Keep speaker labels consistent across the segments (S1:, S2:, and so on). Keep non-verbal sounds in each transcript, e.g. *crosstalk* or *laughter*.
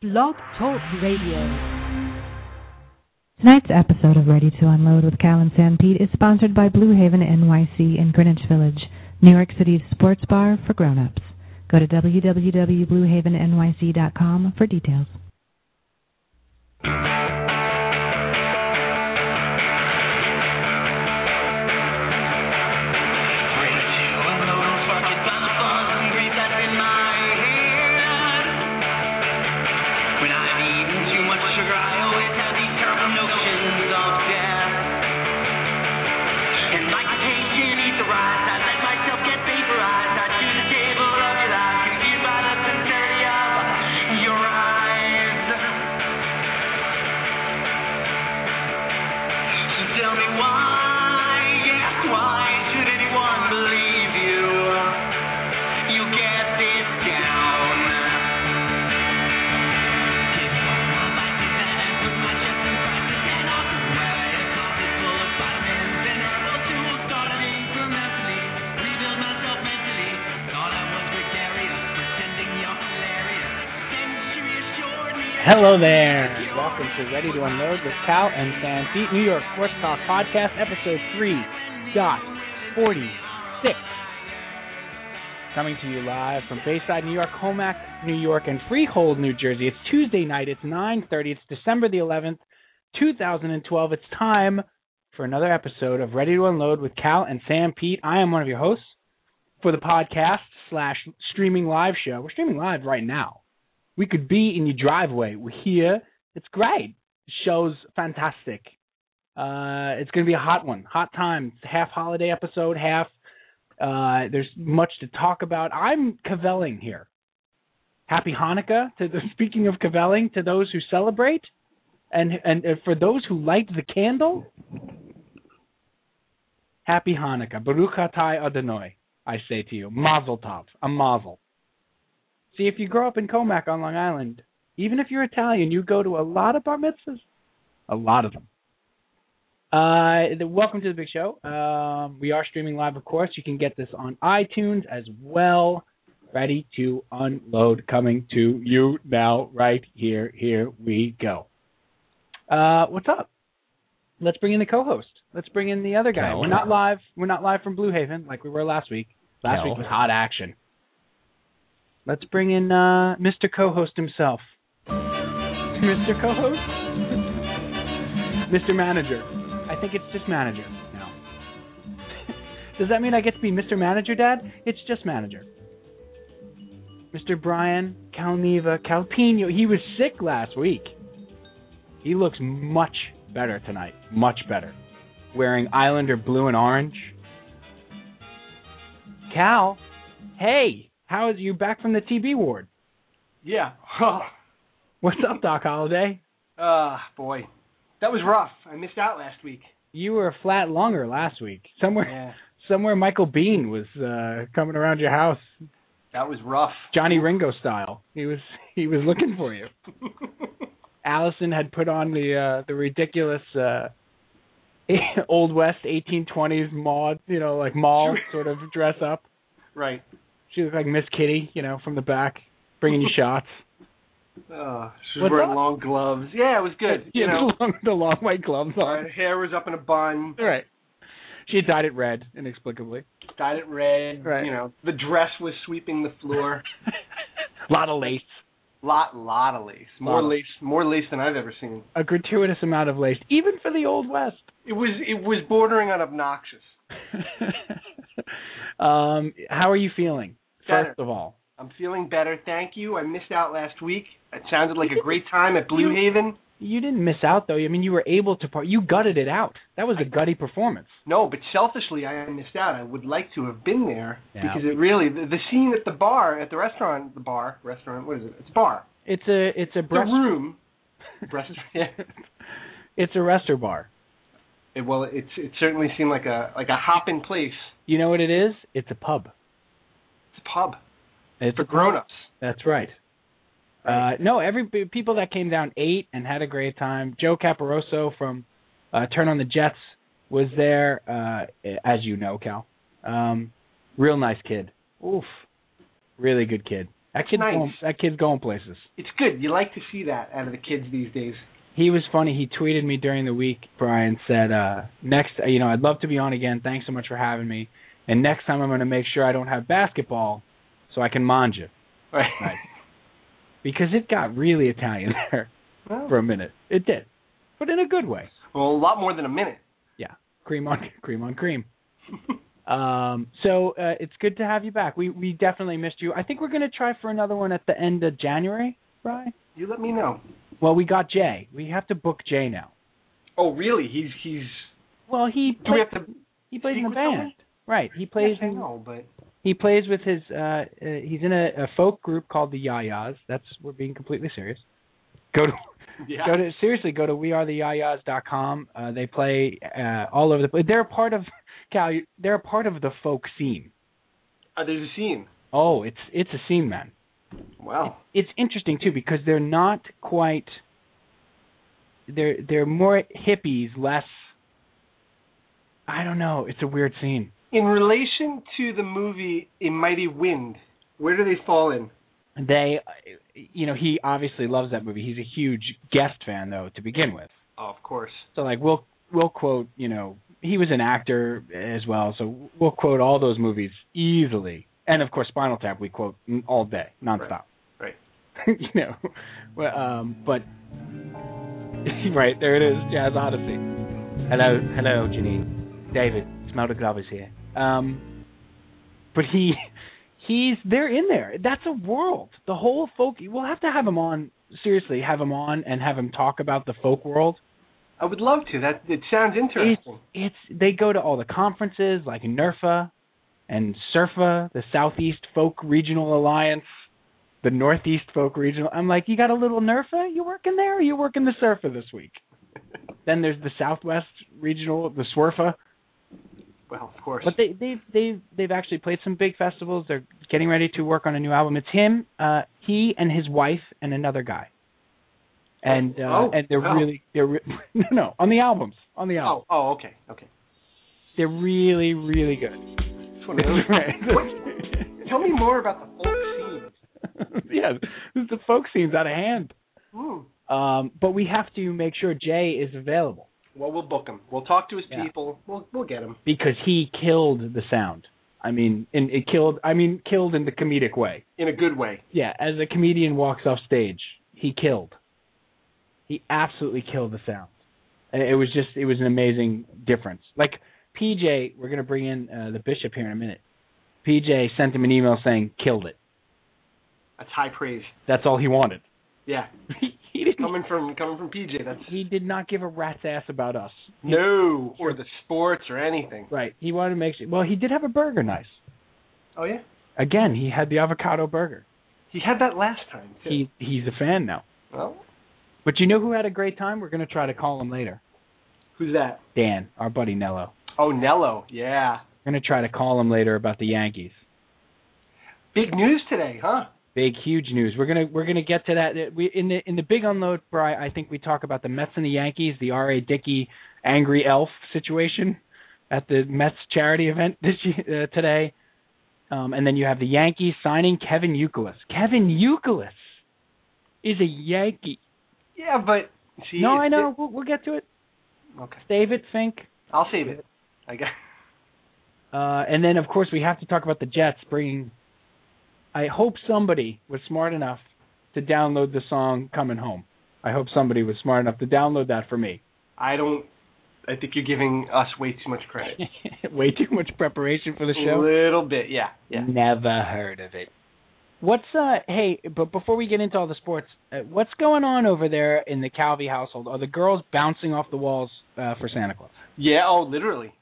S1: Blog Talk Radio.
S2: Tonight's episode of Ready to Unload with Cal and Sanpete is sponsored by Blue Haven NYC in Greenwich Village, New York City's sports bar for grown-ups. Go to www.bluehavennyc.com for details.
S3: When I've eaten too much sugar, I always have these terrible notions of death. And like a cake beneath the rise, I let myself get vaporized. I choose the table of your lies, confused by the sincerity of your eyes. So tell me why, yes, why should anyone believe you? You get this down.
S4: Hello there. Welcome to Ready to Unload with Cal and Sam Beat New York Sports Talk Podcast, episode 3 dot 46. Coming to you live from Bayside, New York, Homack, New York, and Freehold, New Jersey. It's Tuesday night. It's 9.30. It's December the 11th, 2012. It's time for another episode of Ready to Unload with Cal and Sam Pete. I am one of your hosts for the podcast slash streaming live show. We're streaming live right now. We could be in your driveway. We're here. It's great. The show's fantastic. Uh, it's going to be a hot one, hot time. It's a half holiday episode, half. Uh, there's much to talk about. I'm cavelling here. Happy Hanukkah to the, *laughs* speaking of cavelling to those who celebrate, and, and and for those who light the candle. Happy Hanukkah, Baruch Atai Adonai. I say to you, Mazel Tov, a Mazel. See, if you grow up in Comac on Long Island, even if you're Italian, you go to a lot of bar mitzvahs. A lot of them. Uh, the- welcome to the big show. Um, we are streaming live, of course. You can get this on iTunes as well. Ready to unload, coming to you now, right here. Here we go. Uh, what's up? Let's bring in the co-host. Let's bring in the other guy.
S5: Cal.
S4: We're not live. We're not live from Blue Haven like we were last week. Last
S5: Cal.
S4: week was hot action. Let's bring in uh, Mr. Co-host himself. Mr. Co-host? Mr. Manager. I think it's just manager now. *laughs* Does that mean I get to be Mr. Manager, Dad? It's just manager. Mr. Brian Calneva Calpino. He was sick last week. He looks much better tonight. Much better. Wearing Islander blue and orange. Cal, hey, how is you back from the TB ward?
S6: Yeah. *laughs*
S4: What's up, Doc Holliday?
S6: Ah, boy. That was rough. I missed out last week.
S4: You were a flat longer last week. Somewhere, *laughs*
S6: Yeah.
S4: somewhere, Michael Bean was uh, coming around your house,
S6: That was rough. *laughs*
S4: Johnny Ringo style. He was, *laughs* he was looking for you. Allison had put on the uh, the ridiculous uh, *laughs* old west 1820s mall, you know, like mall sort of dress up.
S6: right.
S4: She looked like Miss Kitty, you know, from the back, bringing you shots.
S6: Uh, she was
S4: What's
S6: wearing
S4: up?
S6: long gloves. Yeah, it was *laughs* good.
S4: *laughs* yeah,
S6: *laughs* you know,
S4: the long, the long white gloves on.
S6: her hair was up in a bun,
S4: All right. She dyed it red inexplicably.
S6: dyed it red.
S4: Right.
S6: You know, the dress was sweeping the
S4: *laughs*
S6: floor.
S4: lot of lace.
S6: lot, lot of lace. More
S4: Lot of-
S6: lace, more lace than I've ever seen.
S4: A gratuitous amount of lace, even for the old west. *laughs*
S6: It was, it was bordering on obnoxious.
S4: um, how are you feeling?
S6: Better.
S4: First of all,
S6: I'm feeling better, thank you. I missed out last week. It sounded like a great time at Blue Haven.
S4: you didn't miss out though. I mean, you were able to part. You gutted it out. That was a gutty performance.
S6: No, but selfishly, I missed out. I would like to have been there
S4: Yeah.
S6: because it really the, the scene at the bar at the restaurant, the bar restaurant. What is it? It's a bar.
S4: It's a it's a breast. *laughs*
S6: The room. Breast. *laughs* yeah.
S4: it's a rester bar.
S6: It, well, it's it certainly seemed like a like a hop in place.
S4: You know what it is? It's a pub.
S6: It's a pub
S4: It's
S6: for
S4: a pub.
S6: grown-ups.
S4: That's right. Uh, no, every people that came down ate and had a great time. Joe Caparoso from uh, Turn on the Jets was there, uh, as you know, Cal. Um, real nice kid. Oof, really good kid. That kid's
S6: Nice.
S4: going, that kid's going places.
S6: It's good. You like to see that out of the kids these days. *laughs*
S4: He was funny. He tweeted me during the week. Brian said, uh, "Next, you know, I'd love to be on again. Thanks so much for having me. And next time, I'm going to make sure I don't have basketball, so I can mind you,
S6: Right.
S4: Right. because it got really Italian *laughs* there
S6: Well,
S4: for a minute. It did, but in a good way.
S6: well, a lot more than a minute. *laughs*
S4: Cream on *laughs* cream on cream. Um, so uh, it's good to have you back. We we definitely missed you. I think we're going to try for another one at the end of January, Brian.
S6: you let me know.
S4: Well, we got Jay. We have to book Jay now.
S6: Oh, really? He's he's.
S4: Well, he
S6: Do we
S4: play-
S6: have to?
S4: he plays in the
S6: speak with
S4: band, right? He plays
S6: Yes, I
S4: in-
S6: know, but
S4: he plays with his uh, uh he's in a, a folk group called the Yayas. That's we're being completely serious. Go to
S6: yeah.
S4: go to seriously go to wearetheyayas.com. Uh, they play uh, all over the. pla- They're a part of Cal. you- They're a part of the folk scene.
S6: Uh, there's a scene.
S4: Oh, it's it's a scene, man.
S6: Wow.
S4: it's interesting too because they're not quite they're they're more hippies less i don't know it's a weird scene
S6: In relation to the movie A Mighty Wind, where do they fall in?
S4: they you know he obviously loves that movie he's a huge guest fan though to begin with
S6: Oh, of course.
S4: so like we'll we'll quote you know he was an actor as well so we'll quote all those movies easily and of course spinal tap we quote n- all day nonstop
S6: Right,
S4: *laughs* you know well, um but *laughs* right there it is jazz odyssey hello hello janine david smell the glove is here um but he *laughs* he's they're in there that's a world the whole folk we'll have to have him on seriously have him on and have him talk about the folk world
S6: I would love to. That it sounds interesting.
S4: it's they go to all the conferences like E NERFA and E SURFA, the Southeast Folk Regional Alliance, the Northeast Folk Regional. I'm like, you got a little NERFA? You working there? Or you working the E SURFA this
S6: *laughs*
S4: week? then there's the Southwest Regional, the E SWERFA.
S6: Well, of course.
S4: But they they've they've they've actually played some big festivals. They're getting ready to work on a new album. It's him, uh, he and his wife and another guy. And uh,
S6: Oh,
S4: and they're
S6: wow.
S4: really they're re- *laughs* no no on the albums on the album
S6: oh, oh, okay, okay.
S4: they're really, really good.
S6: It's one of those- What? Tell me more about the folk
S4: *laughs* yeah, this- the folk scene's out of hand.
S6: scene. Hmm.
S4: Um, but we have to make sure Jay is available
S6: Well, we'll book him. We'll talk to his
S4: Yeah.
S6: people. We'll we'll get him.
S4: because he killed the sound. I mean, and it killed. I mean, killed in the comedic way.
S6: in a good way.
S4: Yeah, as a comedian walks off stage, he killed. He absolutely killed the sound. And It was just, it was an amazing difference. Like PJ, we're gonna bring in uh, the bishop here in a minute. PJ sent him an email saying, "Killed it."
S6: That's high praise.
S4: That's all he wanted. *laughs*
S6: Yeah,
S4: he, he didn't.
S6: coming from coming from PJ. That's
S4: He did not give a rat's ass about us.
S6: no or the sports or anything.
S4: Right. He wanted to make sure. Well, he did have a burger nice.
S6: Oh yeah,
S4: Again, he had the avocado burger.
S6: he had that last time too.
S4: He he's a fan now.
S6: well,
S4: But you know who had a great time? We're gonna try to call him later.
S6: who's that?
S4: Dan, our buddy Nello.
S6: Oh Nello. Yeah,
S4: We're gonna try to call him later about the Yankees.
S6: big news today, huh?
S4: Big huge news. We're gonna we're gonna get to that. We in the in the big unload, Bry. I think we talk about the Mets and the Yankees, the R. A. Dickey angry elf situation at the Mets charity event this year, uh, today, um, and then you have the Yankees signing Kevin Youkilis. Kevin Youkilis is a Yankee.
S6: Yeah, but see.
S4: no,
S6: it-
S4: I know. We'll, we'll get to it.
S6: okay,
S4: Save it, Fink.
S6: I'll save it. I got.
S4: Uh, and then, of course, we have to talk about the Jets bringing. I hope somebody was smart enough to download the song "Coming Home." I hope somebody was smart enough to download that for me. *laughs*
S6: I don't. I think you're giving us way too much credit.
S4: Way too much preparation for *laughs* the
S6: A
S4: show. Mm-hmm.
S6: little bit, yeah, yeah.
S4: Never heard of it. What's uh? Hey, but before we get into all the sports, uh, what's going on over there in the Calvi household? Are the girls bouncing off the walls uh, for Santa Claus?
S6: Yeah. Oh, literally.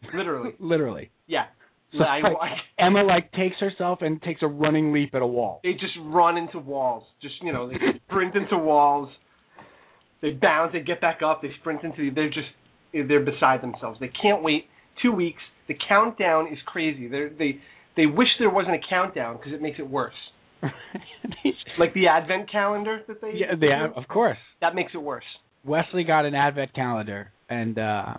S4: *laughs*
S6: Literally.
S4: Literally.
S6: Yeah.
S4: So,
S6: I-
S4: like,
S6: I-
S4: Emma like takes herself and takes a running leap at a wall. *laughs*
S6: they just run into walls. Just you know, they *laughs* sprint into walls. They bounce. They get back up. They sprint into. The, they're just they're beside themselves. They can't wait two weeks. The countdown is crazy. They're, they they wish there wasn't a countdown because it makes it worse. Like the advent calendar that they
S4: yeah, they have, of course.
S6: that makes it worse.
S4: Wesley got an advent calendar, and uh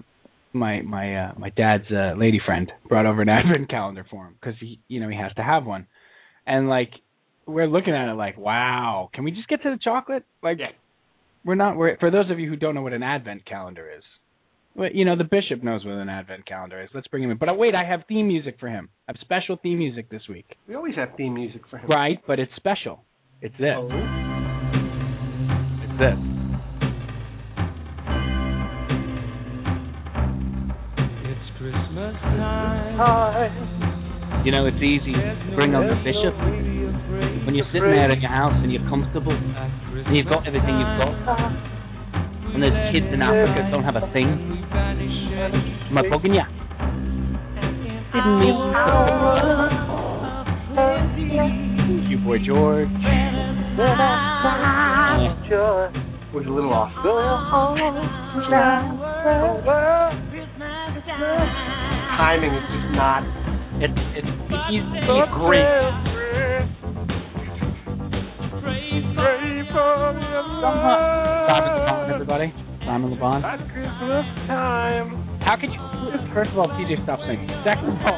S4: my my uh, my dad's uh, *laughs* lady friend brought over an advent calendar for him because he you know he has to have one, and like we're looking at it like, wow, can we just get to the chocolate? Like,
S6: Yeah.
S4: we're not. We're for those of you who don't know what an advent calendar is. Well, you know the bishop knows what an advent calendar is. Let's bring him in. But uh, wait, I have theme music for him. I have special theme music this week.
S6: We always have theme music for him.
S4: Right, but it's special. It's this.
S6: Oh.
S4: It's this.
S5: It's Christmas time.
S4: You know, it's easy. to Bring on the bishop. When you're sitting there in your house and you're comfortable and you've got everything you've got, and those kids in Africa don't have a thing, am I bugging ya? Cute boy George.
S6: Was a little off. Timing is just not.
S4: It's it's he's, he's great. Simon LeBon, everybody. Simon LeBon.
S6: That's Christmas time.
S4: How could you? First of all, TJ, stop singing. Second of all,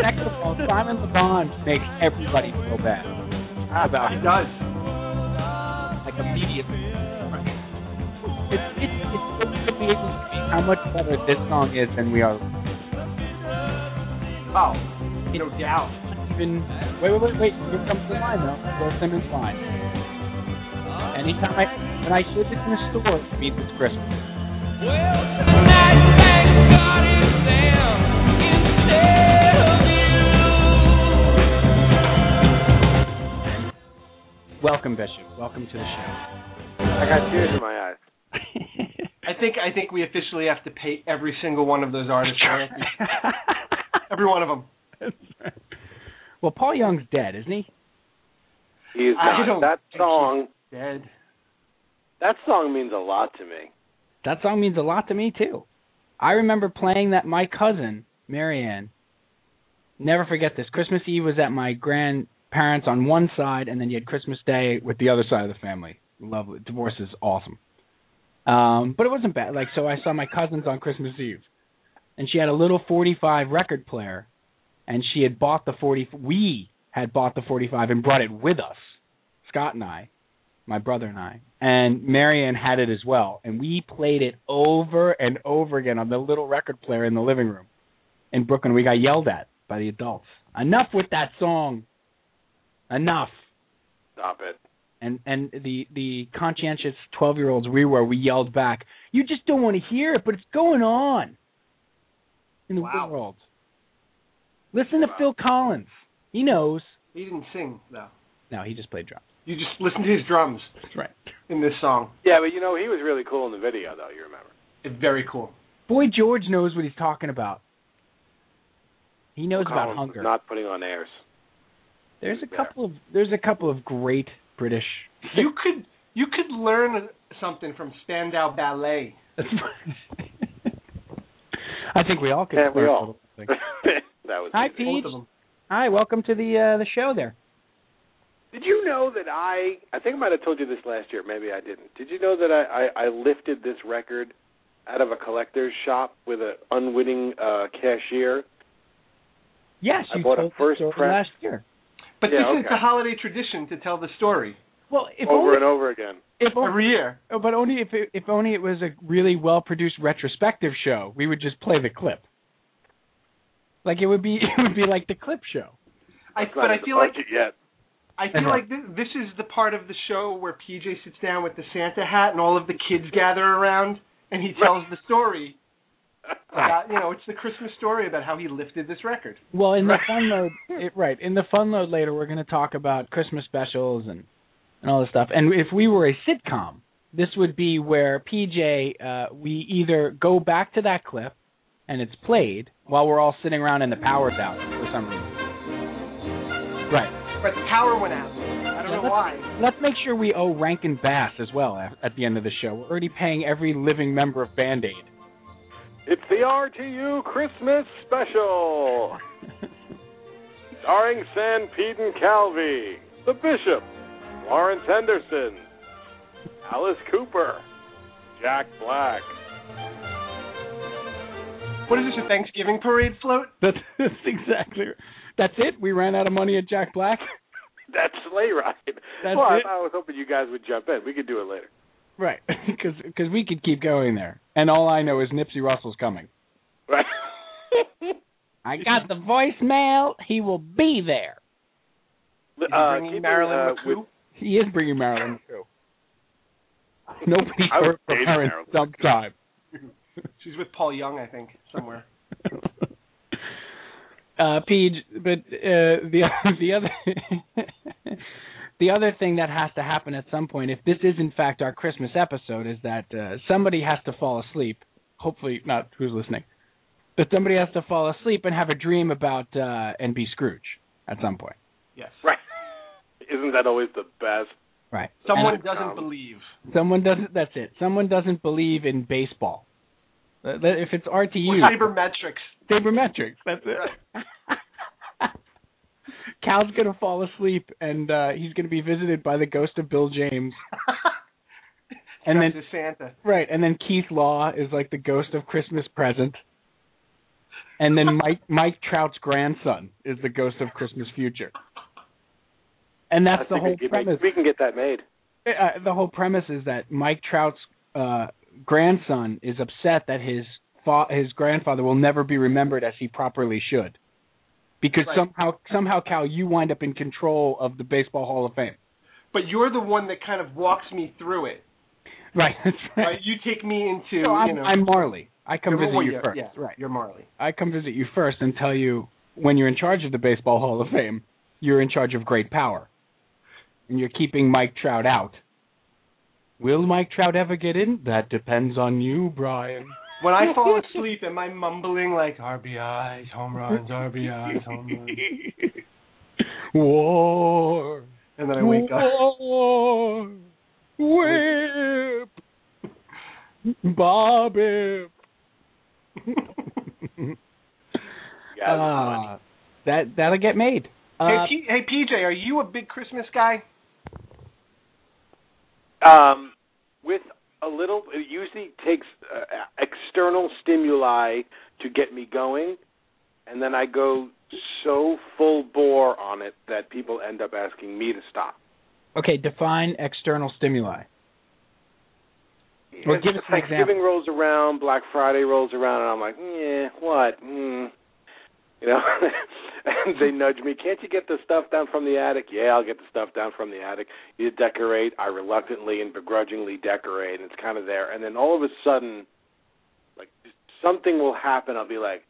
S4: second of all, Simon LeBon makes everybody feel bad about
S6: He
S4: him.
S6: does.
S4: like immediately. It's it's it's good to be able to see how much better this song is than we are.
S6: Oh, no doubt.
S4: Even wait wait wait wait. Here comes the line though. Will Simmons line. Anytime I when I hear this in the store, it means it's Christmas. Welcome Bishop. Welcome to the show.
S5: I got tears in my eyes.
S6: I think I think we officially have to pay every single one of those artists. royalties. every one of them.
S4: *laughs* well, Paul Young's dead, isn't he?
S5: He is
S6: I
S5: not.
S6: don't
S5: That
S6: think
S5: song.
S6: Dead.
S5: That song means a lot to me.
S4: That song means a lot to me too. I remember playing that my cousin, Marianne. Never forget this. Christmas Eve was at my grandparents on one side and then you had Christmas Day with the other side of the family. Lovely. Divorce is awesome. Um, but it wasn't bad. Like so I saw my cousins on Christmas Eve. And she had a little 45 record player and she had bought the 40 we had bought the 45 and brought it with us. Scott and I my brother and I, and Marianne had it as well, and we played it over and over again on the little record player in the living room in Brooklyn. We got yelled at by the adults. Enough with that song. Enough.
S5: Stop it.
S4: And and the the conscientious twelve year olds we were, we yelled back. You just don't want to hear it, but it's going on in the
S6: Wow.
S4: world. Listen to
S5: Wow.
S4: Phil Collins. He knows.
S6: He didn't sing though.
S4: No, he just played drums.
S6: You just listen to his drums
S4: That's right.
S6: in this song.
S5: Yeah, but you know he was really cool in the video, though. You remember?
S6: It's very cool.
S4: Boy George knows what he's talking about. He knows about
S5: Collins was
S4: hunger.
S5: Not putting on airs. *laughs*
S4: there's a
S5: there.
S4: couple of there's a couple of great
S5: *laughs*
S4: British.
S6: You could you could learn something from Spandau Ballet.
S4: I think we all could.
S5: Yeah, we
S4: learn
S5: all.
S4: a little something.
S5: that was.
S4: Hi,
S5: amazing.
S4: Pete.
S6: Both of them.
S4: Hi, welcome to the uh, the show. There,
S5: Did you know that I? I think I might have told you this last year. Maybe I didn't. Did you know that I I, I lifted this record out of a collector's shop with an unwitting uh cashier?
S4: yes,
S5: I
S4: you
S5: bought a
S4: told the
S5: first
S4: story
S5: press.
S4: last year.
S6: But
S5: Yeah,
S6: this is
S5: okay.
S6: the holiday tradition to tell the story
S4: Well, if
S5: over
S4: only,
S5: and over again.
S4: if only,
S6: every year.
S4: oh, but only if it, if only it was a really well produced retrospective show, we would just play the clip. Like it would be *laughs* it would be like the clip show.
S6: I,
S5: It's not
S6: but
S5: in
S6: I
S5: the
S6: feel like
S5: budget yet.
S6: I feel like this, this is the part of the show where PJ sits down with the Santa hat and all of the kids gather around and he tells the
S4: *laughs*
S6: story.
S4: Ah.
S6: About, you know, it's the Christmas story about how he lifted this record.
S4: Well, in the fun load, it, right? In the fun load later, we're going to talk about Christmas specials and and all this stuff. And if we were a sitcom, this would be where PJ, uh, we either go back to that clip and it's played while we're all sitting around in the power tower for some reason. Right.
S6: But the power went out. I don't
S4: Yeah,
S6: know
S4: let's-
S6: why.
S4: Let's make sure we owe Rankin Bass as well at, at the end of the show. We're already paying every living member of *laughs* Band Aid.
S5: *laughs* It's the RTU Christmas Special, starring San Pete and Calvi, the Bishop, Lawrence Henderson, Alice Cooper, Jack Black.
S6: What is this, a Thanksgiving parade float?
S4: That's, that's exactly. That's it. We ran out of money at Jack Black.
S5: That's sleigh ride.
S4: That's
S5: well,
S4: it.
S5: I, I was hoping you guys would jump in. We could do it later. *laughs*
S4: Right, *laughs* because we could keep going there. And all I know is Nipsey Russell's coming.
S5: Right.
S4: I got the voicemail. He will be there.
S6: Did you
S5: uh,
S6: bring in
S5: keeping,
S6: Marilyn
S5: uh,
S6: McCoo?
S5: with-
S4: He is bringing Marilyn too. Nobody
S5: I
S4: heard
S5: would
S4: from
S5: date
S4: her in
S5: Marilyn.
S4: some time.
S6: She's with Paul Young, I think,
S4: *laughs*
S6: somewhere.
S4: uh, Peach, but uh, the *laughs* the other *laughs* the other thing that has to happen at some point, if this is in fact our Christmas episode, is that uh, somebody has to fall asleep. Hopefully, not who's listening. That somebody has to fall asleep and have a dream about uh, and be Scrooge at some point.
S6: Yes.
S5: Right. Isn't that always the best?
S4: Right.
S6: Someone
S5: And-
S6: doesn't
S5: Um,
S6: believe.
S4: Someone doesn't. That's it. Someone doesn't believe in baseball. Uh, If it's
S6: Or
S4: RTU,
S6: Sabermetrics.
S4: sabermetrics. That's
S5: *laughs*
S4: it. Cal's gonna fall asleep, and uh, he's gonna be visited by the ghost of Bill James. *laughs* And then-
S5: *laughs*
S6: Dressed as Santa.
S4: Right, and then Keith Law is like the ghost of Christmas present. And then
S5: *laughs*
S4: Mike Mike Trout's grandson is the ghost of Christmas future. And that's
S5: I
S4: the
S5: think
S4: whole
S5: we, can
S4: premise.
S5: make, we can get that made.
S4: Uh, the whole premise is that Mike Trout's uh, grandson is upset that his fa- his grandfather will never be remembered as he properly should, because
S6: Right.
S4: somehow somehow Cal you wind up in control of the Baseball Hall of Fame.
S6: But you're the one that kind of walks me through
S4: *laughs*
S6: it.
S4: Right. That's right.
S6: Right? You take me into
S4: So I'm,
S6: you know
S4: I'm Marley. I come
S6: you're-
S4: visit
S6: well,
S4: you
S6: yeah,
S4: first.
S6: yeah,
S4: Right.
S6: You're Marley.
S4: I come visit you first and tell you when you're in charge of the Baseball Hall of Fame, you're in charge of great power. And you're keeping Mike Trout out. Will Mike Trout ever get in? That depends on you,
S6: *laughs*
S4: Brian.
S6: When I fall
S4: *laughs*
S6: asleep, am I mumbling like RBIs, home runs, RBIs, home runs?
S4: *laughs* War.
S6: And then I wake up.
S4: War. Whip.
S6: *laughs*
S4: Bobby.
S5: Yeah, that's funny.
S4: Ah, that that'll get made.
S6: Hey,
S4: Uh,
S6: P- hey, PJ, are you a big Christmas guy?
S5: um, with a little it usually takes uh, external stimuli to get me going and then i go so full bore on it that people end up asking me to stop
S4: okay, define external stimuli.
S6: *laughs*
S4: Well, give us an
S5: thanksgiving
S4: example.
S5: rolls around black friday rolls around and i'm like yeah what mm. you know *laughs* and they nudge me can't you get the stuff down from the attic yeah i'll get the stuff down from the attic you decorate i reluctantly and begrudgingly decorate and it's kind of there and then all of a sudden like something will happen i'll be like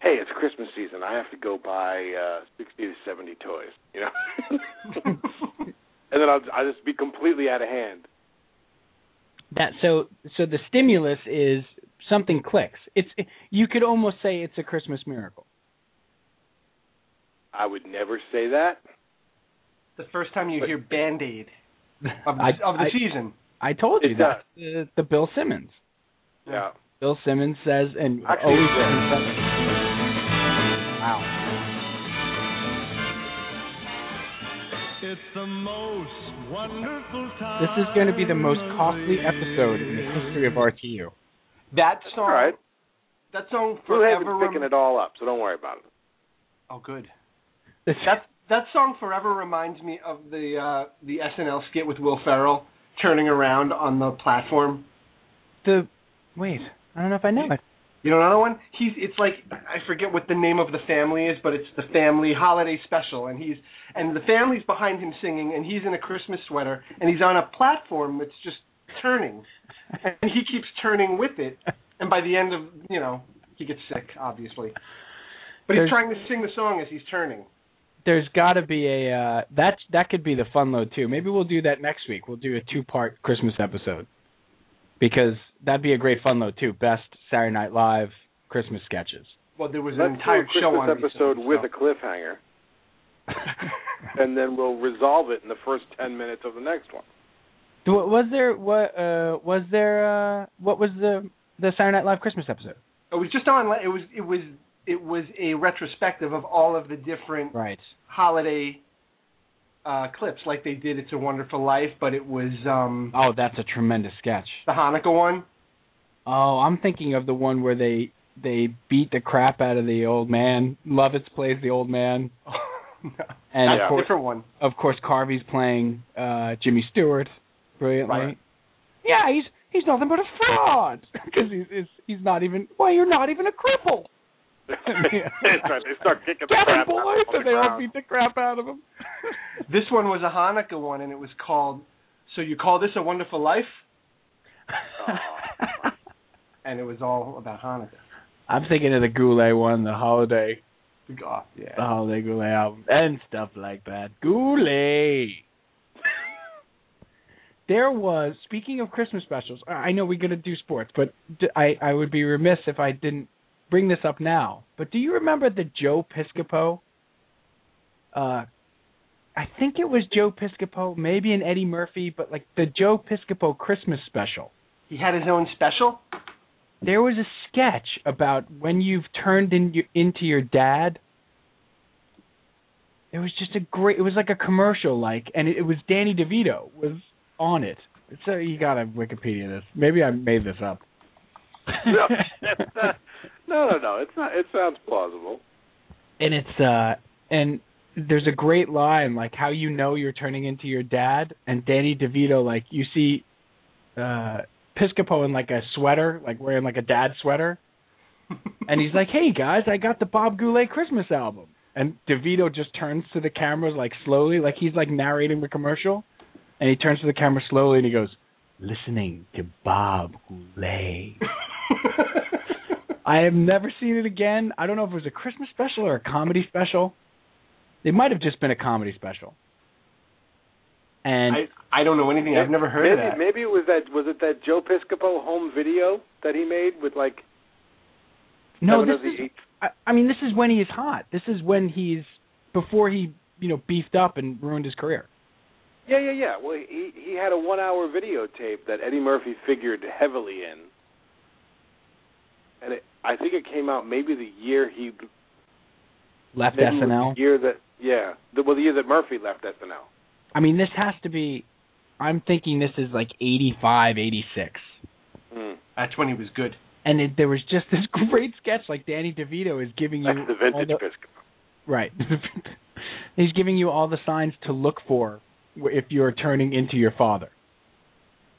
S5: hey it's christmas season i have to go buy uh sixty to seventy toys you know *laughs* and then i'll i'll just be completely out of hand
S4: That so so the stimulus is something clicks. It's you could almost say it's a Christmas miracle.
S5: i would never say that
S6: The first time you
S5: But-
S6: hear Band Aid of the,
S4: I,
S6: of the
S4: I,
S6: season.
S4: I told you
S5: It
S4: that the, the Bill Simmons.
S5: yeah
S4: Bill Simmons says and
S5: Actually,
S4: always
S5: yeah.
S4: says something. Wow.
S7: It's the most wonderful time.
S4: This is going to be the most costly episode in the history of RTU.
S6: That song.
S5: all right
S6: That song
S5: Blue
S6: forever.
S5: Haven's picking
S6: rem-
S5: it all up, so don't worry about it.
S6: oh, good.
S4: This-
S6: That that song forever reminds me of the uh the SNL skit with Will Ferrell turning around on the platform.
S4: the wait. I don't know if I know it.
S6: You know another one? He's it's like I forget what the name of the family is, but it's the family holiday special and he's and the family's behind him singing and he's in a Christmas sweater and he's on a platform that's just turning. *laughs* And he keeps turning with it and by the end of you know, he gets sick, obviously. But
S4: There's-
S6: he's trying to sing the song as he's turning.
S4: there's got to be a uh, that that could be the fun load too. Maybe we'll do that next week. We'll do a two part Christmas episode because that'd be a great fun load too. Best Saturday Night Live Christmas sketches.
S6: Well, there was an
S5: Let's
S6: entire
S5: do a
S6: show on
S5: Christmas episode
S6: recently,
S5: with
S6: so.
S5: a cliffhanger, and then we'll resolve it in the first ten minutes of the next one. *laughs*
S4: Do- was there what uh, was there uh, what was the the Saturday Night Live Christmas episode?
S6: It was just on. It was it was it was a retrospective of all of the different
S4: Right.
S6: holiday uh, clips, like they did "It's a Wonderful Life," but it was um,
S4: Oh, that's a tremendous sketch.
S6: the Hanukkah one.
S4: Oh, I'm thinking of the one where they they beat the crap out of the old man. Lovitz plays the old man,
S6: no.
S4: and
S5: *laughs* Yeah.
S4: of
S6: That's a
S4: course,
S6: different one.
S4: of course, Carvey's playing uh Jimmy Stewart brilliantly.
S6: Right.
S4: Yeah, he's he's nothing but a fraud *laughs* because he's, he's he's not even. Well, you're not even a cripple.
S5: *laughs* That's right. They start kicking the
S4: Get him,
S5: crap out
S4: boys!
S5: of him on
S4: And
S5: the
S4: they all
S5: ground.
S4: beat the crap out of
S5: *laughs*
S4: him.
S6: This one was a Hanukkah one, and it was called. So you call this a wonderful life? And it was all about Hanukkah.
S4: I'm thinking of the Goulet one, the holiday,
S6: The God, yeah.
S5: Uh.
S4: the holiday Goulet album, and stuff like that. Goulet. *laughs* there was speaking of Christmas specials. I I know we're gonna do sports, but d- I I would be remiss if I didn't bring this up now. But do you remember the Joe Piscopo? Uh, I think it was Joe Piscopo, maybe an Eddie Murphy, but like the Joe Piscopo Christmas special
S6: He had his own special.
S5: *laughs*
S4: there was a sketch about when you've turned in your, into your dad. It was just a great. It was like a commercial, like, and it, it was Danny DeVito was on it. So you gotta Wikipedia this. Maybe I made this up.
S5: *laughs* no, that's not- no, no, no. It's not. It sounds plausible.
S4: and it's uh and there's a great line like how you know you're turning into your dad and Danny DeVito like you see uh Piscopo in like a sweater like wearing like a dad sweater and he's like hey guys I got the Bob Goulet Christmas album and DeVito just turns to the cameras like slowly like he's like narrating the commercial and he turns to the camera slowly and he goes listening to Bob Goulet I have never seen it again. I don't know if it was a Christmas special or a comedy special. It might have just been a comedy special. And
S6: I I don't know anything. I've never heard of
S5: maybe,
S6: that.
S5: Maybe it was that. Was it that Joe Piscopo home video that he made with like
S4: no,
S5: seven
S4: this
S5: of the
S4: is,
S5: eight?
S4: I, I mean, this is when he is hot. This is when he's before he, you know, beefed up and ruined his career.
S5: Yeah, yeah, yeah. Well, he he had a one-hour videotape that Eddie Murphy figured heavily in, and it, I think it came out maybe the year he
S4: Left
S5: maybe it was
S4: SNL.
S5: The year that yeah, the, well, the year that Murphy left SNL.
S4: I mean, this has to be. I'm thinking this is like 85, 86.
S5: Mm.
S6: That's when he was good. *laughs*
S4: And it, there was just this *laughs* great sketch, like Danny DeVito is giving you
S5: That's the
S4: all
S5: vintage
S4: the,
S5: Piscopo.
S4: Right. *laughs* He's giving you all the signs to look for w- if you're turning into your father.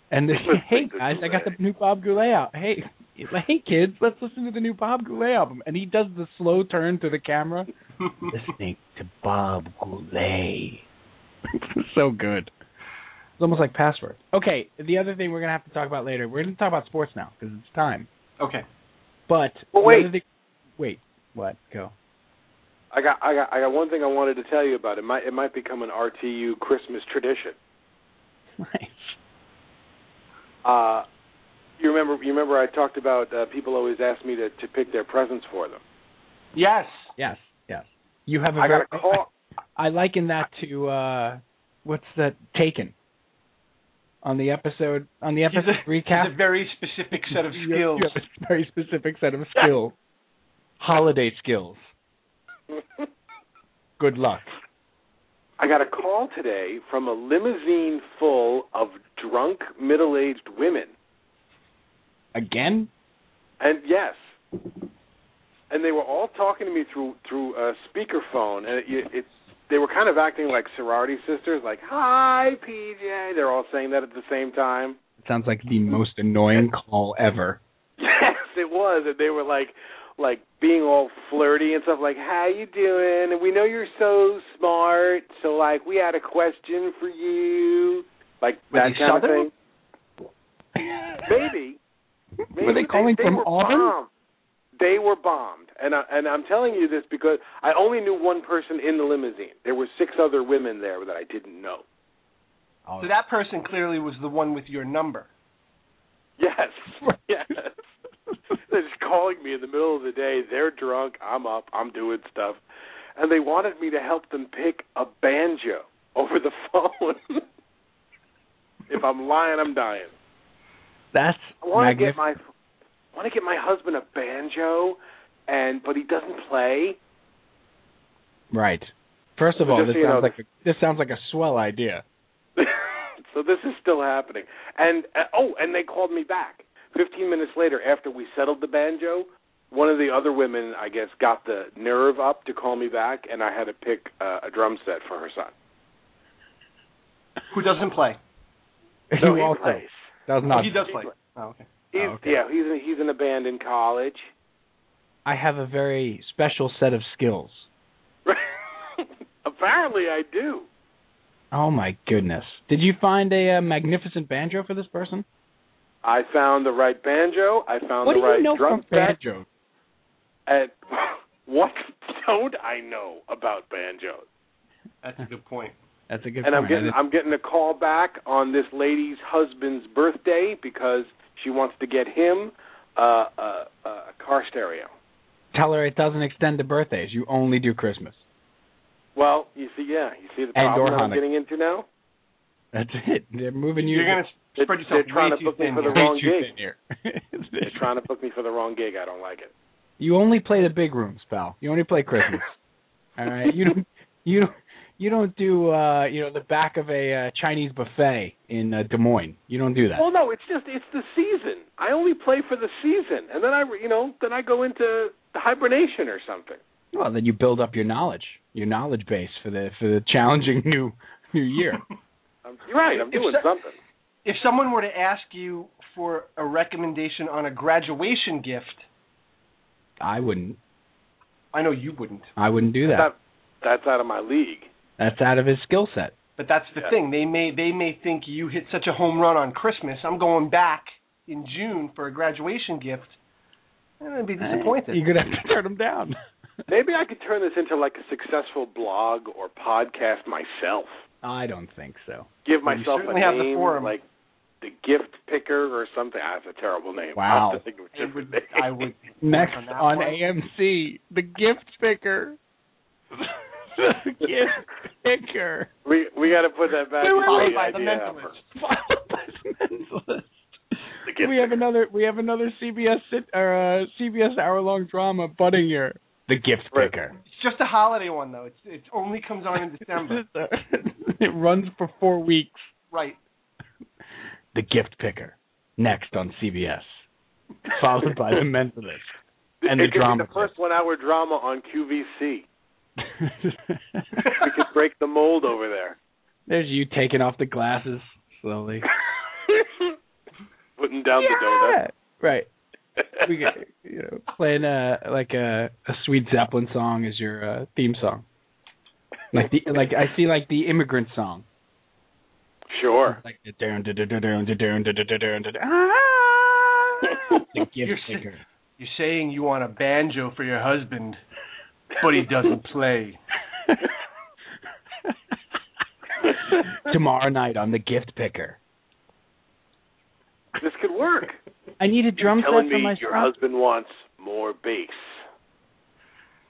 S4: And this,
S5: Let's
S4: *laughs* hey
S5: listen to
S4: guys, I got the
S5: Goulet.
S4: new Bob Goulet out. Hey, *laughs* hey kids, let's listen to the new Bob Goulet album. And he does the slow turn to the camera, listening to Bob Goulet. *laughs* so good. It's almost like password. Okay, the other thing we're gonna have to talk about later. We're gonna talk about sports now because it's time.
S6: Okay.
S4: But
S5: Well,
S4: the
S5: wait.
S4: other thing- wait, what? Go. *laughs*
S5: I got I got I got one thing I wanted to tell you about. It might it might become an RTU Christmas tradition.
S4: Nice.
S5: Uh, you remember you remember I talked about uh, people always ask me to to pick their presents for them.
S6: Yes.
S4: Yes, yes. You have a
S5: I got
S4: very,
S5: a call.
S4: I, I liken that to uh what's that Taken. On the episode on the
S6: He's
S4: episode *laughs*
S6: a,
S4: recap
S6: he's a very specific set
S4: *laughs*
S6: of
S4: you-
S6: skills.
S4: You have a very specific set of skills. Holiday skills. Good luck.
S5: *laughs* I got a call today from a limousine full of drunk middle-aged women.
S4: Again?
S5: And yes, and they were all talking to me through through a speakerphone, and it, it they were kind of acting like sorority sisters, like "Hi, PJ." They're all saying that at the same time. *laughs*
S4: It sounds like the most annoying call ever.
S5: Yes, it was, and they were like, like being all flirty and stuff, like "How you doing?" And we know you're so smart, so like we had a question for you, like
S6: Were
S5: that
S6: they
S5: kind
S6: Southern?
S5: of thing.
S4: *laughs*
S5: Maybe. Maybe
S4: Were they calling
S5: they
S4: from
S5: were
S4: Auburn?
S5: Bombed. They were bombed, and I, and I'm telling you this because I only knew one person in the limousine. There were six other women there that I didn't know.
S4: Oh,
S6: So that person clearly was the one with your number.
S4: *laughs*
S5: Yes, yes. *laughs* They're just calling me in the middle of the day. They're drunk. I'm up. I'm doing stuff, and they wanted me to help them pick a banjo over the *laughs* phone. if I'm lying, I'm dying.
S4: That's
S5: I want to
S4: magnificent.
S5: get my want to get my husband a banjo, and but he doesn't play.
S4: right. First of
S5: So
S4: all,
S5: just
S4: this
S5: so you
S4: sounds
S5: know-
S4: like a, this sounds like a swell idea.
S5: *laughs* so this is still happening. And uh, oh, and they called me back 15 minutes later after we settled the banjo one of the other women, I guess, got the nerve up to call me back, and I had to pick uh, a drum set for her son.
S6: Who doesn't play?
S5: So
S4: you
S5: he
S4: also.
S5: plays.
S4: That was not.
S6: he does play. Oh, okay.
S5: He's,
S4: Oh, okay.
S5: Yeah, he's in, he's in a band in college. *laughs*
S4: I have a very special set of skills.
S5: Apparently, I do.
S4: Oh my goodness! Did you find a, uh magnificent banjo for this person?
S5: I found the right banjo. I found
S4: what
S5: the
S4: do
S5: right
S4: you know
S5: drum
S4: from
S5: set.
S4: banjo?
S5: And *laughs* what don't I know about banjos?
S6: That's a good point.
S4: That's a good.
S5: and I'm
S4: point.
S5: getting I'm getting a call back on this lady's husband's birthday because she wants to get him uh, a, a car stereo.
S4: Tell her it doesn't extend to birthdays. You only do Christmas.
S5: Well, you see, yeah, you see the
S4: And
S5: problem
S4: or
S5: that I'm
S4: Hanukkah.
S5: getting into now.
S4: That's *laughs* it. They're moving you.
S6: You're gonna
S5: They're-
S6: spread yourself
S5: they're trying
S6: way
S5: to
S6: too
S5: book me
S6: thin
S5: for the
S6: here.
S5: wrong
S4: Way too
S5: gig.
S4: thin *laughs* here.
S5: They're trying to book me for the wrong gig. I don't like it.
S4: You only play the big rooms, pal. You only play Christmas. All right. You don't. You don't. You don't do. Uh, you know the back of a uh, Chinese buffet in uh, Des Moines. You don't do that.
S5: *laughs* Well, no, it's just it's the season. I only play for the season, and then I re- you know then I go into hibernation or something.
S4: Well, then you build up your knowledge, your knowledge base for the for the challenging *laughs* new new
S6: *laughs*
S4: year.
S5: I'm, you're right. I'm
S6: If
S5: doing
S6: so-
S5: something.
S6: If someone were to ask you for a recommendation on a graduation gift,
S4: I wouldn't.
S6: I know you wouldn't.
S4: I wouldn't do
S5: That's
S4: that.
S5: not- that's out of my league.
S4: That's out of his skill set.
S6: But that's the
S5: Yeah.
S6: thing. They may they may think you hit such a home run on Christmas. I'm going back in June for a graduation gift. And I'd be disappointed.
S4: You're gonna have to turn him down. *laughs*
S5: Maybe I could turn this into like a successful blog or podcast myself.
S4: I don't think so.
S5: Give
S6: Well, you
S5: myself a
S6: certainly have the
S5: name
S6: forum.
S5: like the gift picker or something. I have a terrible name.
S4: Wow.
S5: I have to think of a
S6: I would.
S5: different name. *laughs*
S6: I would
S4: *laughs* Next
S6: on that
S4: on
S6: one.
S4: AMC, the gift picker. *laughs* the gift picker.
S5: we we got to put that back.
S4: Wait, wait,
S5: in
S4: wait.
S6: by
S5: the
S6: the
S5: idea
S6: mentalist.
S4: Followed by Men's List.
S5: The gift
S4: we have
S5: picker.
S4: another. We have another CBS sit, or uh, CBS hour long drama budding here. The gift
S5: Right.
S4: picker.
S6: It's just a holiday one though. It's it only comes on in
S5: *laughs*
S6: December.
S4: *laughs* it runs for four weeks.
S6: right.
S4: The Gift Picker. Next on CBS. Followed by The Mentalist. And
S5: it
S4: the
S5: could
S4: drama
S5: Be the first one hour drama on QVC. We
S4: clip.
S5: could break the mold over there.
S4: *laughs* There's you taking off the glasses slowly.
S5: Putting down
S4: Yeah. *laughs* Right.
S5: the donut.
S4: We
S5: *laughs*
S4: get, you know, playing uh like a a sweet Zeppelin song as your uh, theme song. Like the like I see like the immigrant song.
S5: sure.
S4: Like *laughs* the down da da da down da down da da da down da da- ah. The gift
S6: You're si-
S4: picker.
S6: You're saying you want a banjo for your husband, but he doesn't
S4: *laughs*
S6: play.
S4: *laughs* Tomorrow night on the gift picker. *laughs*
S5: This could work.
S4: I need a drum
S5: Telling
S4: set for
S5: me
S4: my
S5: your
S4: son.
S5: husband wants more bass.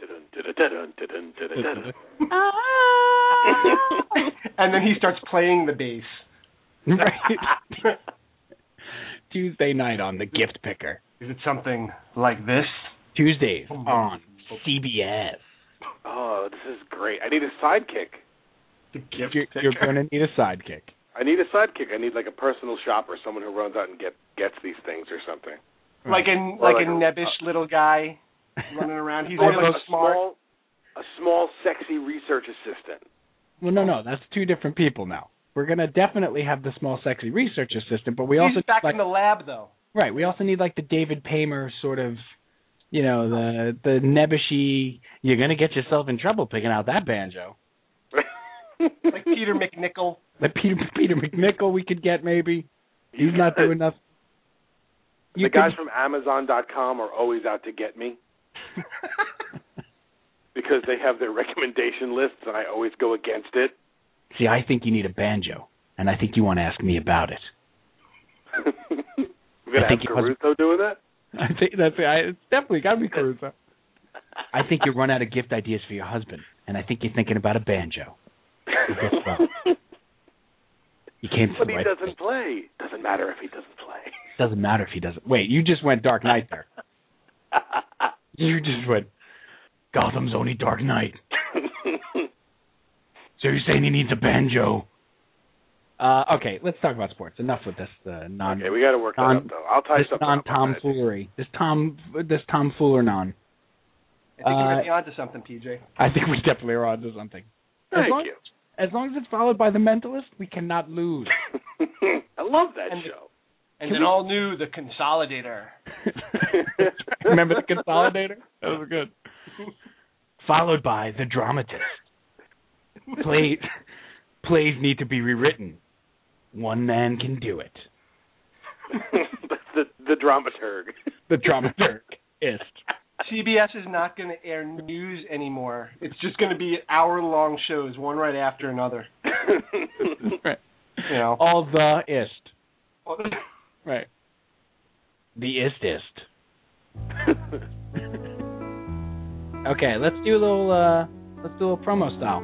S5: Dun, dun, dun, dun, dun, dun, dun, dun.
S6: and then he starts playing the bass.
S4: Right. Tuesday night on the gift picker.
S6: Is it something like this?
S4: Tuesdays
S6: Oh
S4: on CBS.
S5: Oh, this is great. I need a sidekick.
S6: The gift
S4: You're, you're going to need a sidekick.
S5: I need a sidekick. I need like a personal shopper, someone who runs out and get gets these things or something.
S4: Hmm.
S6: like a
S5: Or
S6: like
S5: like
S6: a
S5: a-
S6: nebbish little guy running around. He's
S5: Or
S6: really
S5: like a
S6: smart.
S5: small, a small, sexy research assistant.
S4: *laughs* Well, no, no, that's two different people now. We're going to definitely have the small, sexy research assistant, but we also
S6: He's back
S4: like,
S6: in the lab though.
S4: Right. We also need like the David Paymer sort of, you know, the the nebbishy. You're gonna get yourself in trouble picking out that banjo.
S6: *laughs*
S4: *laughs*
S6: Like Peter McNichol.
S4: The Peter *laughs* Peter McNichol we could get maybe. He's not doing enough.
S5: The guys from Amazon.com are always out to get me because they have their *laughs* recommendation lists, and I always go against it. *laughs*
S4: see, I think you need a banjo, and I think you want to ask me about it.
S5: We're gonna
S4: I think your
S5: have
S4: husband-
S5: Caruso doing that.
S4: *laughs* I think that's I, it's definitely got to be Caruso. I think you run out of gift ideas for your husband, and I think you're thinking about a banjo. guess what? You came to
S5: *laughs* but
S4: the
S5: he
S4: right.
S5: doesn't play. Doesn't matter if he doesn't play. *laughs*
S4: Doesn't matter if he doesn't. Wait, you just went Dark Knight there. You just went. Gotham's only Dark Knight. So you're saying he needs a banjo? Uh, okay, let's talk about sports. Enough with this uh, non
S5: Okay, we got to work that
S4: non-
S5: up though. I'll tie
S4: this
S5: something
S4: non
S5: up on that.
S4: tomfoolery. This tom this tomfooler non.
S6: I think you
S4: Uh,
S6: might be onto something, PJ.
S4: I think we definitely are onto something. as long,
S5: Thank
S4: As long as it's followed by the mentalist, we cannot lose.
S5: you. *laughs* I love that
S6: And-
S5: show. *laughs*
S6: And
S4: Can
S6: then
S4: we-
S6: all new, the Consolidator.
S4: Remember the consolidator? That was good. Followed by the dramatist. Plays plays need to be rewritten. One man can do it.
S5: the, the the dramaturg.
S4: The dramaturgist.
S6: CBS is not going to air news anymore. It's just going to be hour-long shows, one right after another.
S4: right.
S6: You know.
S4: All the ist. Right. The ist ist. Okay, let's do a little uh let's do a little promo style.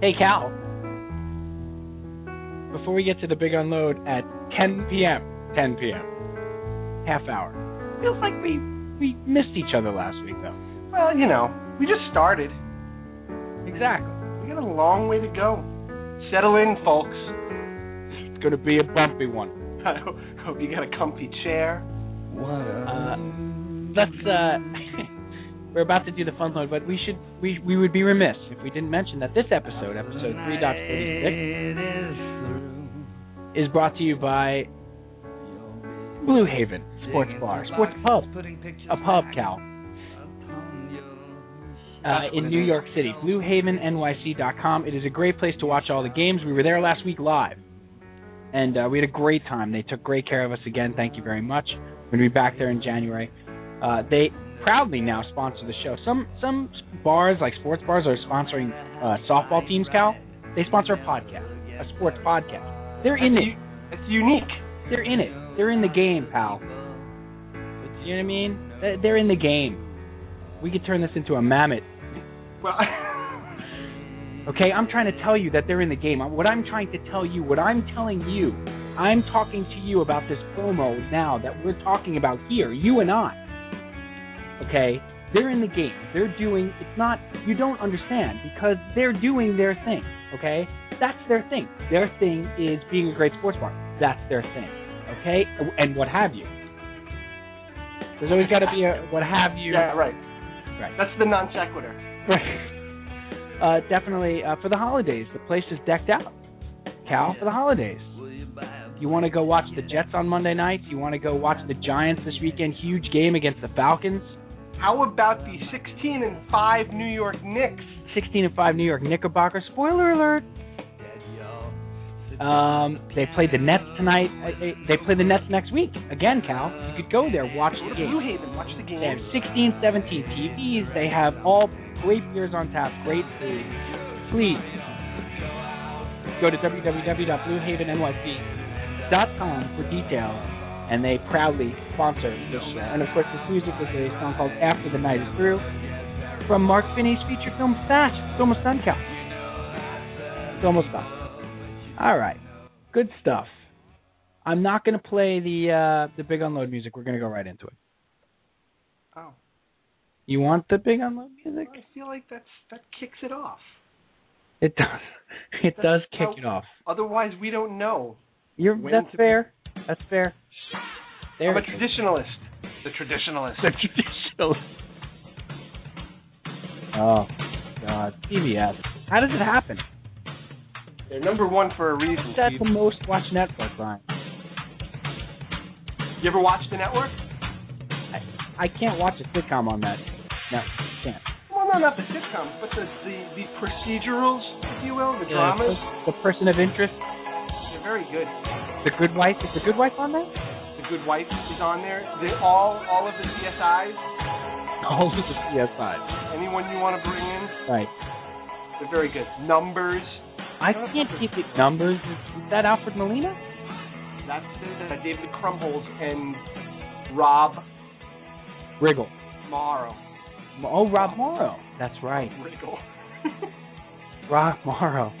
S4: Hey Cal. Before we get to the big unload at ten PM. Ten PM. Half hour. Feels like we we missed each other last week though.
S6: well, you know, we just started.
S4: Exactly.
S6: We got a long way to go. Settle in, folks. *laughs*
S4: It's gonna be a bumpy one.
S6: I ho- hope you got a comfy chair.
S4: Uh let's uh *laughs* we're about to do the fun load, but we should we we would be remiss if we didn't mention that this episode, episode three dot forty six is brought to you by Blue Haven Sports Bar, Sports Pub, a pub, Cal, uh, in New York City. BlueHavenNYC.com. It is a great place to watch all the games. We were there last week live, and uh, we had a great time. They took great care of us again. Thank you very much. We're going to be back there in January. Uh, they proudly now sponsor the show. Some some bars, like sports bars, are sponsoring uh, softball teams, Cal. They sponsor a podcast, a sports podcast. They're in it.
S6: It's unique.
S4: They're in it. They're in the game, pal. You know what I mean? They're- They're in the game. We could turn this into a mammoth.
S6: Well, *laughs*
S4: Okay, I'm trying to tell you that they're in the game. What I'm trying to tell you, what I'm telling you, I'm talking to you about this promo now that we're talking about here, you and I. Okay? They're in the game. They're doing, it's not, you don't understand because they're doing their thing. Okay? That's their thing. Their thing is being a great sports bar. That's their thing. Okay? And what have you. There's always got to be a what have you.
S6: yeah, right.
S4: Right.
S6: That's the non sequitur.
S4: Right. Uh, definitely uh, for the holidays. The place is decked out. Cal for the holidays. You want to go watch the Jets on Monday night? You want to go watch the Giants this weekend? Huge game against the Falcons.
S6: How about the 16 and 5 New York Knicks?
S4: 16 and 5 New York Knickerbocker. Spoiler alert. Um, they played the Nets tonight. Uh, They, they play the Nets next week. Again, Cal, you could go there, watch
S6: Go
S4: the
S6: to
S4: game.
S6: Blue Haven. Watch the game.
S4: They have 16, 17 TVs. They have all great beers on tap, great food. Please go to www.bluehavennyc.com for details. And they proudly sponsor this show. And of course, this music is a song called After the Night Is Through from Mark Finney's feature film Fast. It's almost done, Cal. It's almost done. All right. Good stuff. I'm not going to play the uh, the big unload music. We're going to go right into it.
S6: Oh,
S4: You want the big unload music?
S6: I feel like that's that kicks it off.
S4: It does. *laughs* It does kick
S6: how-
S4: it off.
S6: Otherwise, we don't know.
S4: You're
S6: when
S4: that's
S6: to-
S4: fair. That's fair. There
S6: I'm a
S4: it is.
S6: traditionalist. The traditionalist.
S4: The traditional. Oh God, CBS. How does it happen?
S6: They're number one for a reason.
S4: That's
S6: Steve.
S4: the most watched Netflix line.
S6: You ever watch the network?
S4: I can't watch a sitcom on that. No, I can't.
S6: Well, no, not the sitcom, but the the, the procedurals, if you will, the
S4: Yeah,
S6: dramas.
S4: The person of interest,
S6: They're very good.
S4: The Good Wife. Is The Good Wife on that?
S6: The Good Wife is on there. They all all of the CSIs.
S4: *laughs* Oh, the CSI.
S6: Anyone you want to bring in,
S4: Right.
S6: they're very good. Numbers.
S4: I can't keep it. Numbers. Is that Alfred Molina?
S6: That's the, the David Crumbles and Rob
S4: Riggle.
S6: Morrow.
S4: Oh, Rob Morrow. That's right. *laughs*
S6: Riggle.
S4: Rob Morrow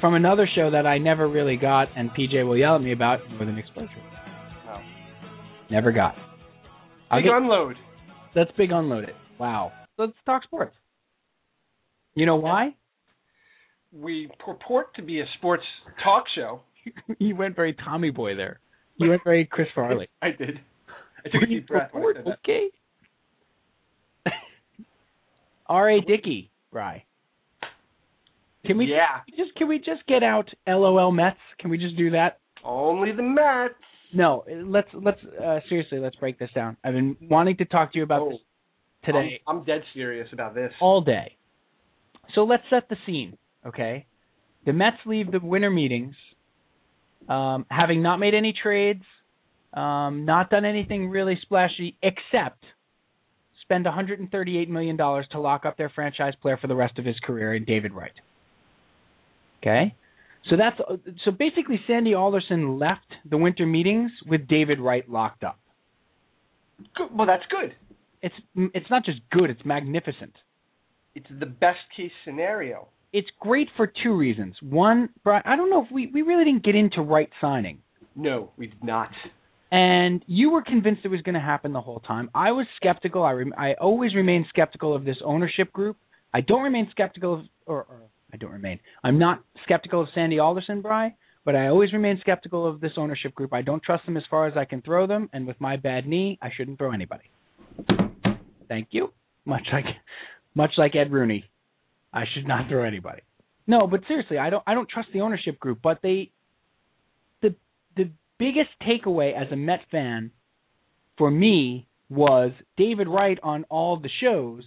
S4: from another show that I never really got, and PJ will yell at me about with an exposure.
S6: No.
S4: Never got. I'll
S6: Big
S4: get,
S6: unload.
S4: let's big unload it. Wow. Let's talk sports. You know why?
S6: we purport to be a sports talk show.
S4: *laughs* you went very Tommy Boy there. You went very Chris Farley.
S6: I did. I took a deep breath when I said that.
S4: okay. *laughs* R.A. Dickey, Rye. Can we
S6: yeah.
S4: just can we just get out LOL Mets? Can we just do that?
S6: Only the Mets.
S4: No, let's let's uh, seriously let's break this down. I've been wanting to talk to you about
S6: Oh,
S4: this today Oh.
S6: I'm, I'm dead serious about this.
S4: all day. So let's set the scene, okay? The Mets leave the winter meetings, um, having not made any trades, um, not done anything really splashy, except spend 138 million dollars to lock up their franchise player for the rest of his career in David Wright. Okay, so that's so basically Sandy Alderson left the winter meetings with David Wright locked up.
S6: Good. Well, that's good.
S4: It's it's not just good; it's magnificent.
S6: It's the best case scenario.
S4: it's great for two reasons. One, Brian, I don't know if we we really didn't get into right signing,
S6: No, we did not.
S4: and you were convinced it was going to happen the whole time. I was skeptical. I rem- I always remain skeptical of this ownership group. I don't remain skeptical of or, or I don't remain. I'm not skeptical of Sandy Alderson, Bry, but I always remain skeptical of this ownership group. I don't trust them as far as I can throw them, and with my bad knee, I shouldn't throw anybody. Thank you. Much like much like Ed Rooney, I should not throw anybody. No, but seriously, I don't I don't trust the ownership group, but they the the biggest takeaway as a Met fan for me was David Wright on all the shows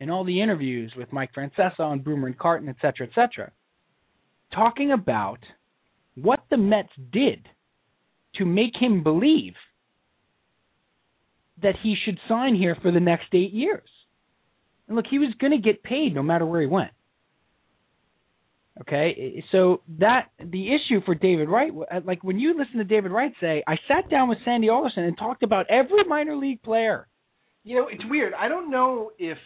S4: and all the interviews with Mike Francesa and Broomer and Carton, et cetera, et cetera, talking about what the Mets did to make him believe that he should sign here for the next eight years. And look, he was going to get paid no matter where he went. Okay, so that the issue for David Wright, uh, like when you listen to David Wright say, I sat down with Sandy Alderson and talked about every minor league player.
S6: You know, it's weird. I don't know if.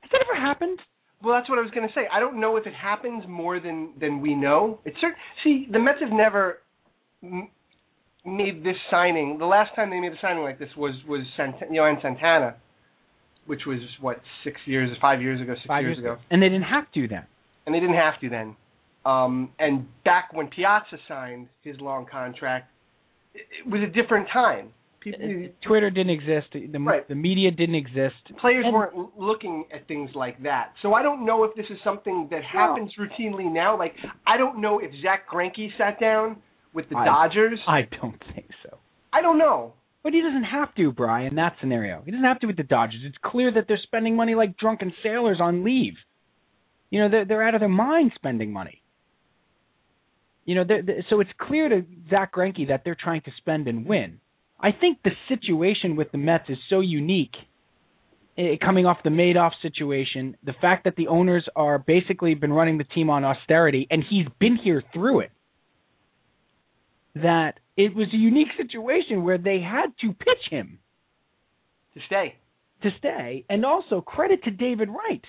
S4: Has that ever happened?
S6: Well, that's what I was going to say. I don't know if it happens more than than we know. It's certain. See, the Mets have never m- made this signing. The last time they made a signing like this was was Sant- Yohan Santana, which was what six years, five years ago, six
S4: Five
S6: years, ago.
S4: and they didn't have to then.
S6: and they didn't have to then. Um, and back when Piazza signed his long contract, it, it was a different time. People,
S4: Twitter didn't exist. The,
S6: Right.
S4: the media didn't exist.
S6: players
S4: and-
S6: weren't l- looking at things like that. So I don't know if this is something that happens routinely now. Like I don't know if Zach Greinke sat down with the
S4: I-
S6: Dodgers. I,
S4: I don't think so.
S6: don't know.
S4: But he doesn't have to, Brian. in that scenario. He doesn't have to with the Dodgers. It's clear that they're spending money like drunken sailors on leave. You know, they're, they're out of their mind spending money. You know, they're, they so it's clear to Zach Greinke that they're trying to spend and win. I think the situation with the Mets is so unique, eh, coming off the Madoff situation, the fact that the owners are basically been running the team on austerity, and he's been here through it that it was a unique situation where they had to pitch him
S6: To stay,
S4: to stay, and also credit to David Wright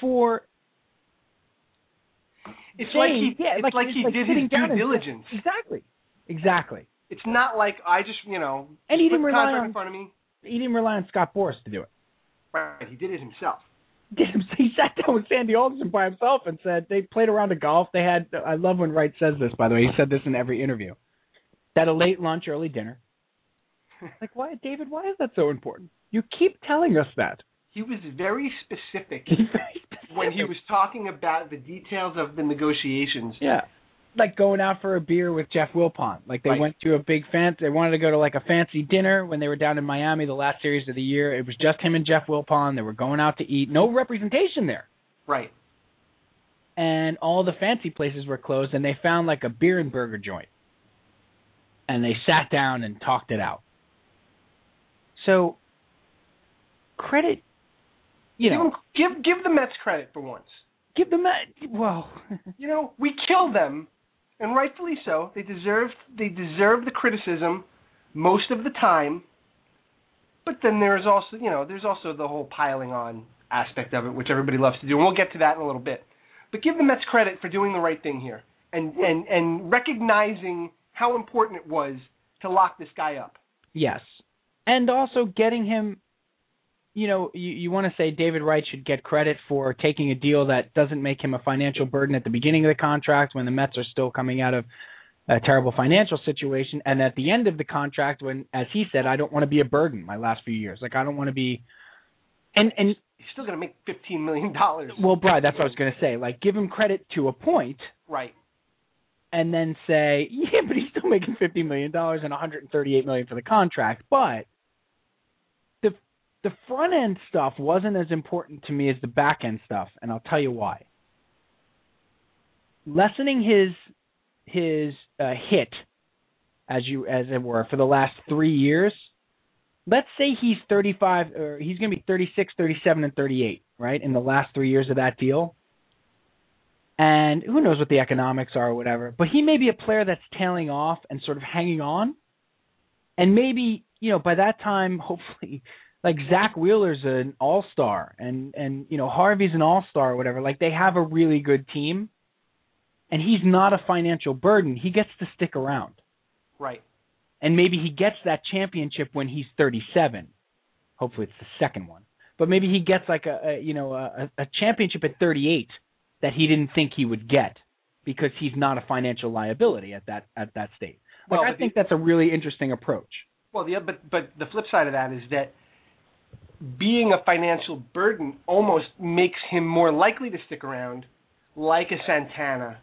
S4: for
S6: it's like
S4: saying-
S6: he,
S4: yeah,
S6: it's
S4: like,
S6: like, he
S4: like
S6: did
S4: sitting
S6: his due
S4: down and-
S6: diligence.
S4: exactly, exactly.
S6: It's not like I just you know
S4: And he
S6: put
S4: didn't
S6: the
S4: rely
S6: contract
S4: on-
S6: in front of me.
S4: He didn't rely on Scott Boris to do it. *laughs*
S6: Right, he did it himself.
S4: He sat down with Sandy Alderson by himself and said they played a round of golf. They had I love when Wright says this. By the way, he said this in every interview. That a late lunch, early dinner.
S6: *laughs*
S4: Like why, David? Why is that so important? You keep telling us that. *laughs*
S6: He was very specific when he was talking about the details of the negotiations.
S4: Yeah. Like going out for a beer with Jeff Wilpon. Like they
S6: Right.
S4: went to a big fan they wanted to go to like a fancy dinner when they were down in Miami the last series of the year. It was just him and Jeff Wilpon. They were going out to eat. No representation there.
S6: Right.
S4: And all the fancy places were closed and they found like a beer and burger joint. And they sat down and talked it out. So credit you know
S6: give give give the Mets credit for once.
S4: give them a well *laughs*
S6: You know, we kill them, and rightfully so. They deserve they deserve the criticism most of the time. But then there's also you know there's also the whole piling on aspect of it, which everybody loves to do, and we'll get to that in a little bit. But give the Mets credit for doing the right thing here, and and and recognizing how important it was to lock this guy up.
S4: Yes. And also getting him you know, you, you want to say David Wright should get credit for taking a deal that doesn't make him a financial burden at the beginning of the contract when the Mets are still coming out of a terrible financial situation, and at the end of the contract when, as he said, I don't want to be a burden my last few years. Like I don't want to be. And and
S6: He's still going to make fifteen million dollars.
S4: well, Brad, that's what I was going to say. Like give him credit to a point,
S6: right.
S4: and then say, *laughs* yeah, but he's still making fifty million dollars and one hundred and thirty-eight million for the contract. But the the front end stuff wasn't as important to me as the back end stuff, and I'll tell you why. Lessening his his uh, hit, as you as it were, for the last three years. Let's say he's 35, or he's going to be 36, 37, and 38, right? In the last three years of that deal and who knows what the economics are or whatever. But he may be a player that's tailing off and sort of hanging on, and maybe you know by that time, *laughs* hopefully, like Zach Wheeler's an all star, and and you know Harvey's an all star or whatever. Like they have a really good team, and he's not a financial burden. He gets to stick around,
S6: Right.
S4: and maybe he gets that championship when he's 37. Hopefully, it's the second one. But maybe he gets like a, a you know a, a championship at 38 that he didn't think he would get because he's not a financial liability at that at that state. Like
S6: Well,
S4: I
S6: but
S4: think that's a really interesting approach.
S6: Well, the but but the flip side of that is that being a financial burden almost makes him more likely to stick around, like a Santana,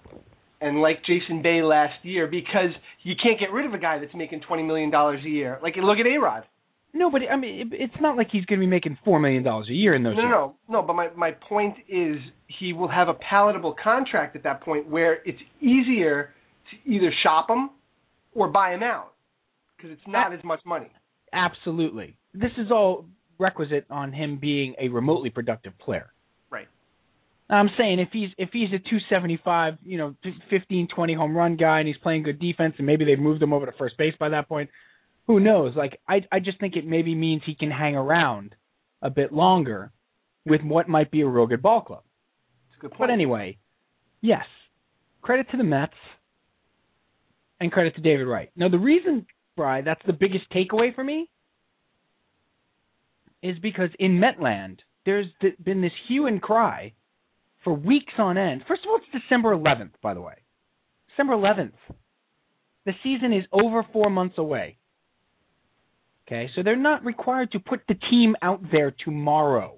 S6: and like Jason Bay last year, because you can't get rid of a guy that's making twenty million dollars a year. Like look at A Rod.
S4: No, but I mean it, it's not like he's going to be making four million dollars a year in those.
S6: No,
S4: years.
S6: no, no. But my my point is he will have a palatable contract at that point where it's easier to either shop him or buy him out because it's not as much money.
S4: Absolutely, this is all requisite on him being a remotely productive player.
S6: Right.
S4: I'm saying if he's if he's a 275, you know, 15, 20 home run guy, and he's playing good defense, and maybe they've moved him over to first base by that point. Who knows? Like I I just think it maybe means he can hang around a bit longer with what might be a real good ball club.
S6: It's a good point.
S4: But anyway, yes, credit to the Mets and credit to David Wright. Now, the reason, Bry, that's the biggest takeaway for me is because in Metland, there's th- been this hue and cry for weeks on end. First of all, it's December 11th, by the way. December 11th. The season is over four months away. Okay, so they're not required to put the team out there tomorrow.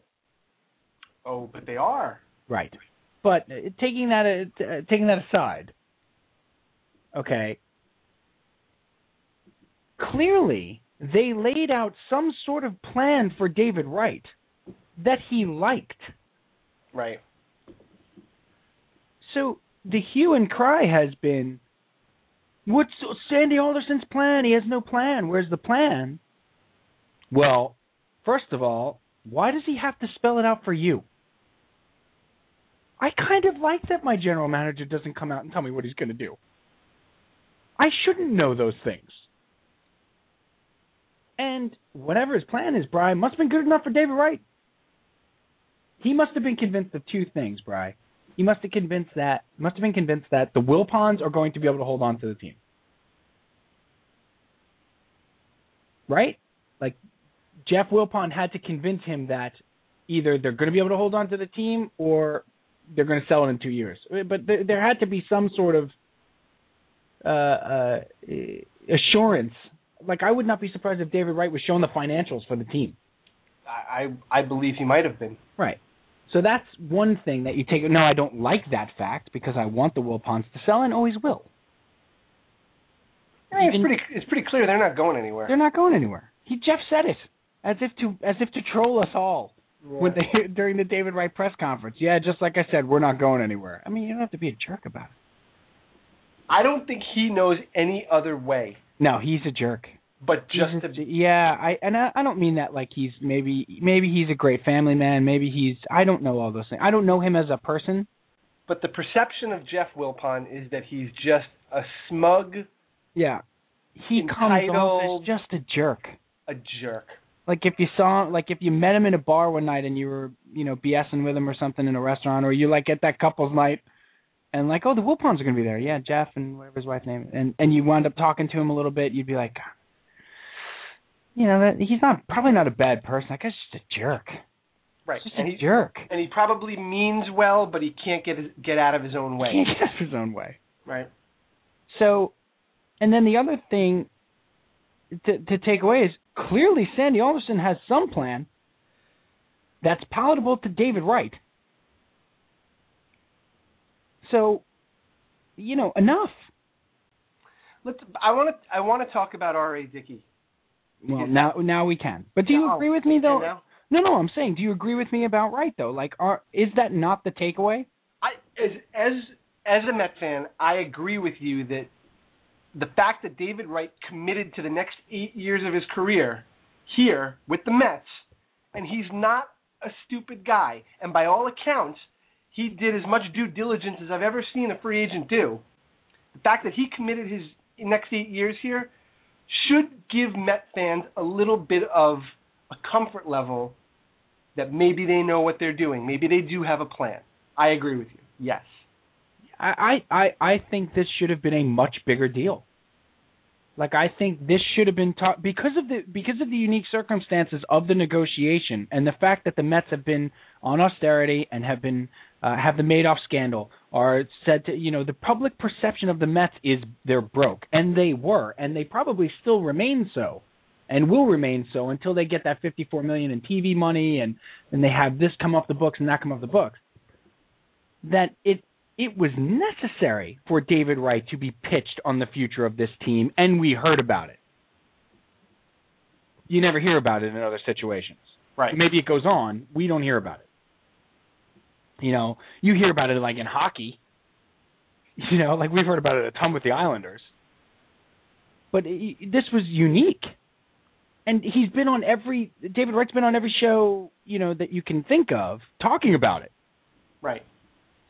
S6: oh, but they are.
S4: Right. But uh, taking that uh, t- uh, taking that aside, okay. Clearly, they laid out some sort of plan for David Wright that he liked.
S6: Right.
S4: So the hue and cry has been, "What's Sandy Alderson's plan? He has no plan. Where's the plan?" Well, first of all, why does he have to spell it out for you? I kind of like that my general manager doesn't come out and tell me what he's going to do. I shouldn't know those things. And whatever his plan is, Bry, must have been good enough for David Wright. He must have been convinced of two things, Bry he must have convinced that must have been convinced that the Wilpons are going to be able to hold on to the team. Right? Like Jeff Wilpon had to convince him that either they're going to be able to hold on to the team or they're going to sell it in two years. But there, there had to be some sort of uh, uh, assurance. Like I would not be surprised if David Wright was shown the financials for the team.
S6: I I I believe he might have been.
S4: Right. So that's one thing that you take. No, I don't like that fact because I want the Wilpons to sell and always will.
S6: I mean, it's
S4: And
S6: pretty it's pretty clear they're not going anywhere.
S4: They're not going anywhere. He Jeff said it as if to as if to troll us all when they, *laughs* during the David Wright press conference. Yeah, just like I said, we're not going anywhere. I mean, you don't have to be a jerk about it.
S6: I don't think he knows any other way
S4: No, he's a jerk.
S6: but just
S4: He's
S6: to
S4: a- yeah, I and I, I don't mean that like he's maybe maybe he's a great family man. Maybe he's I don't know all those things. I don't know him as a person.
S6: but the perception of Jeff Wilpon is that he's just a smug,
S4: Yeah, he comes off as
S6: Entitled.
S4: just a jerk.
S6: a jerk.
S4: like if you saw like if you met him in a bar one night and you were you know bsing with him or something in a restaurant or you like at that couple's night and like oh the Wilpons are gonna be there yeah Jeff and whatever his wife's name is. and and you wound up talking to him a little bit you'd be like you know, that he's not probably not a bad person. That guy's just a jerk.
S6: Right.
S4: Just
S6: And
S4: a
S6: he,
S4: jerk.
S6: and he probably means well, but he can't get his, get out of his
S4: *laughs*
S6: own
S4: He
S6: way.
S4: can't get out of his own way.
S6: Right.
S4: So, and then the other thing to, to take away is clearly Sandy Alderson has some plan that's palatable to David Wright. So, you know, enough.
S6: Let's. I want to. I want to talk about R. A. Dickey.
S4: Well, now now we can. But do you
S6: No.
S4: agree with me though?
S6: You know?
S4: No, no, I'm saying, do you agree with me about Wright though? Like, are is that not the takeaway?
S6: I as as as a Met fan, I agree with you that the fact that David Wright committed to the next eight years of his career here with the Mets, and he's not a stupid guy, and by all accounts, he did as much due diligence as I've ever seen a free agent do. The fact that he committed his next eight years here should give Met fans a little bit of a comfort level that maybe they know what they're doing. Maybe they do have a plan. I agree with you. Yes.
S4: I, I, I I think this should have been a much bigger deal. Like I think this should have been taught because of the because of the unique circumstances of the negotiation and the fact that the Mets have been on austerity and have been uh, have the Madoff scandal are said to you know the public perception of the Mets is they're broke and they were and they probably still remain so and will remain so until they get that 54 million in TV money and and they have this come off the books and that come off the books that it it was necessary for David Wright to be pitched on the future of this team, and we heard about it. You never hear about it in other situations.
S6: Right.
S4: Maybe it goes on. We don't hear about it. You know, you hear about it like in hockey. You know, like we've heard about it a ton with the Islanders. But i this was unique. And he's been on every David Wright's been on every show, you know, that you can think of talking about it.
S6: Right.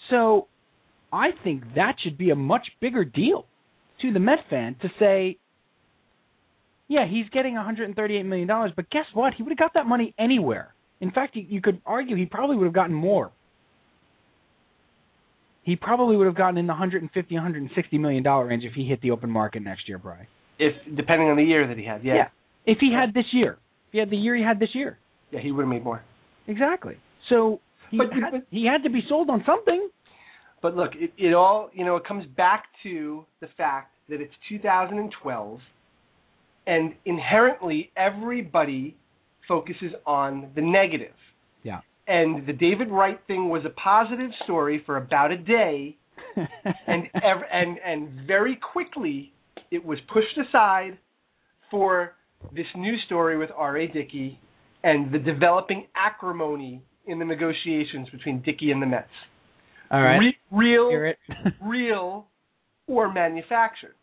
S4: So I think that should be a much bigger deal to the Met fan to say, yeah, he's getting $138 million, but guess what? He would have got that money anywhere. In fact, you, you could argue he probably would have gotten more. He probably would have gotten in the 150, 160 million dollar range if he hit the open market next year, Brian.
S6: If depending on the year that he had, yeah.
S4: Yeah. If he had this year, if he had the year he had this year,
S6: Yeah, he would have made more.
S4: exactly. So he,
S6: But-
S4: had,
S6: but-
S4: he had to be sold on something.
S6: But look, it, it all you know, it comes back to the fact that it's 2012, and inherently everybody focuses on the negative.
S4: Yeah.
S6: And the David Wright thing was a positive story for about a day, *laughs* and ev- and and very quickly it was pushed aside for this new story with R.A. Dickey and the developing acrimony in the negotiations between Dickey and the Mets.
S4: *laughs* all right,
S6: Re- real,
S4: hear
S6: *laughs*
S4: it.
S6: real, or manufactured.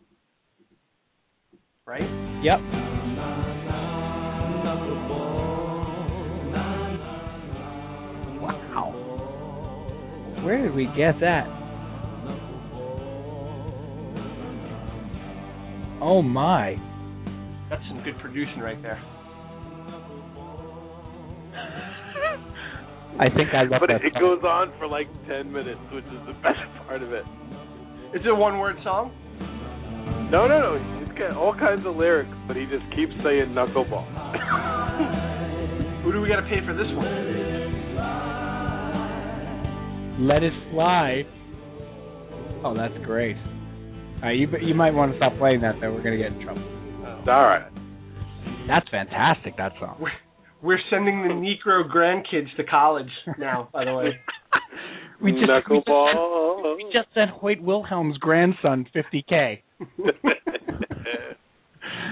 S6: Right?
S4: Yep. Wow. Where did we get that? Oh my.
S6: That's some good producing right there.
S4: I think I left
S5: But
S4: that.
S5: it
S4: part.
S5: goes on for like ten minutes, which is the *laughs* best part of it.
S6: Is it a one word song?
S5: No, no, no. He's got all kinds of lyrics, but he just keeps saying knuckleball. *laughs*
S6: Who do we got to pay for this one?
S4: Let it fly. Oh, that's great. All right, you you might want to stop playing that though. We're gonna get in trouble.
S5: It's all right.
S4: That's fantastic. That
S5: *laughs*
S4: song.
S6: We're, we're sending the Negro grandkids to college now, by the way.
S4: We just- we just-
S5: knuckleball. *laughs*
S4: We just sent Hoyt Wilhelm's grandson 50k.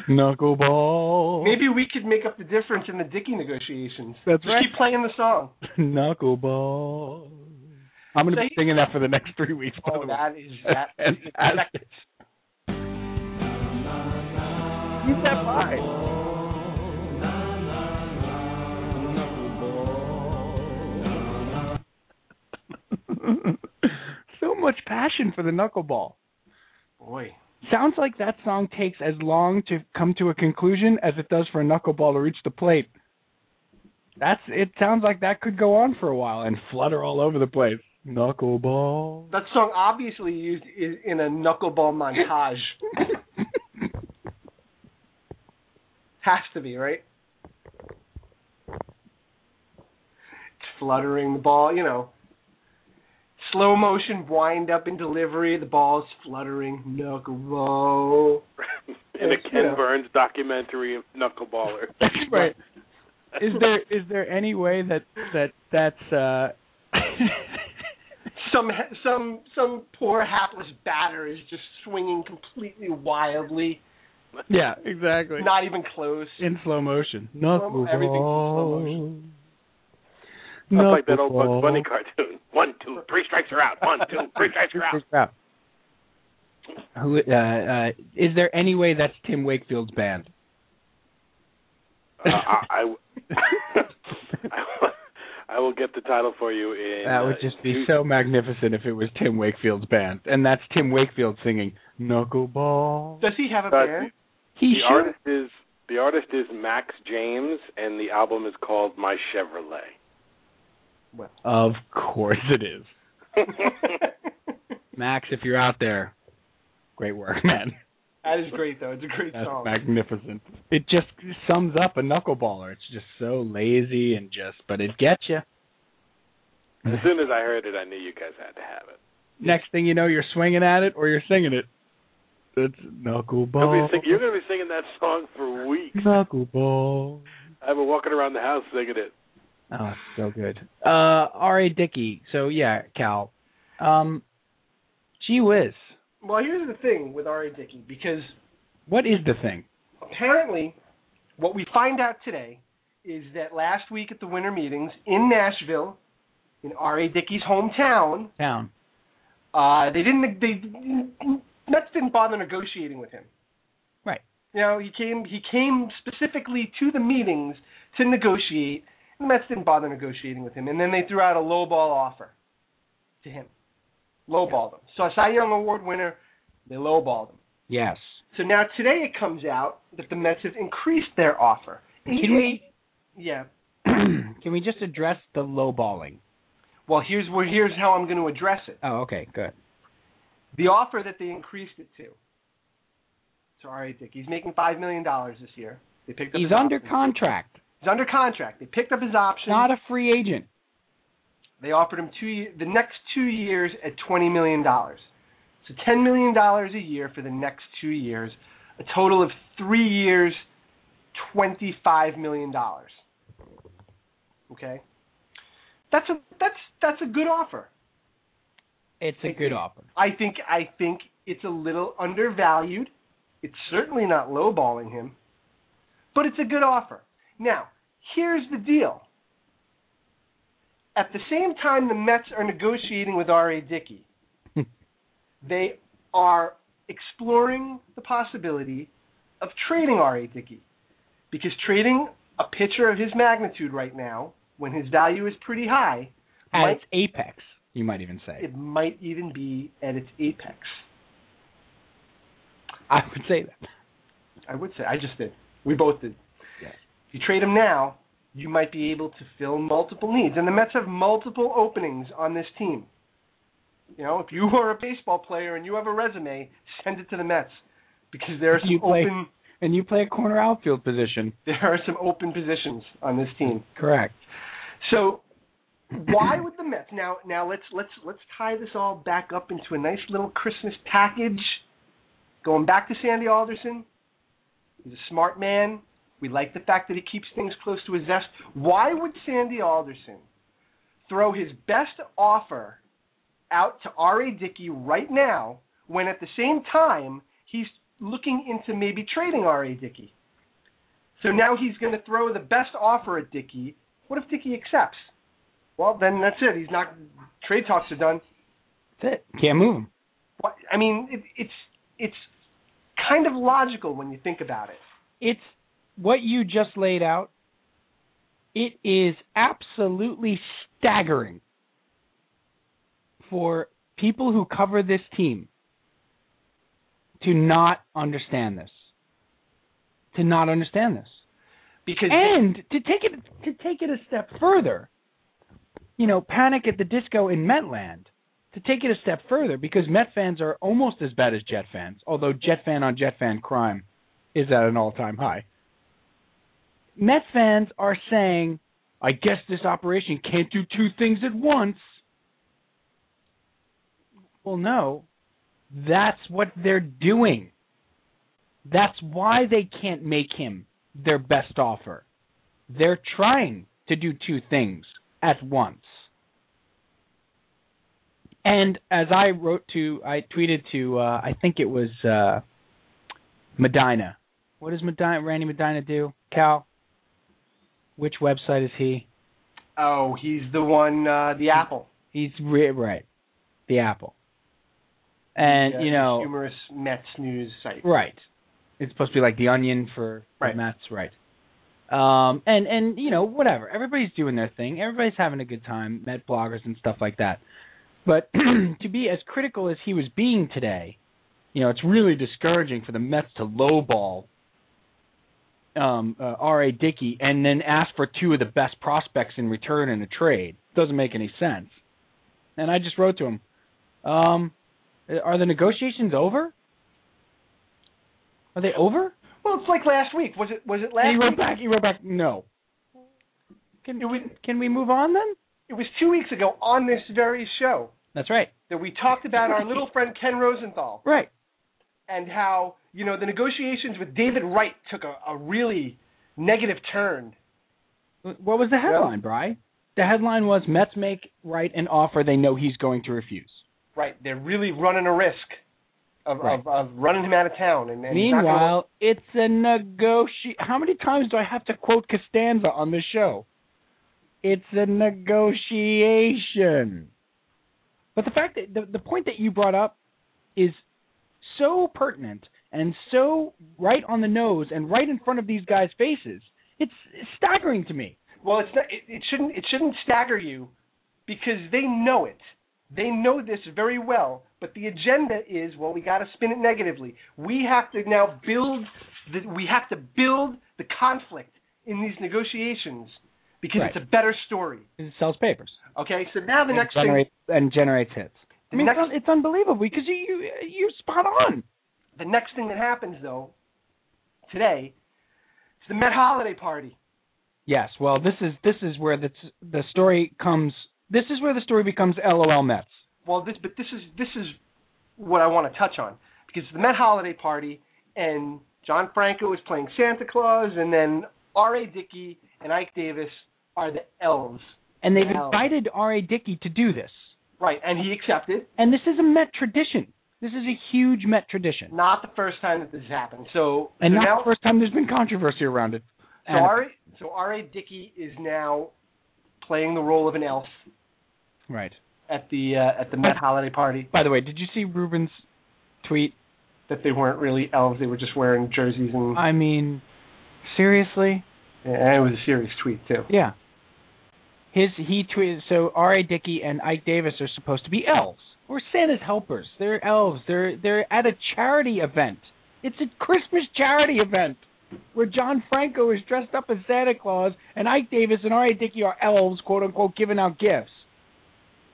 S4: Knuckleball.
S6: Maybe we could make up the difference in the Dickey negotiations.
S4: That's
S6: Just
S4: right.
S6: keep playing the song.
S4: Knuckleball. I'm going to be
S6: Say-
S4: singing that for the next three weeks. *laughs* by
S6: Oh,
S4: the way. *laughs*
S6: that is that.
S4: That's fantastic. Keep that vibe. *laughs* so much passion for the knuckleball.
S6: Boy.
S4: Sounds like that song takes as long to come to a conclusion as it does for a knuckleball to reach the plate. That's it sounds like that could go on for a while and flutter all over the place.
S6: *laughs*
S4: Knuckleball.
S6: That song obviously used
S4: *laughs*
S6: i- in a knuckleball montage. Has to be, right? It's fluttering the ball, you know. Slow motion wind up and delivery, the ball's fluttering, knuckle roll.
S5: in a
S6: Yes,
S5: Ken
S6: yeah.
S5: Burns documentary of knuckleballer.
S4: right. Is there is there any way that that that's uh
S6: Some some some poor hapless batter is just swinging completely wildly,
S4: yeah exactly
S6: not even close.
S4: in slow motion.
S6: Slow- everything's in slow motion.
S5: That's like that old Bugs Bunny cartoon. One, two, three strikes are out. One, two, three strikes are out.
S4: Who, uh, uh, is there any way that's Tim Wakefield's band?
S5: Uh, I, I, I *laughs* will get the title for you in.
S4: That would
S5: uh,
S4: just be
S5: you-
S4: so magnificent if it was Tim Wakefield's band, and that's Tim Wakefield singing "Knuckleball."
S6: Does he have a
S5: Uh,
S6: bear?
S4: He
S5: the
S4: should.
S5: artist is the artist is Max James, and the album is called My Chevrolet. *laughs*
S4: Of course it is. Max, if you're out there, great work, *laughs* man.
S6: that is great though. It's a great
S5: Oh.
S4: That's
S6: song.
S4: magnificent. It just sums up a knuckleballer. It's just so lazy and just, but it gets you.
S5: as soon as I heard it, I knew you guys had to have it.
S4: Next thing you know, you're swinging at it or you're singing it. It's
S5: You'll
S4: knuckleball.
S5: be sing- you're going to be singing that song for weeks.
S4: Knuckleball.
S5: I've been walking around the house singing it.
S4: Oh, so good. Uh, R.A. Dickey. So, yeah, Cal. Um, gee whiz.
S6: Well, here's the thing with R.A. Dickey because
S4: What is the thing?
S6: apparently, what we find out today is that last week at the winter meetings in Nashville, in R.A. Dickey's hometown,
S4: Town.
S6: uh, they didn't they Nuts didn't bother negotiating with him.
S4: Right.
S6: You know, he came he came specifically to the meetings to negotiate. And the Mets didn't bother negotiating with him, and then they threw out a lowball offer to him. Lowballed him. So a Cy Young Award winner, they lowballed him.
S4: Yes.
S6: So now today it comes out that the Mets have increased their offer.
S4: Can we *clears throat*
S6: Yeah.
S4: can we just address the lowballing?
S6: Well, here's where here's how I'm going to address it.
S4: Oh, okay, good.
S6: The offer that they increased it to. So all right, Dick, he's making five million dollars this year. They picked up.
S4: He's
S6: his
S4: under
S6: option.
S4: contract,
S6: He's under contract. They picked up his option.
S4: not a free agent.
S6: They offered him two ye- the next two years at twenty million dollars, so ten million dollars a year for the next two years, a total of three years, twenty five million dollars. Okay, that's a that's that's a good offer.
S4: It's a good offer.
S6: I think I think it's a little undervalued. It's certainly not lowballing him, but it's a good offer. Now, here's the deal. At the same time the Mets are negotiating with R.A. Dickey, they are exploring the possibility of trading R.A. Dickey. Because trading a pitcher of his magnitude right now, when his value is pretty high,
S4: At
S6: might
S4: its apex, you might even say.
S6: it might even be at its apex.
S4: I would say that.
S6: I would say I just did. We both did.
S4: Yes.
S6: If you trade him now, you might be able to fill multiple needs, and the Mets have multiple openings on this team. You know, if you *laughs* are a baseball player and you have a resume, send it to the Mets because there are
S4: You
S6: some
S4: play-
S6: open *laughs*
S4: And you play a corner outfield position.
S6: there are some open positions on this team.
S4: Correct.
S6: So why would the Mets now now let's let's let's tie this all back up into a nice little Christmas package. Going back to Sandy Alderson. He's a smart man. We like the fact that he keeps things close to his vest. Why would Sandy Alderson throw his best offer out to R.A. Dickey right now when at the same time he's looking into maybe trading R.A. Dickey? So now he's going to throw the best offer at Dickey what if Dickey accepts? Well, then that's it. He's not. Trade talks are done.
S4: That's it. Can't move him.
S6: What, I mean, it, it's it's kind of logical when you think about it.
S4: It's what you just laid out. It is absolutely staggering for people who cover this team to not understand this. To not understand this.
S6: Because
S4: and to take it to take it a step further, you know, Panic at the Disco in Metland. To take it a step further, because Met fans are almost as bad as Jet fans, although Jet fan on Jet fan crime is at an all time high. Mets fans are saying, I guess this operation can't do two things at once. Well, no. That's what they're doing. That's why they can't make him their best offer. They're trying to do two things at once. And as I wrote to, I tweeted to, uh, I think it was uh, Medina. What does Medina, Randy Medina do? Cal, which website is he?
S6: Oh, he's the one, uh,
S4: Oh.
S6: the apple.
S4: He's re- right, the Apple. And
S6: The, uh,
S4: you know,
S6: humorous Mets news site.
S4: Right. It's supposed to be like the onion for, for
S6: Right.
S4: Matt's right. Um and and you know whatever everybody's doing their thing everybody's having a good time Met bloggers and stuff like that, but *clears throat* to be as critical as he was being today, you know it's really discouraging for the Mets to lowball um, uh, R.A. Dickey and then ask for two of the best prospects in return in a trade doesn't make any sense. And I just wrote to him, um, are the negotiations over? Are they over?
S6: Well, it's like last week. Was it? Was it last
S4: And he wrote
S6: week?
S4: back. He wrote back. No. Can
S6: It was,
S4: can we move on then?
S6: it was two weeks ago on this very show
S4: That's right.
S6: that we talked about our little friend Ken Rosenthal
S4: Right.
S6: and how you know the negotiations with David Wright took a, a really negative turn.
S4: What was the headline, Bry? The headline was Mets make Wright an offer they know he's going to refuse.
S6: Right, they're really running a risk of
S4: Right.
S6: of, of running him out of town. And, and he's not gonna-
S4: Meanwhile, it's a negotiation. How many times do I have to quote Costanza on this show? It's a negotiation. But the fact that the, the point that you brought up is so pertinent and so right on the nose and right in front of these guys' faces. It's staggering to me.
S6: Well, it's not. It, it shouldn't. It shouldn't stagger you, because they know it. They know this very well. But the agenda is well, we got to spin it negatively. We have to now build. The, we have to build the conflict in these negotiations because
S4: Right.
S6: it's a better story.
S4: It sells papers
S6: Okay, so now the
S4: and,
S6: next thing,
S4: generates, and generates hits. I
S6: The
S4: mean, it's,
S6: next-
S4: un- it's unbelievable because you, you you're spot on.
S6: the next thing that happens though, today, is the Met holiday party.
S4: Yes. Well, this is this is where the the story comes. This is where the story becomes LOL Mets.
S6: well this but this is this is what I want to touch on because the Met holiday party and John Franco is playing Santa Claus and then R.A. Dickey and Ike Davis are the elves.
S4: And they've
S6: Wow.
S4: invited R.A. Dickey to do this.
S6: Right, and he accepted.
S4: And this is a Met tradition. This is a huge Met tradition.
S6: Not the first time that this happened. So
S4: And
S6: so
S4: not
S6: now,
S4: the first time there's been controversy around it.
S6: so
S4: And-
S6: R.A. so R.A. Dickey is now playing the role of an elf
S4: right.
S6: at the uh, at the Met holiday party.
S4: By the way, did you see Ruben's tweet?
S6: That they weren't really elves; they were just wearing jerseys, and,
S4: I mean, seriously?
S6: and it was a serious tweet too.
S4: Yeah. His he tweeted so R.A. Dickey and Ike Davis are supposed to be elves or Santa's helpers. They're elves. They're they're at a charity event. It's a Christmas charity event where John Franco is dressed up as Santa Claus and Ike Davis and R.A. Dickey are elves, quote unquote, giving out gifts.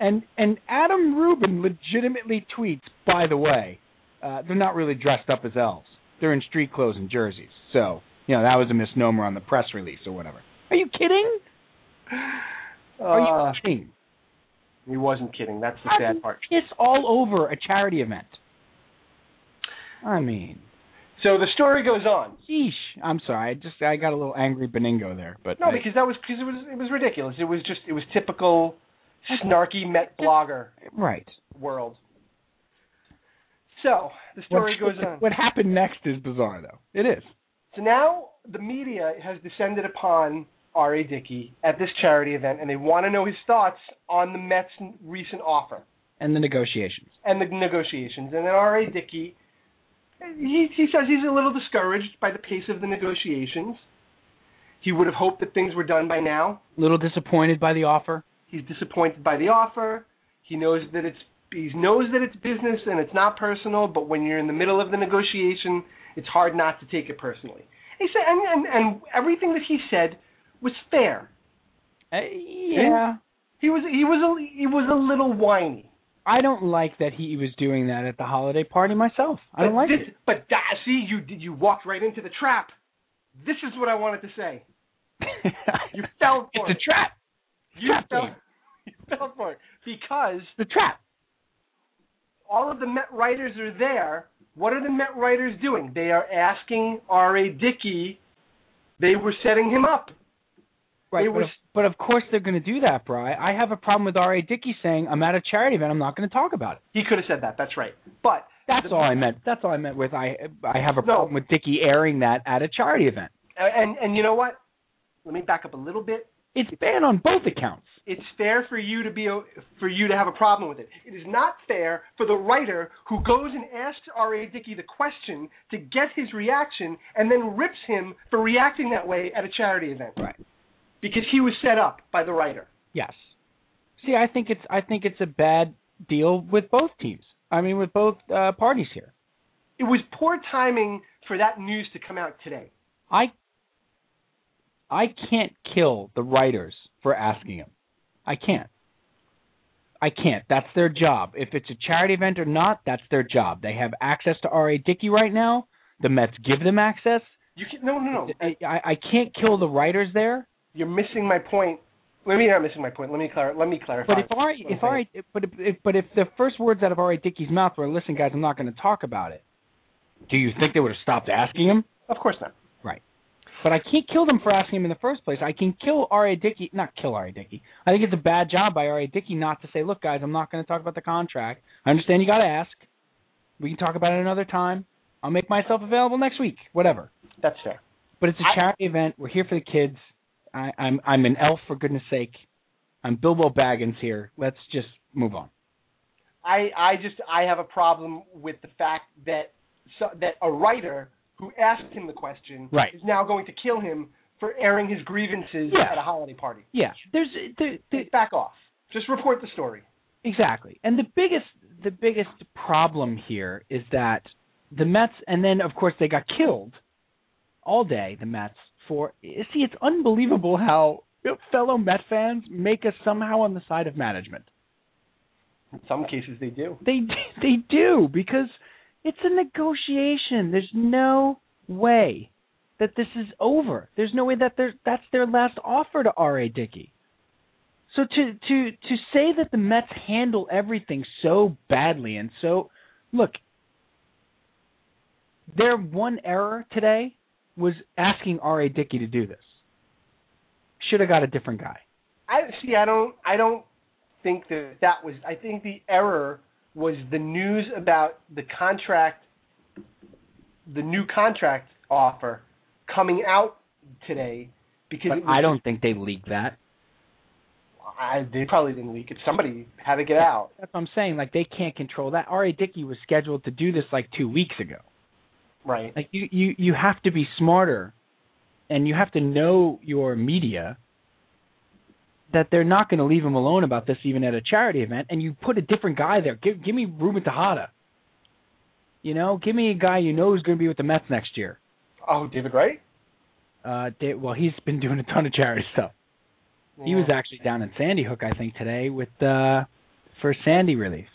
S4: And and Adam Rubin legitimately tweets, by the way, uh, they're not really dressed up as elves. They're in street clothes and jerseys. So, you know, that was a misnomer on the press release or whatever. Are you kidding? Are
S6: Uh,
S4: you kidding?
S6: He wasn't kidding. That's the
S4: I mean,
S6: sad part.
S4: It's all over a charity event. I mean,
S6: So the story goes on.
S4: sheesh. I'm sorry. I just I got a little angry Beningo there, but
S6: No,
S4: I-
S6: because that was because it was it was ridiculous. It was just it was typical snarky Met blogger
S4: right.
S6: world. So the story
S4: what,
S6: goes on.
S4: What happened next is bizarre, though. It is.
S6: So now the media has descended upon R.A. Dickey at this charity event, and they want to know his thoughts on the Mets' recent offer
S4: And the negotiations.
S6: and the negotiations. And then R.A. Dickey, he he says he's a little discouraged by the pace of the negotiations. He would have hoped that things were done by now.
S4: little disappointed by the offer.
S6: he's disappointed by the offer. He knows that it's he knows that it's business and it's not personal, but when you're in the middle of the negotiation, it's hard not to take it personally. He said and and, and everything that he said was fair.
S4: Uh,
S6: yeah. He was he was a, he was a little whiny.
S4: I don't like that he was doing that at the holiday party myself. I don't
S6: But
S4: like *laughs*
S6: this,
S4: it.
S6: But that, see, you did you walked right into the trap. This is what I wanted to say. You fell
S4: it's
S6: for
S4: a
S6: it.
S4: trap.
S6: you
S4: trap
S6: fell,
S4: game.
S6: *laughs* you fell for it because
S4: It's a trap.
S6: all of the Met writers are there. What are the Met writers doing? They are asking R.A. Dickey. They were setting him up.
S4: Right.
S6: They
S4: but,
S6: were
S4: of,
S6: s-
S4: but of course they're going to do that, Bry. I have a problem with R.A. Dickey saying, I'm at a charity event. I'm not going to talk about it.
S6: He could have said that. That's right. But
S4: That's all I meant. That's all I meant with I I have a
S6: No.
S4: problem with Dickey airing that at a charity event.
S6: and and you know what? Let me back up a little bit.
S4: It's banned on both accounts.
S6: It's fair for you to be o- for you to have a problem with it. It is not fair for the writer who goes and asks R.A. Dickey the question to get his reaction and then rips him for reacting that way at a charity event.
S4: Right.
S6: Because he was set up by the writer.
S4: Yes. See, I think it's I think it's a bad deal with both teams. I mean, with both uh, parties here.
S6: It was poor timing for that news to come out today.
S4: I I can't kill the writers for asking him. I can't. I can't. That's their job. If it's a charity event or not, that's their job. They have access to R.A. Dickey right now. The Mets give them access.
S6: You can, no, no, no.
S4: I, I can't kill the writers there.
S6: You're missing my point. Let me not missing my point. Let me clar- let me clarify.
S4: But if R. If R. But if, if but if the first words out of R.A. Dickey's mouth were, "Listen, guys, I'm not going to talk about it," do you think they would have stopped asking him?
S6: of course not.
S4: But I can't kill them for asking him in the first place. I can kill R.A. Dickey, not kill R.A. Dickey. I think it's a bad job by R.A. Dickey not to say, look, guys, I'm not going to talk about the contract. I understand you got to ask. We can talk about it another time. I'll make myself available next week, whatever.
S6: That's fair.
S4: But it's a charity event. We're here for the kids. I, I'm I'm an elf for goodness sake. I'm Bilbo Baggins here. Let's just move on.
S6: I I just I have a problem with the fact that so, that a writer who asked him the question
S4: Right.
S6: is now going to kill him for airing his grievances
S4: Yeah.
S6: at a holiday party.
S4: Yeah, there's there, there,
S6: Back off. Just report the story.
S4: Exactly. And the biggest the biggest problem here is that the Mets and then of course they got killed all day the Mets for see it's unbelievable how you know, fellow Met fans make us somehow on the side of management.
S6: In some cases they do.
S4: They they do because it's a negotiation. There's no way that this is over. There's no way that they're, that's their last offer to R.A. Dickey. So to to to say that the Mets handle everything so badly and so look, their one error today was asking R.A. Dickey to do this. Should have got a different guy.
S6: I see. I don't. I don't think that that was. I think the error was the news about the contract, the new contract offer coming out today. Because
S4: But
S6: it was,
S4: I don't think they leaked that.
S6: I, they probably didn't leak it. Somebody had to get out.
S4: That's what I'm saying. Like they can't control that. R.A. Dickey was scheduled to do this like two weeks ago.
S6: Right.
S4: Like you, you, you have to be smarter, and you have to know your media. That they're not going to leave him alone about this, even at a charity event. And you put a different guy there. Give, give me Ruben Tejada. You know, give me a guy you know is going to be with the Mets next year.
S6: Oh, David Wright.
S4: Uh, they, well, he's been doing a ton of charity stuff. He was
S6: Yeah.
S4: actually down in Sandy Hook, I think, today with uh for Sandy relief,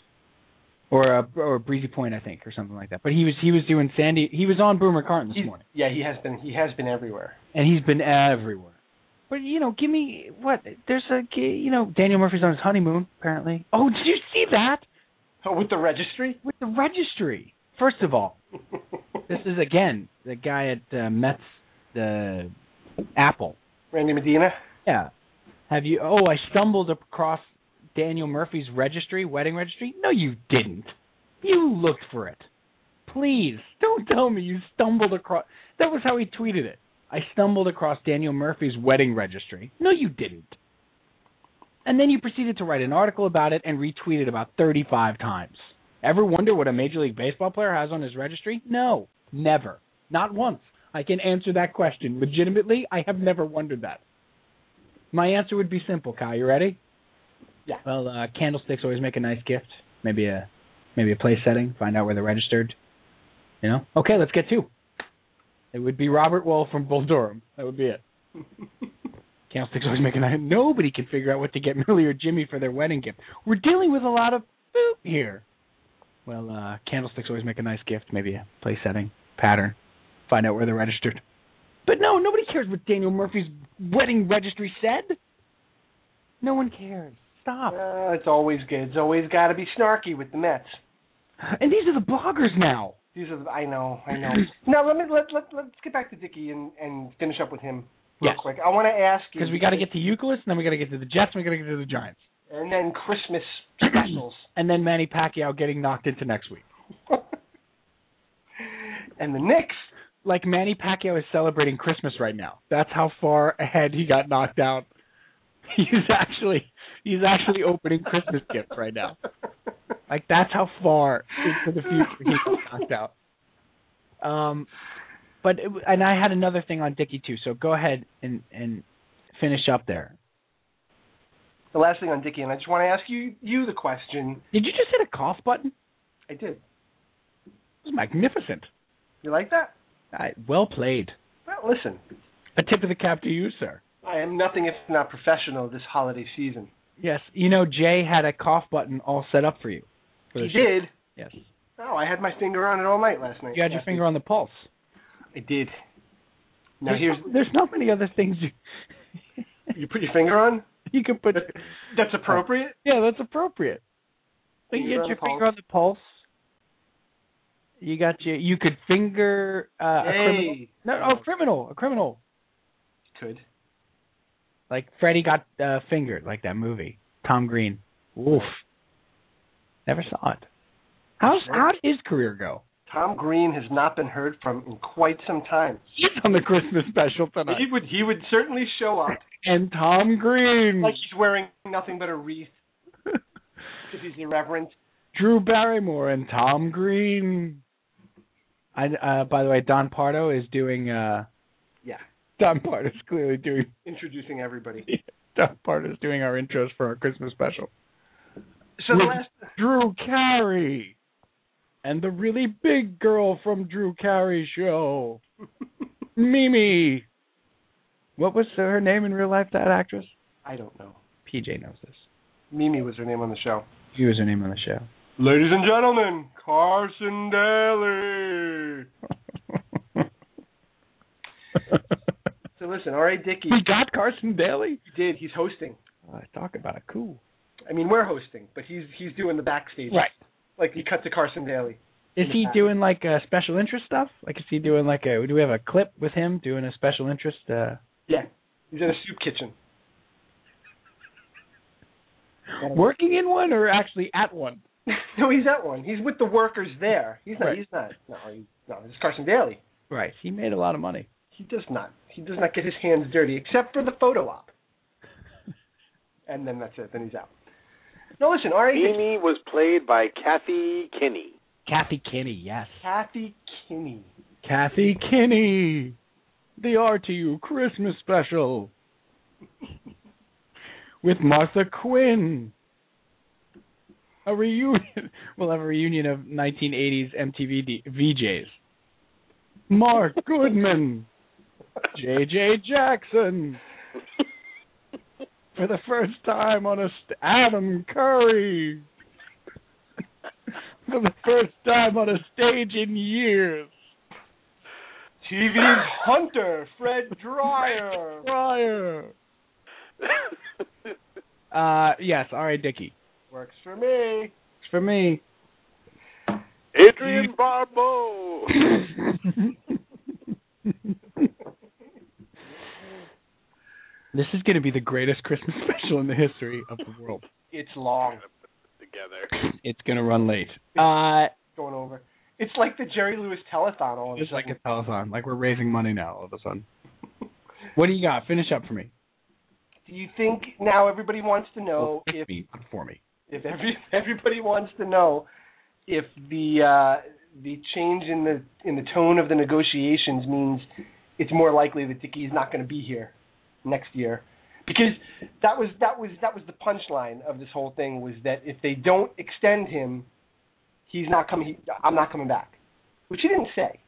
S4: or uh, or Breezy Point, I think, or something like that. But he was he was doing Sandy. He was on Boomer Carton this
S6: He's-
S4: morning,
S6: yeah, he has been. He has been everywhere.
S4: and he's been everywhere. But you know, give me what? There's a g- you know Daniel Murphy's on his honeymoon apparently. Oh, did you see that
S6: Oh, with
S4: *laughs*
S6: the registry.
S4: with the registry? First of all, this is again the guy at uh, Mets, the Apple.
S6: Randy Medina.
S4: Yeah. Have you? Oh, I stumbled across Daniel Murphy's registry, wedding registry. No, you didn't. You looked for it. Please don't tell me you stumbled across. That was how he tweeted it. I stumbled across Daniel Murphy's wedding registry. No, you didn't. And then you proceeded to write an article about it and retweet it about 35 times. Ever wonder what a Major League Baseball player has on his registry? No, never. Not once. I can answer that question. Legitimately, I have never wondered that. My answer would be simple, Kyle. You ready?
S6: Yeah.
S4: Well, uh, candlesticks always make a nice gift. Maybe a maybe a place setting. Find out where they're registered. You know. Okay, let's get two. It would be Robert Wall from Bull Durham. That would be it. candlesticks always make a nice. Nobody can figure out what to get *laughs* Millie or Jimmy for their wedding gift. We're dealing with a lot of boop here. Well, uh, candlesticks always make a nice gift. Maybe a place setting pattern. Find out where they're registered. But no, nobody cares what Daniel Murphy's wedding registry said. No one cares. Stop.
S6: Uh, it's always good. It's always got to be snarky with the Mets.
S4: And these are the bloggers now.
S6: These are the, I know,
S4: *clears throat*
S6: I know. now let me let let let's get back to Dickey and and finish up with him real
S4: Yes.
S6: quick. I want to ask you
S4: Because we got to get to Euclid, and then we got to get to the Jets, and we got to get to the Giants,
S6: *clears throat* and then Christmas specials. *laughs*
S4: and then Manny Pacquiao getting knocked into next week.
S6: and the Knicks.
S4: Like Manny Pacquiao is celebrating Christmas right now. That's how far ahead he got knocked out. *laughs* He's actually he's actually opening *laughs*
S6: *laughs*
S4: Christmas gifts right now. Like that's how far into the future he got knocked out. Um, but it, and I had another thing on Dickey too. So go ahead and and finish up there.
S6: The last thing on Dickey, and I just want to ask you you the question.
S4: Did you just hit a cough button?
S6: I did.
S4: It was magnificent.
S6: You like that?
S4: I, well played.
S6: Well, listen,
S4: A tip of the cap to you, sir.
S6: I am nothing if not professional this holiday season.
S4: Yes, you know Jay had a cough button all set up for you. For
S6: He
S4: the show.
S6: did.
S4: Yes,
S6: Oh, I had my finger on it all night last night.
S4: you had your
S6: Last
S4: finger on the pulse.
S6: night. I did. Now
S4: there's, *laughs*
S6: here's
S4: not, there's not many other things you *laughs*
S6: you put your finger on.
S4: you can
S6: *laughs*
S4: put.
S6: That's
S4: Oh.
S6: appropriate.
S4: Yeah, that's appropriate. But you
S6: Finger
S4: get
S6: on
S4: your
S6: the pulse.
S4: finger on the pulse. You got your. You could finger uh, a criminal.
S6: hey,
S4: No, no, a criminal, a criminal.
S6: could.
S4: Like Freddie got uh, fingered, like that movie. Tom Green. Oof. Never saw it. How's
S6: Sure.
S4: how did his career go?
S6: Tom Green has not been heard from in quite some time.
S4: He's *laughs* on the Christmas special tonight.
S6: He would he would certainly show up
S4: and Tom Green.
S6: *laughs* like he's wearing nothing but a wreath because he's irreverent.
S4: Drew Barrymore and Tom Green. I uh by the way, Don Pardo is doing uh
S6: Yeah.
S4: Don Pardo's clearly doing
S6: Introducing everybody.
S4: Don Pardo's doing our intros for our Christmas special.
S6: So the
S4: With
S6: last
S4: Drew Carey and the really big girl from Drew Carey show. Mimi. What was her name in real life, that actress?
S6: I don't know.
S4: PJ knows this.
S6: Mimi was her name on the show.
S4: She was her name on the show.
S6: Ladies and gentlemen, Carson Daly. So listen, all right,
S4: *laughs*
S6: Dickie,
S4: we got Carson Daly.
S6: he did. He's hosting.
S4: Uh, talk about it, cool.
S6: I mean, we're hosting, but he's he's doing the backstage. Like he cut to Carson Daly.
S4: Is
S6: In the
S4: he
S6: back.
S4: doing like uh, special interest stuff? Like, is he doing like a? Do we have a clip with him doing a special interest? Uh,
S6: Yeah. He's in a soup kitchen.
S4: working in one or actually at one?
S6: *laughs* no, he's at one. He's with the workers there. He's not.
S4: Right.
S6: He's not. No, he's, no. It's Carson Daly.
S4: Right. He made a lot of money.
S6: He does not. He does not get his hands dirty except for the photo
S4: *laughs*
S6: op. and then that's it. Then he's out. No, listen. All right,
S5: Amy was played by Kathy Kinney.
S4: Kathy Kinney, yes.
S6: Kathy Kinney.
S4: Kathy Kinney, the RTU Christmas special with Martha Quinn. A reunion. *laughs* We'll have a reunion of 1980s MTV D- VJs. Mark Goodman, J.J. Jackson. For the first time on a st- Adam Curry. *laughs* For the first time on a stage in years.
S6: TV's Hunter Fred
S4: *laughs*
S6: Dreyer.
S4: Fryer. Uh, yes, R.A. Dickey.
S6: Works for me.
S4: It's for me.
S5: *laughs* Adrian Barbeau.
S4: this is going to be the greatest Christmas *laughs* special in the history of the world.
S6: It's long.
S5: Together.
S4: It's going to run late. Uh,
S6: Going over. It's like the Jerry Lewis telethon all of
S4: just
S6: a
S4: like
S6: sudden.
S4: a telethon. Like we're raising money now all of a sudden. What do you got? Finish up for me.
S6: Do you think now everybody wants to know
S4: Pick
S6: Oh, if
S4: me up for me.
S6: if every *laughs* everybody wants to know if the uh the change in the in the tone of the negotiations means it's more likely that Dickey's not going to be here next year because that was that was that was the punchline of this whole thing was that if they don't extend him he's not coming he, I'm not coming back which he didn't say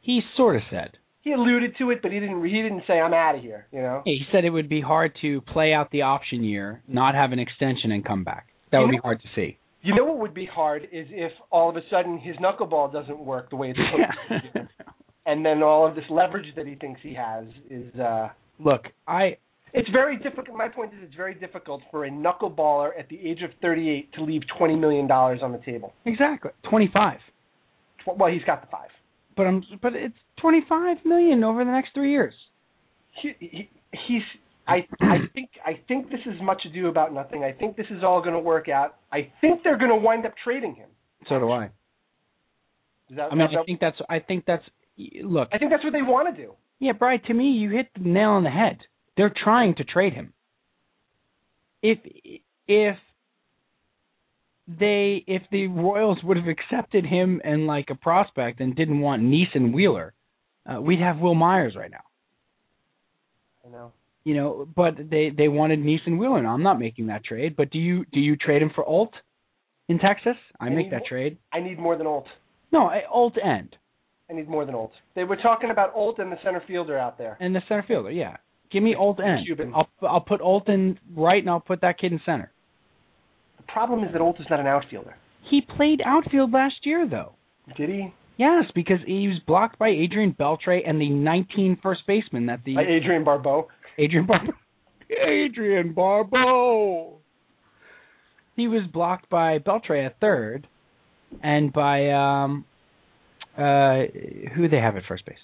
S4: He sort of said.
S6: he alluded to it but he didn't he didn't say I'm out of here you know
S4: He said it would be hard to play out the option year, not have an extension, and come back. That would be hard to *laughs* see.
S6: you
S4: *laughs*
S6: know what would be hard is if all of a sudden his knuckleball doesn't work the way it's supposed to and then all of this leverage that he thinks he has is uh
S4: Look, I
S6: it's very difficult. My point is, it's very difficult for a knuckleballer at the age of 38 to leave 20 million dollars on the table.
S4: exactly twenty five,
S6: Tw- Well, he's got the five.
S4: but I'm but it's twenty five million over the next three years.
S6: He, he, he's. I I think I think this is much ado about nothing. I think this is all going to work out. I think they're going to wind up trading him.
S4: So do I.
S6: Is that,
S4: I mean,
S6: is
S4: I
S6: that-
S4: think that's I think that's look.
S6: I think that's what they want to do.
S4: Yeah, Bry, to me, you hit the nail on the head. They're trying to trade him. If if they if the Royals would have accepted him and like a prospect and didn't want Neeson Wheeler, uh, we'd have Will Myers right now.
S6: You know.
S4: You know, but they they wanted Neeson Wheeler. Now, I'm not making that trade, but do you do you trade him for Alt in Texas? I
S6: And
S4: make
S6: he-
S4: that trade.
S6: I need more than Olt.
S4: No, I- Alt end
S6: I need more than Olt. They were talking about Olt and the center fielder out there.
S4: and the center fielder. Yeah, give me Alt end.
S6: Cuban.
S4: I'll I'll put Alt in right and I'll put that kid in center.
S6: The problem is that Olt is not an outfielder.
S4: He played outfield last year, though.
S6: Did he?
S4: Yes, because he was blocked by Adrian Beltre and the 19 first baseman that the
S6: By Adrian Barbeau.
S4: Adrian Barbeau. *laughs* Adrian Barbeau. He was blocked by Beltre at third, and by um, uh, who they have at first base.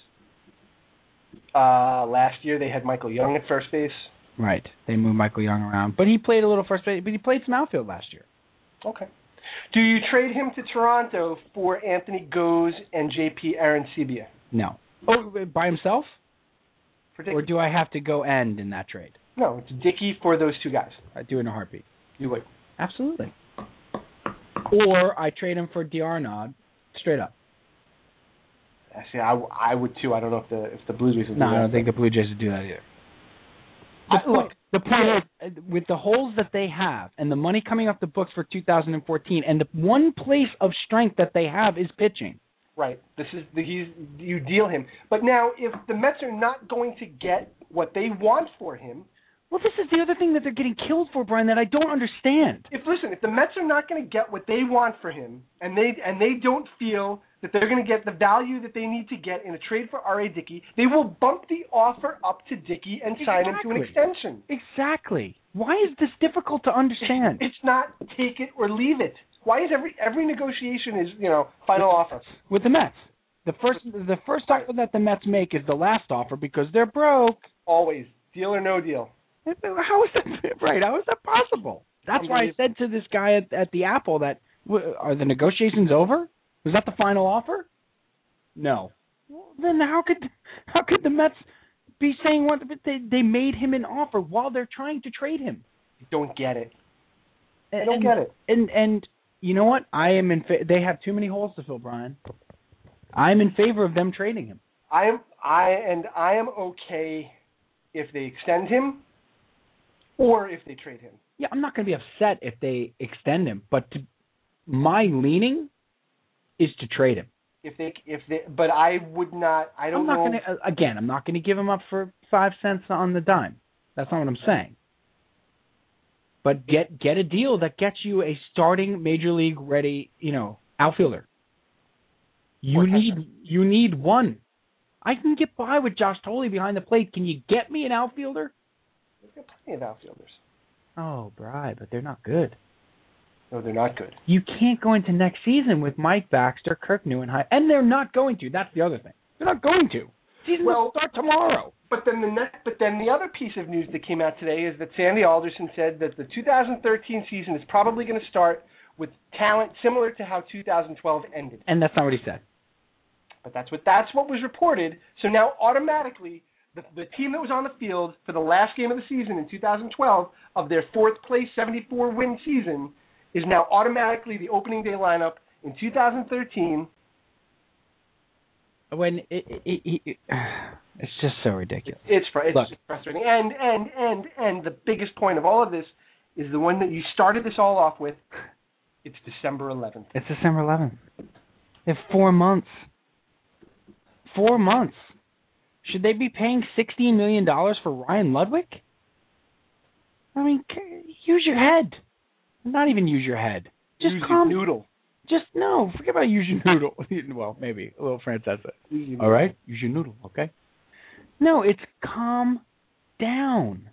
S6: Uh, last year they had Michael Young at first base.
S4: Right, they moved Michael Young around, but he played a little first base. But he played some outfield last year.
S6: Okay. Do you trade him to Toronto for Anthony Goes and JP Aaron Sebia?
S4: No. Oh, by himself,
S6: For Dickey?
S4: or do I have to go end in that trade?
S6: no, it's Dickey for those two guys.
S4: I do in a heartbeat.
S6: You would.
S4: Absolutely. Or I trade him for D'Arnaud straight up.
S6: I see. I, w- I would too. I don't know if the if the Blue Jays would.
S4: No,
S6: do
S4: I don't
S6: that.
S4: think the Blue Jays would do that either.
S6: The
S4: I- look, the point is, uh, with the holes that they have and the money coming off the books for 2014, and the one place of strength that they have is pitching.
S6: Right. This is the, he's you deal him. But now if the Mets are not going to get what they want for him,
S4: Well, this is the other thing that they're getting killed for, Brian, that I don't understand.
S6: if listen, if the Mets are not going to get what they want for him, and they and they don't feel that they're going to get the value that they need to get in a trade for R.A. Dickey, they will bump the offer up to Dickey and sign him to an
S4: Exactly.
S6: extension.
S4: Exactly. Why is this difficult to *laughs* understand?
S6: It's not take it or leave it. Why is every every negotiation is you know final offer?
S4: with the Mets. The first the first offer that the Mets make is the last offer because they're broke.
S6: Always deal or no deal.
S4: How is that *laughs* right? How is that possible? That's why I said to this guy at, at the Apple that w- are the negotiations over? Was that the final offer? No. Well, then how could how could the Mets be saying what but they they made him an offer while they're trying to trade him?
S6: You don't get it.
S4: I
S6: don't get it.
S4: And and you know what? I am in. Fa- they have too many holes to fill, Brian. I'm in favor of them trading him.
S6: I am I and I am okay if they extend him or if they trade him.
S4: yeah, I'm not going to be upset if they extend him, but to, my leaning is to trade him.
S6: If they if they but I would not I don't
S4: I'm not
S6: know
S4: going to again. I'm not going to give him up for five cents on the dime. That's not what I'm saying. But get get a deal that gets you a starting major league ready, you know, outfielder. You
S6: Or
S4: need
S6: catcher.
S4: you need one. I can get by with Josh Tolley behind the plate. Can you get me an outfielder?
S6: We've got plenty of outfielders.
S4: Oh, Bry, but they're not good.
S6: No, they're not good.
S4: you can't go into next season with Mike Baxter, Kirk Neuenheim, and they're not going to. That's the other thing. They're not going to. Season will
S6: Well-
S4: start tomorrow.
S6: But then the next, but then the other piece of news that came out today is that Sandy Alderson said that the 2013 season is probably going to start with talent similar to how 2012 ended.
S4: And that's not what he said.
S6: But that's what that's what was reported. So now automatically the, the team that was on the field for the last game of the season in 2012 of their fourth place 74 win season is now automatically the opening day lineup in 2013.
S4: When it, it, it, *sighs* it- it's just so ridiculous.
S6: It's, fr- it's
S4: Look.
S6: frustrating. And and and and the biggest point of all of this is the one that you started this all off with. It's December 11th.
S4: It's December 11th. They have four months. Four months. Should they be paying $16 million for Ryan Ludwig? I mean, c- use your head. Not even use your head. Just
S6: Use your
S4: calm
S6: noodle.
S4: Just no, forget about Yuzhi Noodle. *laughs* well, maybe a little Francesa. All right, Yuzhi Noodle, okay? No, it's calm down.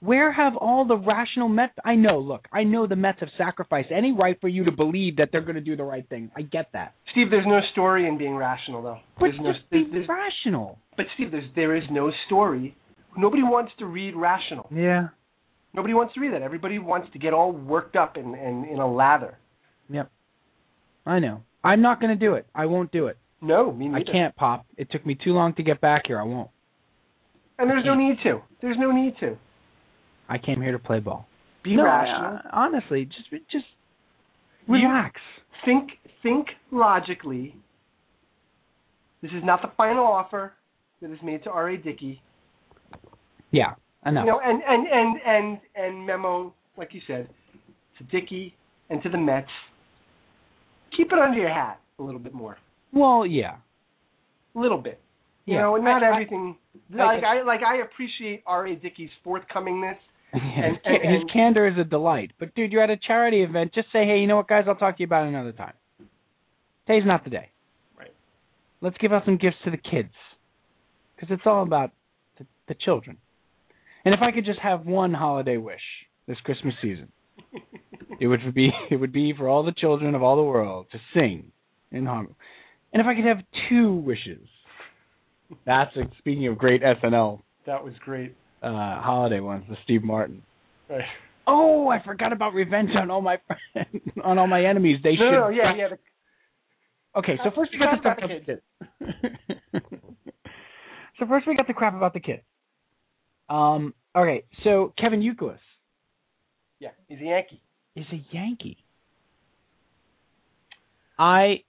S4: Where have all the rational Mets? I know. Look, I know the Mets have sacrificed any right for you to believe that they're going to do the right thing. I get that,
S6: Steve, there's no story in being rational, though.
S4: but
S6: there's no,
S4: just be
S6: there's-
S4: rational.
S6: but Steve, there's, there is no story. Nobody wants to read rational.
S4: Yeah.
S6: Nobody wants to read that. Everybody wants to get all worked up and in, in, in a lather.
S4: I know. I'm not going to do it. I won't do it.
S6: No, me
S4: I
S6: neither.
S4: can't, Pop. It took me too long to get back here. I won't.
S6: And there's no need to. There's no need to.
S4: I came here to play ball.
S6: Be
S4: no,
S6: rational.
S4: uh, honestly, just just
S6: You-
S4: relax.
S6: think think logically. This is not the final offer that is made to R.A. Dickey.
S4: Yeah, enough.
S6: You know, and and and and and memo, like you said, to Dickey and to the Mets. Keep it under your hat a little bit more,
S4: Well, yeah,
S6: a little bit. You
S4: yeah.
S6: know, and not
S4: I- I-
S6: everything. like I like I appreciate R.A. Dickey's forthcomingness.
S4: *laughs* and,
S6: and- and-
S4: his candor is a delight. But dude, you're at a charity event. Just say, hey, you know what, guys? I'll talk to you about it another time. Today's not the day.
S6: Right.
S4: Let's give out some gifts to the kids, because it's all about the, the children. And if I could just have one holiday wish this Christmas season, it would be *laughs* it would be for all the children of all the world to sing in harmony. And if I could have two wishes, that's a, speaking of great SNL
S6: That was great.
S4: uh, holiday ones, the Steve Martin.
S6: Right.
S4: Oh, I forgot about revenge on all my friends, on all my enemies. They
S6: No,
S4: should.
S6: no, yeah, yeah. The,
S4: Okay, so first we got the crap about the kids. *laughs* so first we got the crap about the kids. Um. Okay, so Kevin Youkilis
S6: yeah, he's a Yankee.
S4: is a Yankee. I,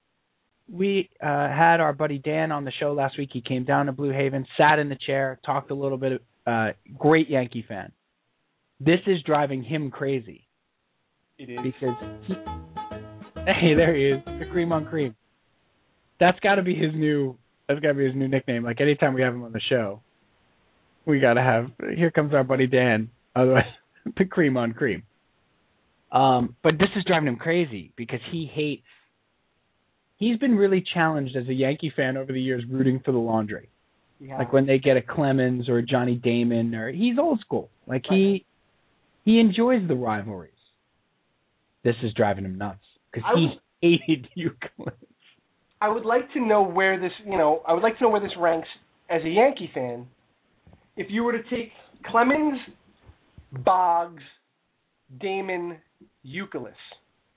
S4: we uh, had our buddy Dan on the show last week. He came down to Blue Haven, sat in the chair, talked a little bit. Uh, great Yankee fan. This is driving him crazy.
S6: It is.
S4: because he, hey, there he is, the cream on cream. That's got to be his new. That's got to be his new nickname. Like anytime we have him on the show, we got to have. Here comes our buddy Dan. Otherwise, *laughs* the cream on cream. Um, but this is driving him crazy because he hates. He's been really challenged as a Yankee fan over the years, rooting for the laundry.
S6: Yeah.
S4: Like when they get a Clemens or a Johnny Damon, or he's old school. Like he he enjoys the rivalries. This is driving him nuts because
S6: I
S4: he
S6: was-
S4: *laughs* hated Euclid.
S6: I would like to know where this, you know, I would like to know where this ranks as a Yankee fan. If you were to take Clemens, Boggs, Damon, Euclid,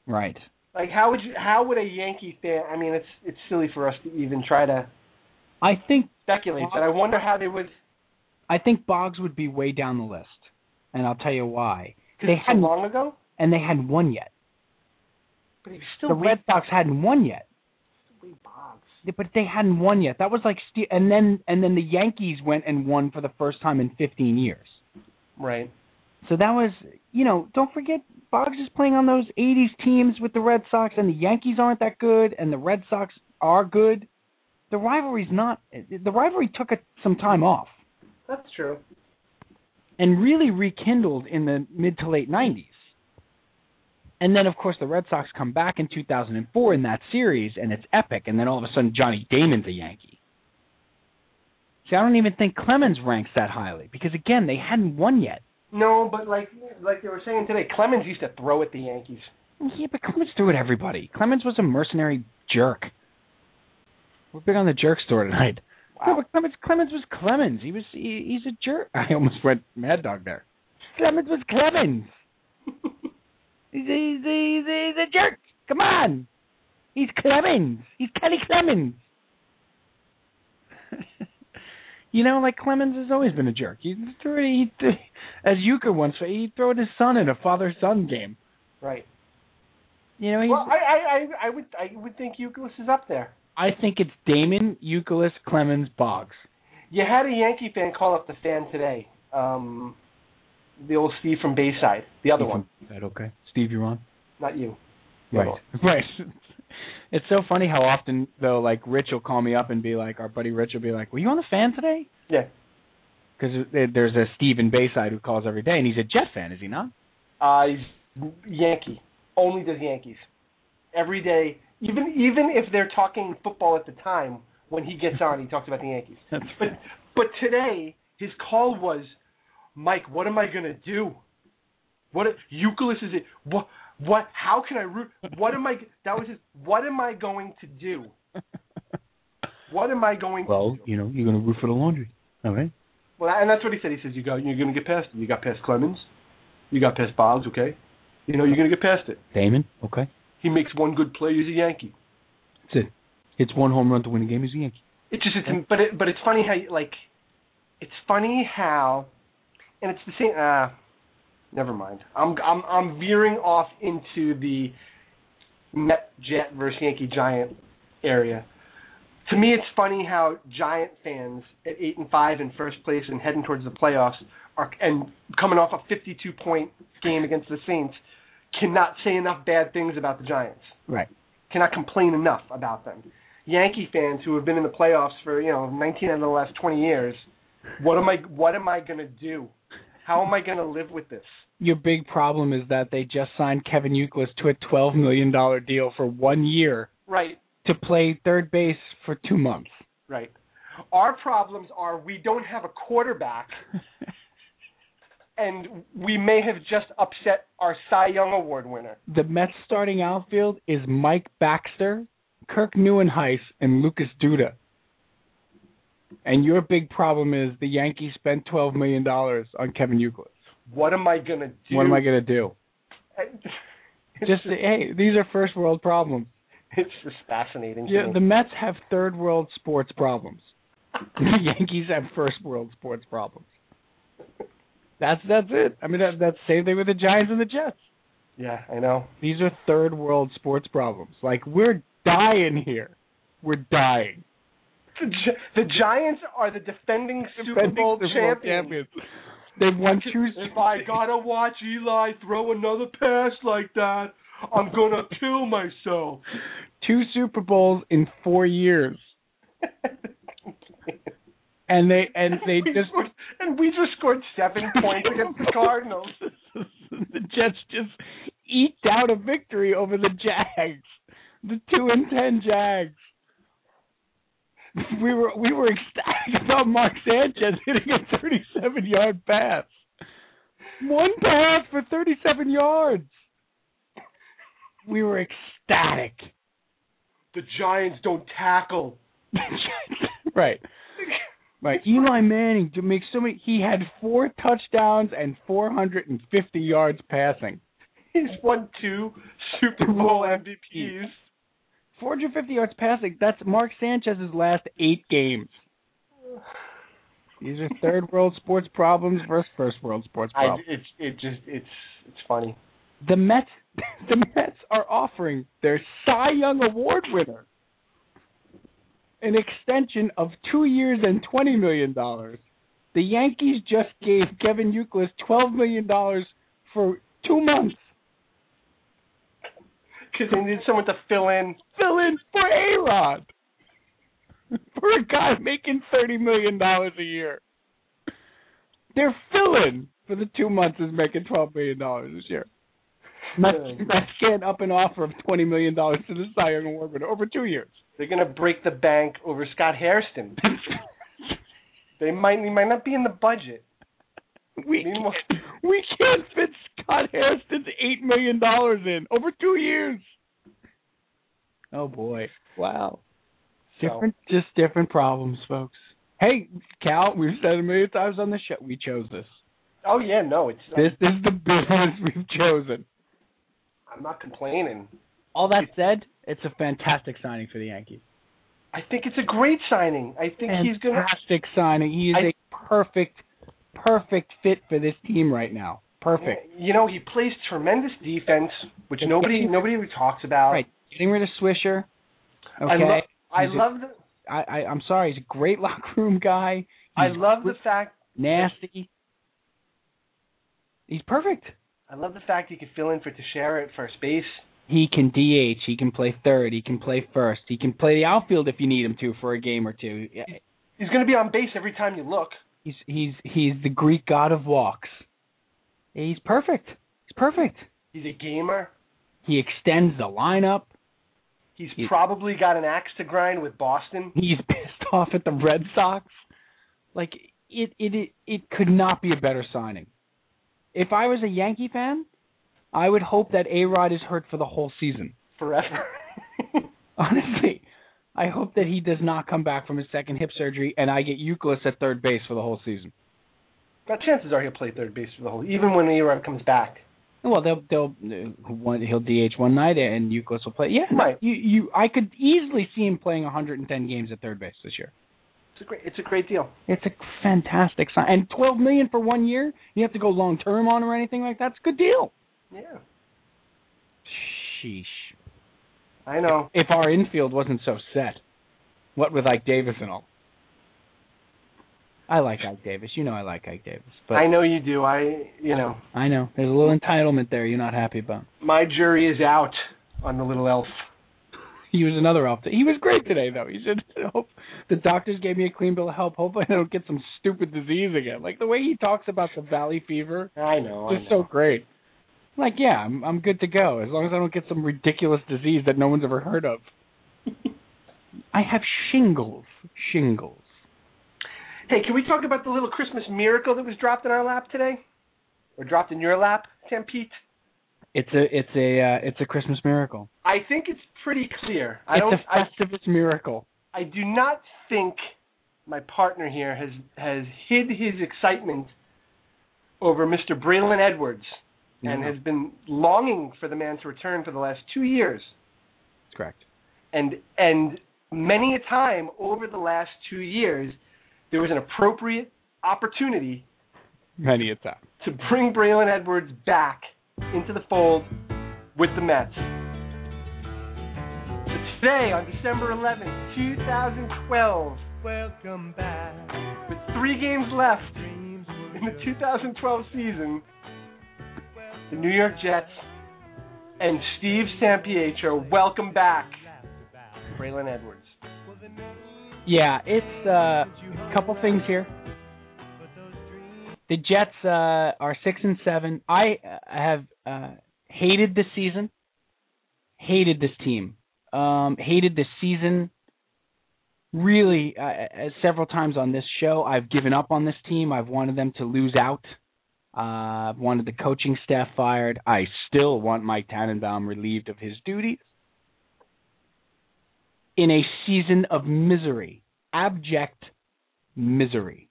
S4: Right.
S6: like how would you, how would a Yankee fan? I mean, it's it's silly for us to even try to
S4: I think
S6: speculate, but I wonder how they would.
S4: I think Boggs would be way down the list, and I'll tell you why.
S6: Cause
S4: They
S6: it's so
S4: hadn't-
S6: long ago,
S4: And they hadn't won yet.
S6: but he was still
S4: The Red Sox hadn't won yet,
S6: way Boggs.
S4: but they hadn't won yet. That was like, Ste- and then and then the Yankees went and won for the first time in 15 years.
S6: Right.
S4: So that was, you know, don't forget Boggs is playing on those 80s teams with the Red Sox, and the Yankees aren't that good, and the Red Sox are good. The rivalry's not. The rivalry took a, some time off
S6: That's true.
S4: and really rekindled in the mid to late 90s. And then, of course, the Red Sox come back in 2004 in that series, and it's epic. And then all of a sudden, Johnny Damon's a Yankee. See, I don't even think Clemens ranks that highly because, again, they hadn't won yet.
S6: No, but like like they were saying today, Clemens used to throw at the Yankees. *laughs*
S4: Yeah, but Clemens threw at everybody. Clemens was a mercenary jerk. We're big on the jerk store tonight. No, but Clemens, Clemens was Clemens. He was he, he's a jerk. *laughs* I almost went Mad Dog there. Clemens was Clemens. he's, he's, he's, he's a jerk. Come on, he's Clemens. He's Kelly Clemens. *laughs* you know, like Clemens has always been a jerk. He threw it. He, as Euchre once, he threw at his son in a father-son game.
S6: Right.
S4: You know, he's,
S6: Well, I I I, I would I would think Euclid is up there.
S4: I think it's Damon, Euclid, Clemens, Boggs.
S6: You had a Yankee fan call up the fan today. Um, the old Steve from Bayside, the other one,
S4: Is that okay? Steve, you're on.
S6: not you. The
S4: Right.
S6: other one.
S4: Right. *laughs* It's so funny how often though, like Rich will call me up and be like, our buddy Rich will be like, "Were you on the fan today?"
S6: Yeah.
S4: Because there's a Steve in Bayside who calls every day, and he's a Jet fan, is he not?
S6: Uh, he's Yankee. Only does Yankees. every day, even even if they're talking football at the time. When he gets on, he talks about the Yankees.
S4: *laughs* That's
S6: But but today his call was, Mike, what am I gonna do? What Euclid is it? What what? How can I root? What am I? That was his. What am I going to do? What am I going
S4: well,
S6: to do?
S4: you know, you're going to root for the laundry. All right.
S6: Well, and that's what he said. He says you go, you're gonna get past it. You got past Clemens, you got past Boggs. Okay, you know you're gonna get past it.
S4: Damon. Okay.
S6: He makes one good play. He's a Yankee.
S4: It's one home run to win a game. He's a Yankee.
S6: It just it's, but it, but it's funny how you- like, it's funny how, and it's the same. Uh, never mind. I'm I'm I'm veering off into the Met Jet versus Yankee Giant area. To me, it's funny how Giant fans at eight and five in first place and heading towards the playoffs are and coming off a 52 point game against the Saints cannot say enough bad things about the Giants.
S4: Right.
S6: Cannot complain enough about them. Yankee fans who have been in the playoffs for you know 19 out of the last 20 years. What am I? What am I gonna do? How am I gonna live with this?
S4: Your big problem is that they just signed Kevin Euclid to a twelve million dollar deal for one year
S6: Right,
S4: to play third base for two months.
S6: right. Our problems are we don't have a quarterback, and we may have just upset our Cy Young Award winner. *laughs*
S4: the Mets starting outfield is Mike Baxter, Kirk Neuenheis, and Lucas Duda. And your big problem is the Yankees spent twelve million dollars on Kevin Euclid.
S6: What am I gonna do?
S4: What am I gonna do?
S6: *laughs* It's
S4: Just hey, these are first world problems.
S6: it's just fascinating. to
S4: Yeah,
S6: me.
S4: the Mets have third world sports problems. *laughs* The Yankees have first world sports problems. That's that's it. I mean that, that's same thing with the Giants and the Jets.
S6: yeah, I know.
S4: These are third world sports problems. Like we're dying here. We're dying.
S6: The, Gi- the Giants are the defending Super
S4: defending
S6: Bowl
S4: Super Bowl
S6: champions.
S4: They've won two.
S6: If I *laughs* gotta watch Eli throw another pass like that, I'm gonna kill myself.
S4: two Super Bowls in four years, and they and
S6: *laughs*
S4: they
S6: we
S4: just
S6: scored, and we just scored
S4: *laughs*
S6: seven points against the Cardinals.
S4: the Jets just eked out a victory over the Jags, the two and ten Jags. We were we were ecstatic about Mark Sanchez hitting a 37 yard pass. One pass for 37 yards. We were ecstatic.
S6: The Giants don't tackle.
S4: right. Right. Eli Manning to make so many he had four touchdowns and four hundred and fifty yards passing.
S6: He's won two Super Bowl MVPs.
S4: Four hundred and fifty yards passing, that's Mark Sanchez's last eight games. These are third world sports problems versus first world sports
S6: I,
S4: problems.
S6: it's it just it's it's funny.
S4: The Mets *laughs* the Mets are offering their Cy Young Award winner an extension of two years and twenty million dollars. The Yankees just gave Kevin Youkilis twelve million dollars for two months.
S6: Because they need someone to fill in.
S4: Fill in for A Rod. *laughs* For a guy making thirty million dollars a year. They're filling for the two months is making twelve million dollars this year. Mets, Mets can't up an offer of twenty million dollars to the Cy Young Award winner over two years.
S6: They're gonna break the bank over Scott Harrison. They might they might not be in the budget.
S4: we
S6: Meanwhile-
S4: can't, we can't fit Scott Harrison's eight million dollars in over two years. Oh boy! Wow.
S6: So-
S4: Different, just different problems, folks. Hey, Cal, we've said a million times on the show we chose this.
S6: Oh yeah, no, it's
S4: This this is the business we've chosen.
S6: I'm not complaining.
S4: All that said, it's a fantastic signing for the Yankees.
S6: I think it's a great signing. I think he's gonna
S4: Fantastic signing. He is
S6: I-
S4: a perfect, perfect fit for this team right now. Perfect.
S6: You know, he plays tremendous defense, which
S4: Yes,
S6: nobody
S4: yes.
S6: nobody really talks about.
S4: Right. Getting rid of Swisher. Okay.
S6: I love I
S4: He's a-
S6: love the
S4: I, I I'm sorry, he's a great *laughs* locker room guy.
S6: I
S4: He's
S6: love the fact
S4: nasty. He's perfect.
S6: I love the fact he could fill in for Teixeira at first base.
S4: He can DH. He can play third. He can play first. He can play the outfield if you need him to for a game or two. Yeah,
S6: He's gonna be on base every time you look.
S4: He's he's he's the Greek god of walks. He's perfect. He's perfect.
S6: He's a gamer.
S4: He extends the lineup.
S6: He's
S4: He-
S6: probably got an axe to grind with Boston.
S4: He's *laughs* pissed off at the Red Sox. Like it, it, it, it could not be a better signing. If I was a Yankee fan, I would hope that A Rod is hurt for the whole season. *laughs*
S6: forever.
S4: Honestly, I hope that he does not come back from his second hip surgery and I get Euclid at third base for the whole season.
S6: now, chances are he'll play third base for the whole. Even when Arod comes back,
S4: Well, they'll they'll uh, one, he'll DH one night and Euclid will play. Yeah,
S6: Right.
S4: You you I could easily see him playing 110 games at third base this year.
S6: it's a great, it's a great deal.
S4: It's a fantastic sign. And 12 million for one year. You have to go long term on or anything like that. It's a good deal.
S6: Yeah,
S4: Sheesh.
S6: I know.
S4: If our infield wasn't so set, what with Ike Davis and all. I like Ike Davis. You know I like Ike Davis, but
S6: I know you do. I, you know,
S4: I know. There's a little entitlement there you're not happy about.
S6: my jury is out on the little elf.
S4: He was another off. He was great today, though. He said, *laughs* "Hope the doctors gave me a clean bill of health. Hopefully, I don't get some stupid disease again." Like the way he talks about the valley fever,
S6: I know. I
S4: is so
S6: know.
S4: great. Like, yeah, I'm I'm good to go as long as I don't get some ridiculous disease that no one's ever heard
S6: *laughs*
S4: of. I have shingles, shingles.
S6: Hey, can we talk about the little Christmas miracle that was dropped in our lap today, or dropped in your lap, Sam Pete?
S4: It's a it's a uh, it's a Christmas miracle.
S6: I think it's pretty clear. I
S4: it's
S6: don't. I
S4: a festivus miracle.
S6: I do not think my partner here has has hid his excitement over Mr. Braylon Edwards and
S4: No,
S6: has been longing for the man to return for the last two years.
S4: that's correct.
S6: And and many a time over the last two years, there was an appropriate opportunity
S4: Many a time.
S6: to bring Braylon Edwards back into the fold with the Mets. So today, on December 11, 2012,
S7: Welcome back.
S6: with three games left
S7: Dreams were
S6: in the
S7: yours.
S6: 2012 season, the New York Jets and Steve Sampietro welcome back Braylon Edwards. *laughs*
S4: Yeah, it's uh, a couple things here. The Jets uh, are six and seven. I uh, have uh, hated this season, hated this team, um, hated this season. Really, uh, uh, several times on this show, I've given up on this team. I've wanted them to lose out. Uh, I've wanted the coaching staff fired. I still want Mike Tannenbaum relieved of his duties in a season of misery, abject misery.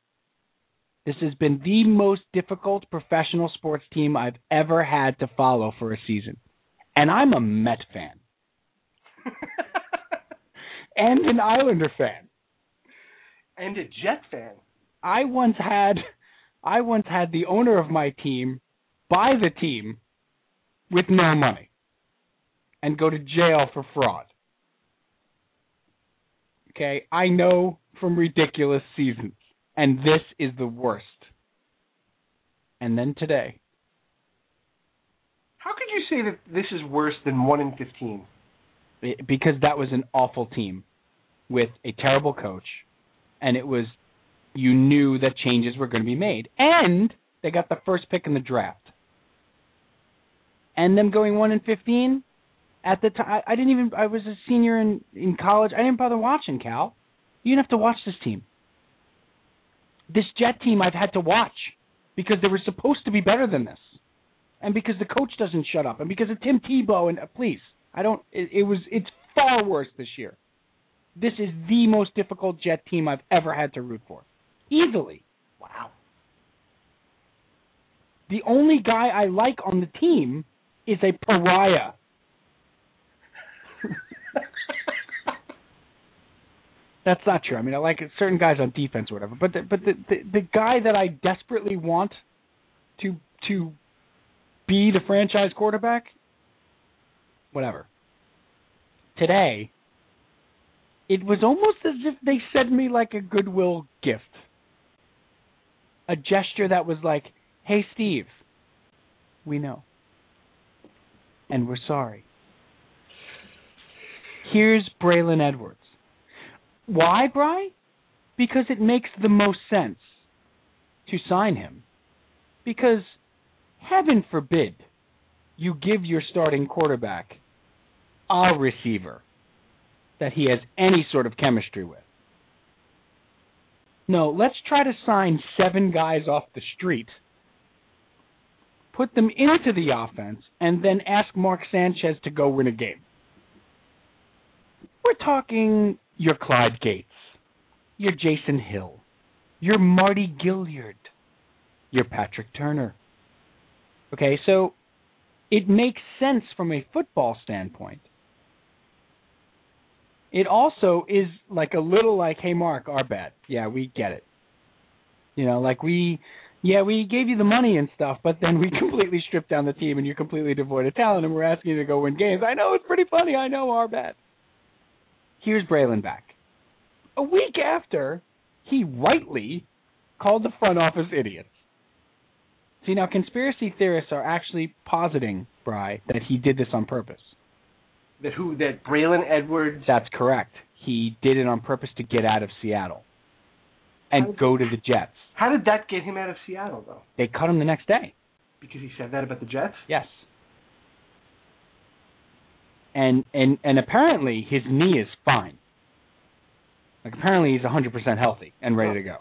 S4: This has been the most difficult professional sports team I've ever had to follow for a season. And I'm a Met fan and an Islander fan.
S6: and a Jet fan.
S4: I once had I once had the owner of my team buy the team with no money and go to jail for fraud. Okay, I know from ridiculous seasons and this is the worst. And then today,
S6: How could you say that this is worse than 1 in 15?
S4: it- because that was an awful team with a terrible coach, and it was you knew that changes were going to be made, and they got the first pick in the draft, and them going one and fifteen. At the time, I didn't even. I was a senior in in college. I didn't bother watching Cal. You didn't have to watch this team. This Jet team, I've had to watch because they were supposed to be better than this, and because the coach doesn't shut up, and because of Tim Tebow. And uh, please, I don't. It, it was. It's far worse this year. This is the most difficult Jet team I've ever had to root for, easily.
S6: Wow.
S4: The only guy I like on the team is a pariah. *laughs* That's not true. I mean, I like certain guys on defense or whatever, but the, but the, the the guy that I desperately want to to be the franchise quarterback, whatever. Today, it was almost as if they sent me like a goodwill gift, a gesture that was like, "Hey, Steve, we know, and we're sorry. Here's Braylon Edwards." Why, Bry? Because it makes the most sense to sign him. Because heaven forbid you give your starting quarterback a receiver that he has any sort of chemistry with. No, let's try to sign seven guys off the street, put them into the offense, and then ask Mark Sanchez to go win a game. We're talking your Clyde Gates, your Jason Hill, your Marty Gilliard, your Patrick Turner. Okay, so it makes sense from a football standpoint. It also is like a little like, hey, Mark, our bad. Yeah, we get it. You know, like we, yeah, we gave you the money and stuff, but then we *laughs* completely stripped down the team and you're completely devoid of talent and we're asking you to go win games. I know it's pretty funny. I know our bad. Here's Braylon back. A week after, he rightly called the front office idiots. See, now conspiracy theorists are actually positing, Bry, that he did this on purpose.
S6: That who that Braylon Edwards
S4: That's correct. He did it on purpose to get out of Seattle and go to the Jets.
S6: how did that get him out of Seattle though?
S4: They cut him the next day.
S6: Because he said that about the Jets?
S4: Yes. And and and apparently his knee is fine. Like apparently he's 100% healthy and ready to go.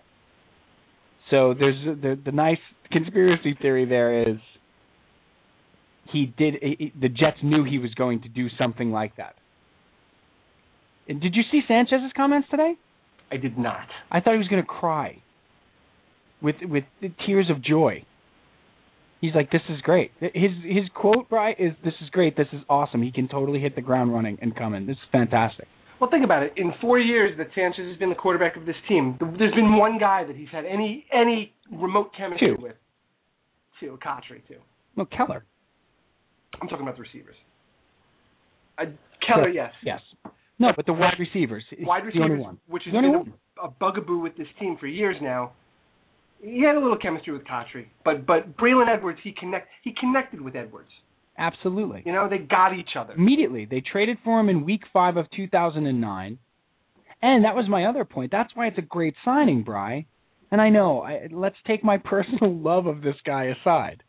S4: So there's the the nice conspiracy theory there is he did it, it- the Jets knew he was going to do something like that. And did you see Sanchez's comments today?
S6: I did not.
S4: I thought he was going to cry with with the tears of joy. He's like, "This is great." His his quote right is, "This is great. This is awesome. He can totally hit the ground running and come in. This is fantastic."
S6: Well, think about it. In four years that Sanchez has been the quarterback of this team, th- there's been one guy that he's had any any remote chemistry
S4: Two.
S6: with. Two, Cotry, two.
S4: No, Keller.
S6: I'm talking about the receivers. Uh, Keller,
S4: Sure.
S6: yes.
S4: Yes. No, but the wide receivers. He's
S6: Wide
S4: The only
S6: receivers,
S4: one.
S6: which has
S4: The only
S6: been
S4: one.
S6: a, a bugaboo with this team for years now. He had a little chemistry with Cotry, but but Braylon Edwards, he connect he connected with Edwards.
S4: Absolutely.
S6: You know, they got each other.
S4: Immediately, they traded for him in week five of 2009. And that was my other point. That's why it's a great signing, Bry. And I know, I, let's take my *laughs* personal love of this guy aside,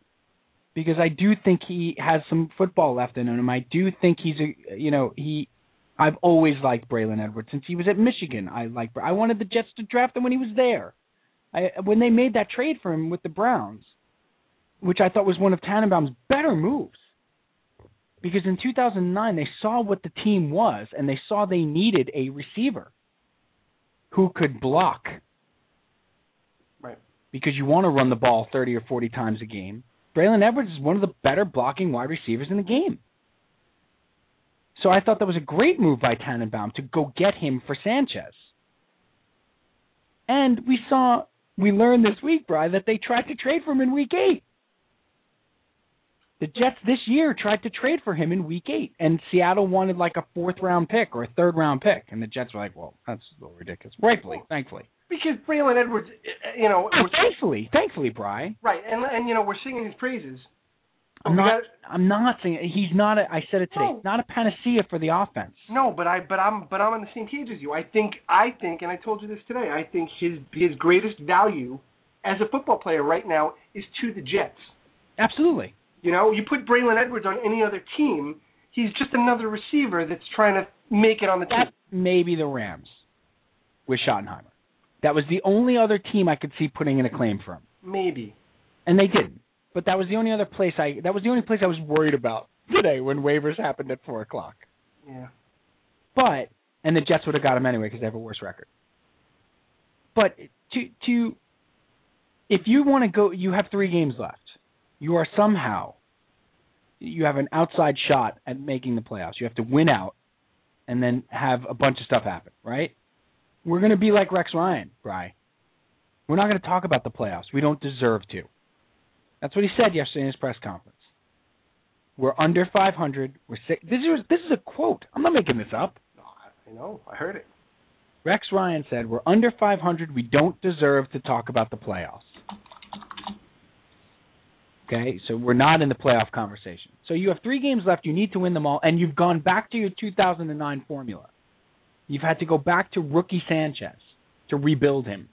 S4: because I do think he has some football left in him. I do think he's a, you know, he. I've always liked Braylon Edwards since he was at Michigan. I like. I wanted the Jets to draft him when he was there. I when they made that trade for him with the Browns, which I thought was one of Tannenbaum's better moves because in 2009 they saw what the team was and they saw they needed a receiver who could block.
S6: Right.
S4: Because you want to run the ball 30 or 40 times a game. Braylon Edwards is one of the better blocking wide receivers in the game. So I thought that was a great move by Tannenbaum to go get him for Sanchez. And we saw, we learned this week, Bry, that they tried to trade for him in week eight the Jets this year tried to trade for him in week eight, and Seattle wanted like a fourth round pick or a third round pick, and the Jets were like, "Well, that's a little ridiculous." Rightfully, thankfully,
S6: Because Braylon Edwards, uh, you know,
S4: Oh, *laughs*
S6: was-
S4: thankfully, thankfully, Bry.
S6: right, and and you know, we're singing his praises.
S4: I'm
S6: Oh, We
S4: not.
S6: got- Oh.
S4: I'm not saying he's not. A, I said it today.
S6: No.
S4: Not a panacea for the offense.
S6: No, but I but I'm but I'm on the same page as you. I think I think and I told you this today. I think his his greatest value as a football player right now is to the Jets.
S4: Absolutely.
S6: You know, you put Braylon Edwards on any other team, he's just another receiver that's trying to make it on the team.
S4: That may be the Rams with Schottenheimer. That was the only other team I could see putting in a claim for him.
S6: Maybe.
S4: and they didn't. But that was the only other place I that was the only place I was worried about today when waivers happened at four o'clock.
S6: Yeah.
S4: But and the Jets would have got him anyway because they have a worse record. But to to if you want to go, you have three games left. You are somehow you have an outside shot at making the playoffs. You have to win out and then have a bunch of stuff happen, right? We're going to be like Rex Ryan, Bry. We're not going to talk about the playoffs. We don't deserve to. That's what he said yesterday in his press conference. We're under 500. We're sick. This is this is a quote. I'm not making this up.
S6: No, I- I know. I heard it.
S4: Rex Ryan said, "We're under 500. We don't deserve to talk about the playoffs." Okay, so we're not in the playoff conversation. So you have three games left. You need to win them all, and you've gone back to your 2009 formula. You've had to go back to rookie Sanchez to rebuild him.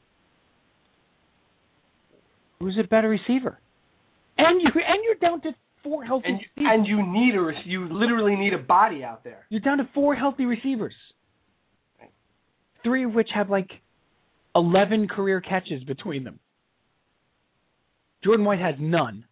S4: Who's a better receiver? And you and you're down to four healthy
S6: And
S4: receivers.
S6: and you need a rec- you literally need a body out there.
S4: You're down to four healthy receivers. three of which have like 11 career catches between them. Jordan White has none.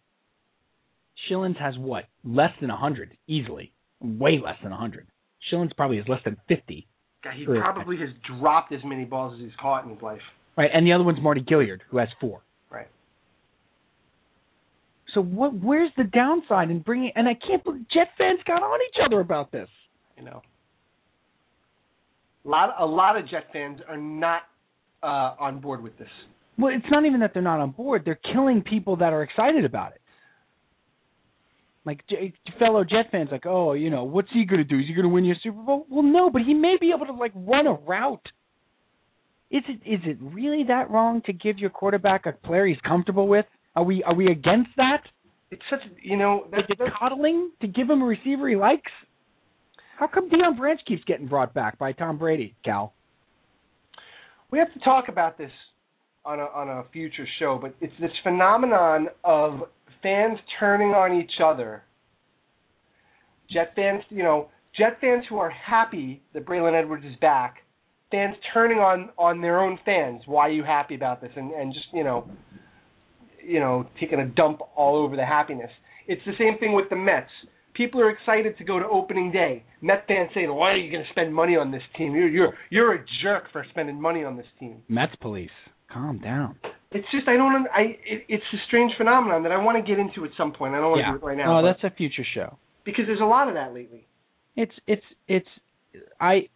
S4: Shillings has what? Less than 100, easily. Way less than 100. Shillings probably is less than 50.
S6: God, he
S4: Correct.
S6: probably has dropped as many balls as he's caught in his life.
S4: Right, and the other one's Marty Gilliard, who has four.
S6: Right.
S4: So what? Where's the downside in bringing? And I can't believe Jet fans got on each other about this.
S6: You know, a lot a lot of Jet fans are not uh, on board with this.
S4: Well, it's not even that they're not on board; they're killing people that are excited about it. Like J- fellow Jet fans, like, oh, you know, what's he gonna do? Is he gonna win your Super Bowl? Well, no, but he may be able to like run a route. Is it is it really that wrong to give your quarterback a player he's comfortable with? Are we are we against that?
S6: It's such you know
S4: Is
S6: that,
S4: it
S6: that's-
S4: coddling to give him a receiver he likes? How come Deion Branch keeps getting brought back by Tom Brady, Cal?
S6: we have to talk about this on a on a future show, but it's this phenomenon of fans turning on each other. Jet fans, you know, Jet fans who are happy that Braylon Edwards is back, fans turning on on their own fans. Why are you happy about this? And and just you know, you know, taking a dump all over the happiness. It's the same thing with the Mets. People are excited to go to opening day. Met fans saying, "Why are you going to spend money on this team? You're you're you're a jerk for spending money on this team."
S4: Mets police, calm down.
S6: It's just I don't. un- I it, it's a strange phenomenon that I want to get into at some point. I don't want to do it right now.
S4: oh,
S6: but-
S4: that's a future show.
S6: because there's a lot of that lately.
S4: It's it's it's I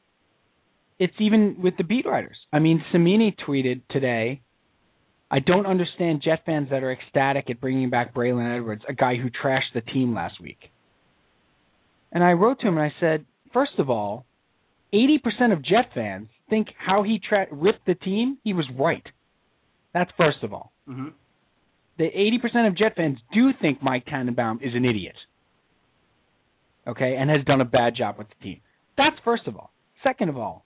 S4: it's even with the beat writers. I mean, Samini tweeted today, I don't understand Jet fans that are ecstatic at bringing back Braylon Edwards, a guy who trashed the team last week. And I wrote to him and I said, first of all, 80% of Jet fans think how he tra- ripped the team, he was right. That's first of all.
S6: Mm-hmm.
S4: The 80% of Jet fans do think Mike Tannenbaum is an idiot. Okay, and has done a bad job with the team. That's first of all. Second of all,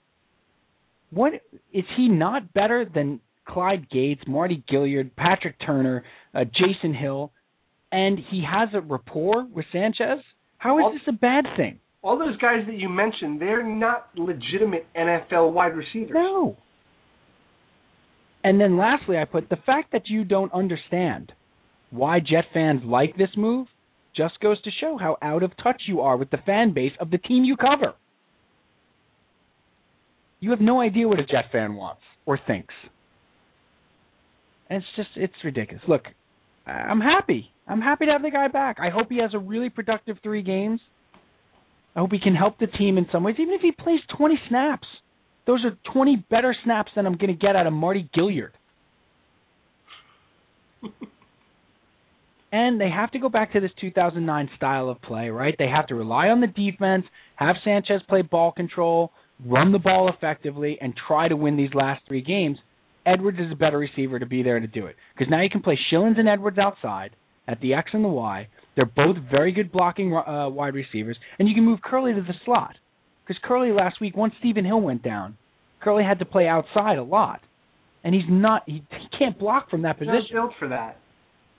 S4: what is he not better than Clyde Gates, Marty Gilliard, Patrick Turner, uh, Jason Hill, and he has a rapport with Sanchez? How
S6: All-
S4: is this a bad thing?
S6: All those guys that you mentioned, they're not legitimate NFL wide receivers.
S4: No. And then lastly, I put the fact that you don't understand why Jet fans like this move just goes to show how out of touch you are with the fan base of the team you cover. You have no idea what a Jet fan wants or thinks. And it's just, it's ridiculous. Look, I- I'm happy. I'm happy to have the guy back. I hope he has a really productive three games. I hope he can help the team in some ways, even if he plays 20 snaps. Those are 20 better snaps than I'm going to get out of Marty Gilliard. and they have to go back to this 2009 style of play, right? They have to rely on the defense, have Sanchez play ball control, run the ball effectively, and try to win these last three games. Edwards is a better receiver to be there to do it because now you can play Shillings and Edwards outside at the X and the Y. They're both very good blocking uh, wide receivers, and you can move Curley to the slot because Curley last week, once Stephen Hill went down, Curley had to play outside a lot, and he's not he, he can't block from that
S6: They're not
S4: position.
S6: built
S4: *laughs*
S6: for that.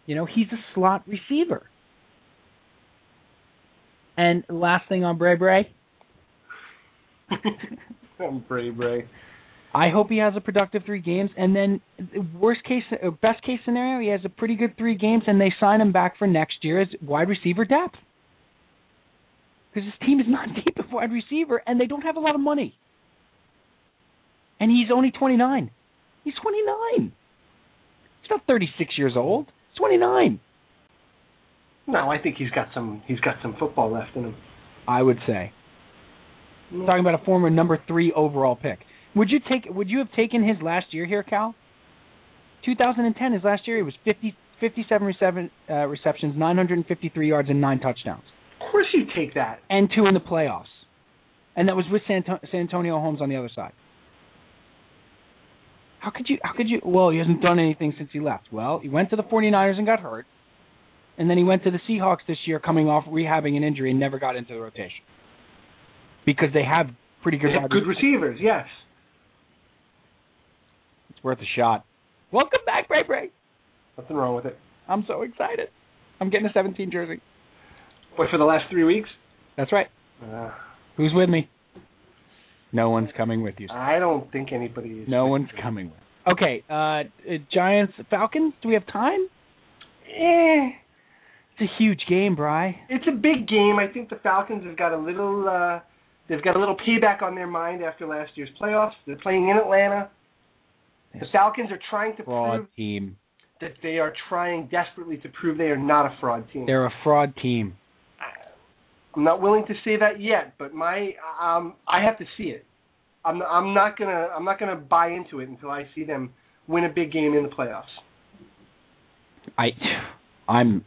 S4: You know, he's a slot receiver. And last thing on Bray Bray,
S6: I'm brave, Ray.
S4: I hope he has a productive three games, and then worst case, uh, best case scenario, he has a pretty good three games, and they sign him back for next year as wide receiver depth. Because his team is not *laughs* deep at wide receiver, and they don't have a lot of money. And he's only 29. He's 29. He's not 36 years old. He's 29.
S6: No, I think he's got some. He's got some football left in him.
S4: I would say. I'm talking about a former number three overall pick. Would you take? Would you have taken his last year here, Cal? 2010, his last year, he was 50, 57 reception, uh, receptions, 953 yards, and nine touchdowns,
S6: Of course, you take that.
S4: and two in the playoffs, and that was with Santo- San Antonio Holmes on the other side. How could you? How could you? Well, he hasn't done anything since he left. Well, he went to the 49ers and got hurt, and then he went to the Seahawks this year, coming off rehabbing an injury and never got into the rotation because they have pretty good.
S6: They have
S4: wide
S6: good receivers, yes.
S4: It's worth a shot. Welcome back, Bray Bray.
S6: Nothing wrong with it.
S4: I'm so excited. I'm getting a 17 jersey.
S6: But for the last three weeks,
S4: That's right.
S6: uh,
S4: Who's with me? No one's coming with you. Steve.
S6: I don't think anybody is.
S4: No one's coming with. you. Okay, uh, uh, Giants Falcons. Do we have time?
S6: Eh,
S4: It's a huge game, Bry.
S6: it's a big game. I think the Falcons have got a little. Uh, they've got a little payback on their mind after last year's playoffs. They're playing in Atlanta. The Falcons are trying to
S4: Fraud
S6: prove
S4: team.
S6: that they are trying desperately to prove they are not a fraud team.
S4: They're a fraud team.
S6: I'm not willing to say that yet, but my um, I have to see it. I'm I'm not gonna I'm not gonna buy into it until I see them win a big game in the playoffs.
S4: I, I'm,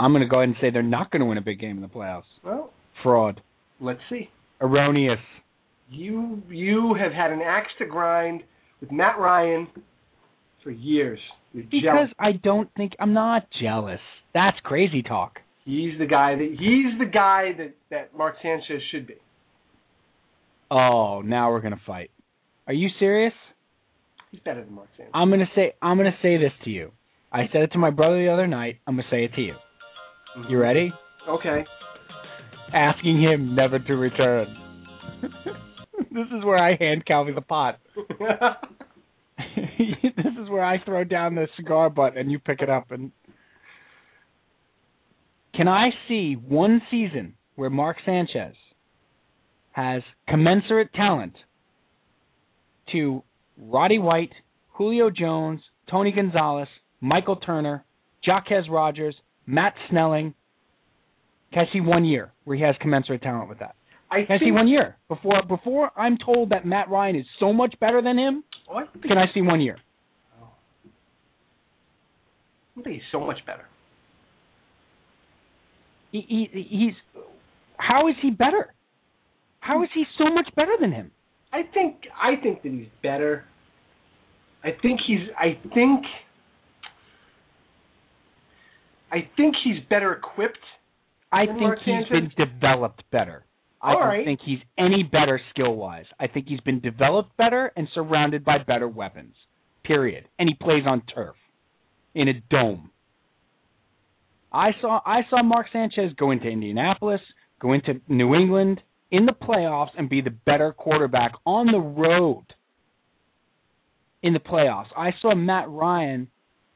S4: I'm going to go ahead and say they're not going to win a big game in the playoffs.
S6: Well,
S4: Fraud.
S6: let's see.
S4: Erroneous.
S6: You you have had an axe to grind with Matt Ryan for years. You're
S4: Because
S6: jealous.
S4: I don't think I'm not jealous. That's crazy talk.
S6: He's the guy that he's the guy that that Mark Sanchez should be.
S4: Oh, now we're gonna fight. Are you serious?
S6: He's better than Mark Sanchez.
S4: I'm gonna say I'm gonna say this to you. I said it to my brother the other night. I'm gonna say it to you. You ready?
S6: Okay.
S4: Asking him never to return. *laughs* this is where I hand Calvi the pot. *laughs* this is where I throw down the cigar butt and you pick it up and can I see one season where Mark Sanchez has commensurate talent to Roddy White, Julio Jones, Tony Gonzalez, Michael Turner, Jaquez Rogers, Matt Snelling? Can I see one year where he has commensurate talent with that?
S6: *laughs* I
S4: Can I see
S6: think-
S4: one year before before I'm told that Matt Ryan is so much better than him?
S6: Oh, I think
S4: Can I see one year?
S6: I think he's so much better.
S4: he, he he's how is he better? How is he so much better than him?
S6: I think I think that he's better. I think he's I think I think he's better equipped.
S4: I
S6: Than
S4: think
S6: Mark
S4: he's
S6: Sanchez?
S4: been developed better. I
S6: All
S4: don't
S6: right.
S4: think he's any better skill wise. I think he's been developed better and surrounded by better weapons. Period. And he plays on turf in a dome. I saw I saw Mark Sanchez go into Indianapolis, go into New England in the playoffs and be the better quarterback on the road in the playoffs. I saw Matt Ryan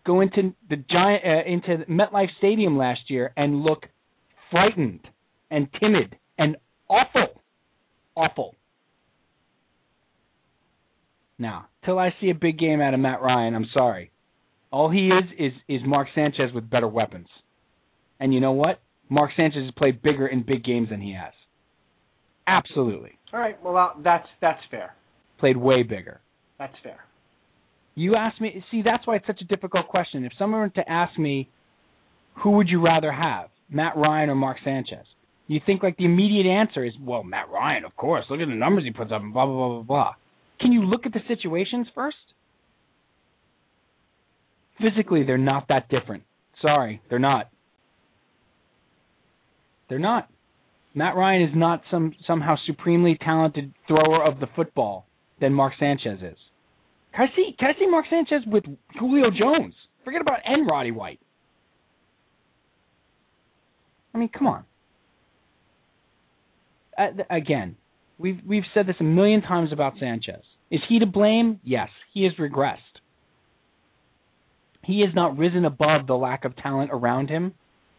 S4: go into the giant uh, into MetLife Stadium last year and look frightened and timid and awful, awful. Now, till I see a big game out of Matt Ryan, I'm sorry. All he is is is Mark Sanchez with better weapons. And you know what? Mark Sanchez has played bigger in big games than he has. Absolutely.
S6: All right, well uh, that's that's fair.
S4: Played way bigger.
S6: That's fair.
S4: You asked me. See, that's why it's such a difficult question. If someone were to ask me, who would you rather have, Matt Ryan or Mark Sanchez? You think like the immediate answer is, well, Matt Ryan, of course. Look at the numbers he puts up, and blah blah blah blah blah. Can you look at the situations first? Physically, they're not that different. Sorry, they're not. They're not. Matt Ryan is not some somehow supremely talented thrower of the football than Mark Sanchez is. Can I see, can I see Mark Sanchez with Julio Jones? Forget about and Roddy White. I mean, come on. Uh, th- again, we've we've said this a million times about Sanchez. Is he to blame? Yes, he has regressed. He has not risen above the lack of talent around him,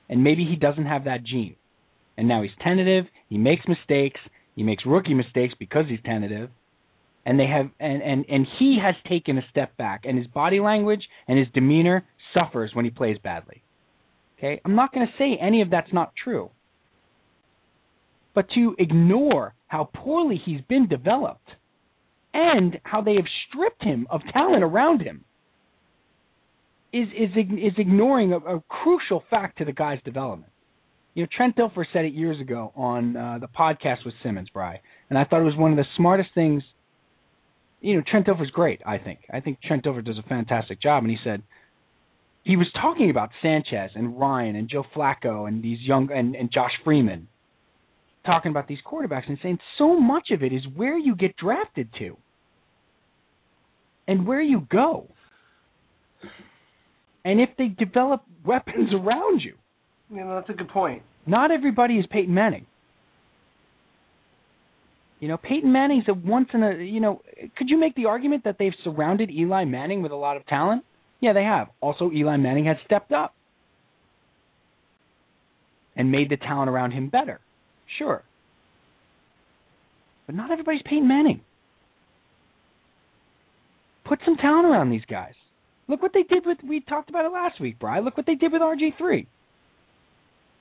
S4: and maybe he doesn't have that gene. And now he's tentative. He makes mistakes. He makes rookie mistakes because he's tentative and they have and, and and he has taken a step back and his body language and his demeanor suffers when he plays badly okay i'm not going to say any of that's not true but to ignore how poorly he's been developed and how they have stripped him of talent around him is is ign- is ignoring a, a crucial fact to the guy's development you know trent dilfer said it years ago on uh, the podcast with simmons bry and i thought it was one of the smartest things you know, Trent Dilfer's great, I think. I think Trent Dilfer does a fantastic job. And he said he was talking about Sanchez and Ryan and Joe Flacco and these young and, and Josh Freeman talking about these quarterbacks and saying so much of it is where you get drafted to and where you go. And if they develop weapons *laughs* around you.
S6: You know, that's a good point.
S4: Not everybody is Peyton Manning. You know, Peyton Manning's a once in a you know. Could you make the argument that they've surrounded Eli Manning with a lot of talent? Yeah, they have. Also, Eli Manning has stepped up and made the talent around him better. Sure, but not everybody's Peyton Manning. Put some talent around these guys. Look what they did with. We talked about it last week, Bry. Look what they did with RG three.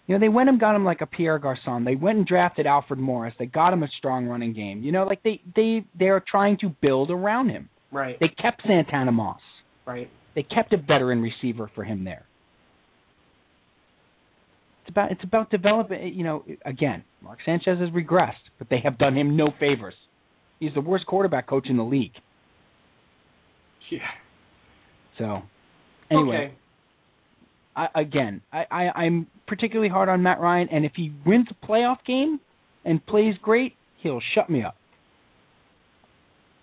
S4: You know, they went and got him like a Pierre Garcon. They went and drafted Alfred Morris. They got him a strong running game. You know, like they they they are trying to build around him.
S6: Right.
S4: They kept Santana Moss.
S6: Right.
S4: They kept a veteran receiver for him there. It's about it's about developing. You know, again, Mark Sanchez has regressed, but they have done him no favors. He's the worst quarterback coach in the league.
S6: Yeah.
S4: So, anyway, I, again, I, I, I'm particularly hard on Matt Ryan, and if he wins a playoff game and plays great, he'll shut me up.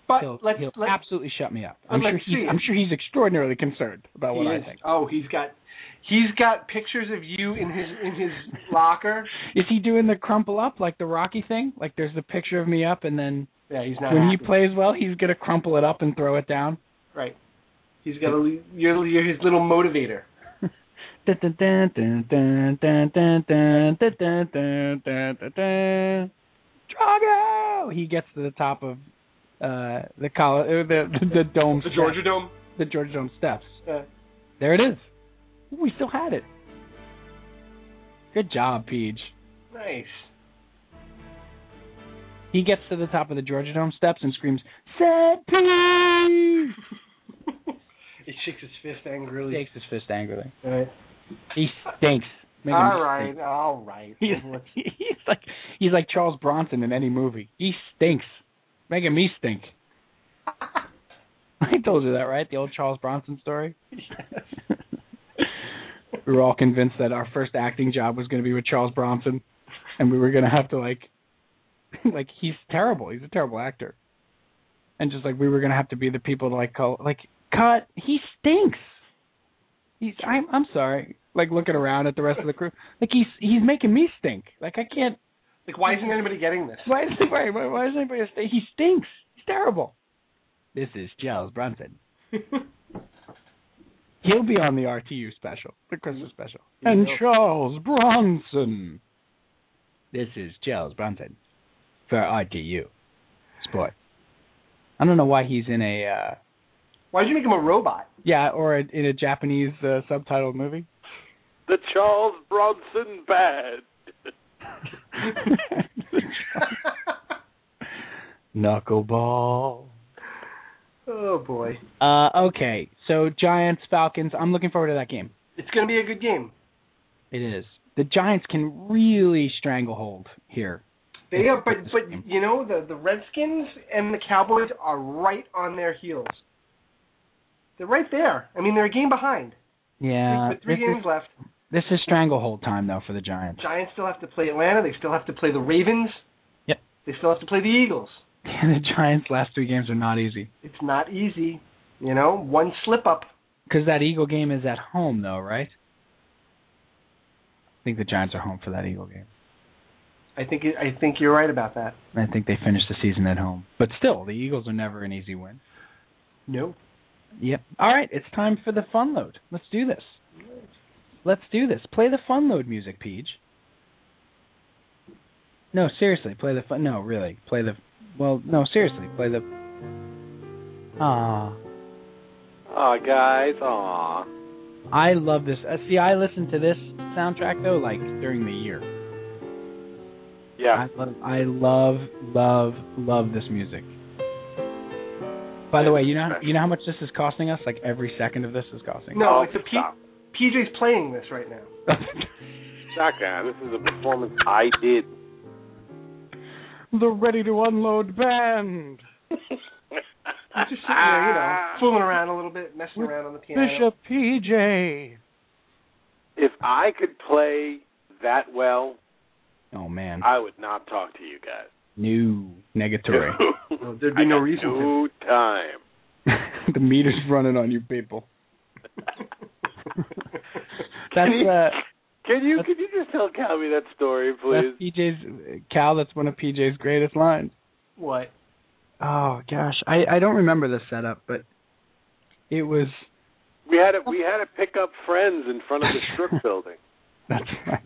S6: But
S4: He'll,
S6: Uh, let's
S4: he'll
S6: let's
S4: absolutely shut me up. I'm
S6: let's
S4: sure, he,
S6: see it.
S4: I'm sure he's extraordinarily concerned about what
S6: he
S4: I
S6: is-
S4: think.
S6: Oh, he's got he's got pictures of you in his in his locker.
S4: Is he doing the crumple up like the Rocky thing? Like there's the picture of me up, and then
S6: Yeah, he's not
S4: when
S6: happy.
S4: he plays well, he's gonna crumple it up and throw it down.
S6: right. He's got a you're, you're his little motivator.
S4: Dun, dun, dun, dun, dun, dun, dun, dun, dun, dun, dun, dun, dun, dun. Drago! He gets to the top of uh, the coll- uh, the, the the dome steps-
S6: Dome.
S4: the Georgia Dome steps.
S6: Uh,
S4: There it is. Ooh, we still had it. Good job, Peach.
S6: nice.
S4: He gets to the top of the Georgia Dome steps and screams, "Set Peach!"
S6: He shakes his fist angrily.
S4: Shakes his fist angrily.
S6: All right.
S4: He stinks. Make him
S6: All
S4: stink.
S6: right. All right.
S4: *laughs* He's,
S6: Let's-
S4: he's like he's like Charles Bronson in any movie. He stinks, making me stink. *laughs* I told you that, right? The old Charles Bronson story. *laughs* we were all convinced that our first acting job was going to be with Charles Bronson, and we were going to have to like, *laughs* like he's terrible. He's a terrible actor, and just like we were going to have to be the people to like call like cut. He stinks. He's I'm I'm sorry. Like looking around at the rest of the crew, like he's he's making me stink. Like I can't.
S6: Like, why isn't anybody getting this?
S4: Why is anybody? Why, why is anybody? Stink? He stinks. He's terrible. This is Charles Bronson. He'll be on the RTU special, the Christmas special. And Charles Bronson. This is Charles Bronson for RTU Sport. I don't know why he's in a uh
S6: *laughs* Why'd you make him a robot?
S4: *laughs*
S6: *laughs*
S4: yeah, or a, in a Japanese uh, subtitled movie. *laughs*
S5: The Charles Bronson Band.
S4: Knuckleball.
S6: oh boy,
S4: Uh okay. So Giants Falcons, I'm looking forward to that game.
S6: it's gonna be a good game.
S4: It is. The Giants can really stranglehold here.
S6: They are, but but
S4: *laughs*
S6: you know the the Redskins and the Cowboys are right on their heels. They're right there. I mean, they're a game behind.
S4: Yeah.
S6: With three
S4: this
S6: games
S4: is,
S6: left.
S4: this is stranglehold time though for the Giants.
S6: Giants still have to play Atlanta. They still have to play the Ravens.
S4: Yep.
S6: They still have to play the Eagles.
S4: *laughs* the Giants last three games are not easy.
S6: It's not easy. You know, one slip up.
S4: Because that Eagle game is at home, though, right? I think the Giants are home for that Eagle game.
S6: I think it- I think you're right about that.
S4: And I think they finish the season at home. But still, the Eagles are never an easy win.
S6: No.
S4: Yep. All right, it's time for the fun load. Let's do this. Let's do this. Play the fun load music, Peach. No, seriously, play the fun. No, really, play the. Well, no, seriously, play the. Ah.
S5: Aw, guys, aw.
S4: I love this. Uh, see, I listen to this soundtrack though, like during the year.
S5: Yeah.
S4: I love, I love, love, love this music. By the way, you know, you know how much this is costing us? Like every second of this is costing.
S6: No,
S5: Oh,
S6: it's a P-
S5: stop.
S6: PJ's playing this right now.
S4: us. *laughs*
S5: Shotgun, this is a performance I did.
S4: the ready to unload band.
S6: He's just sitting there, you know, fooling around a little bit, messing around on the piano.
S4: Bishop PJ.
S5: If I could play that well,
S4: Oh man,
S5: I would not talk to you guys.
S4: new negatory.
S6: Well, Oh, there'd be no
S5: I got
S6: reason to.
S5: No *laughs* time.
S4: the meter's running on you people. That's
S5: Can you-
S4: uh,
S5: Can you can you just tell Calvin that story,
S4: that's
S5: please?
S4: PJ's Cal. That's one of PJ's greatest lines.
S6: What? *laughs*
S4: Oh gosh, I I don't remember the setup, but it was
S5: We had to, we had to pick up friends in front of the
S4: *laughs*
S5: Strook building.
S4: that's right.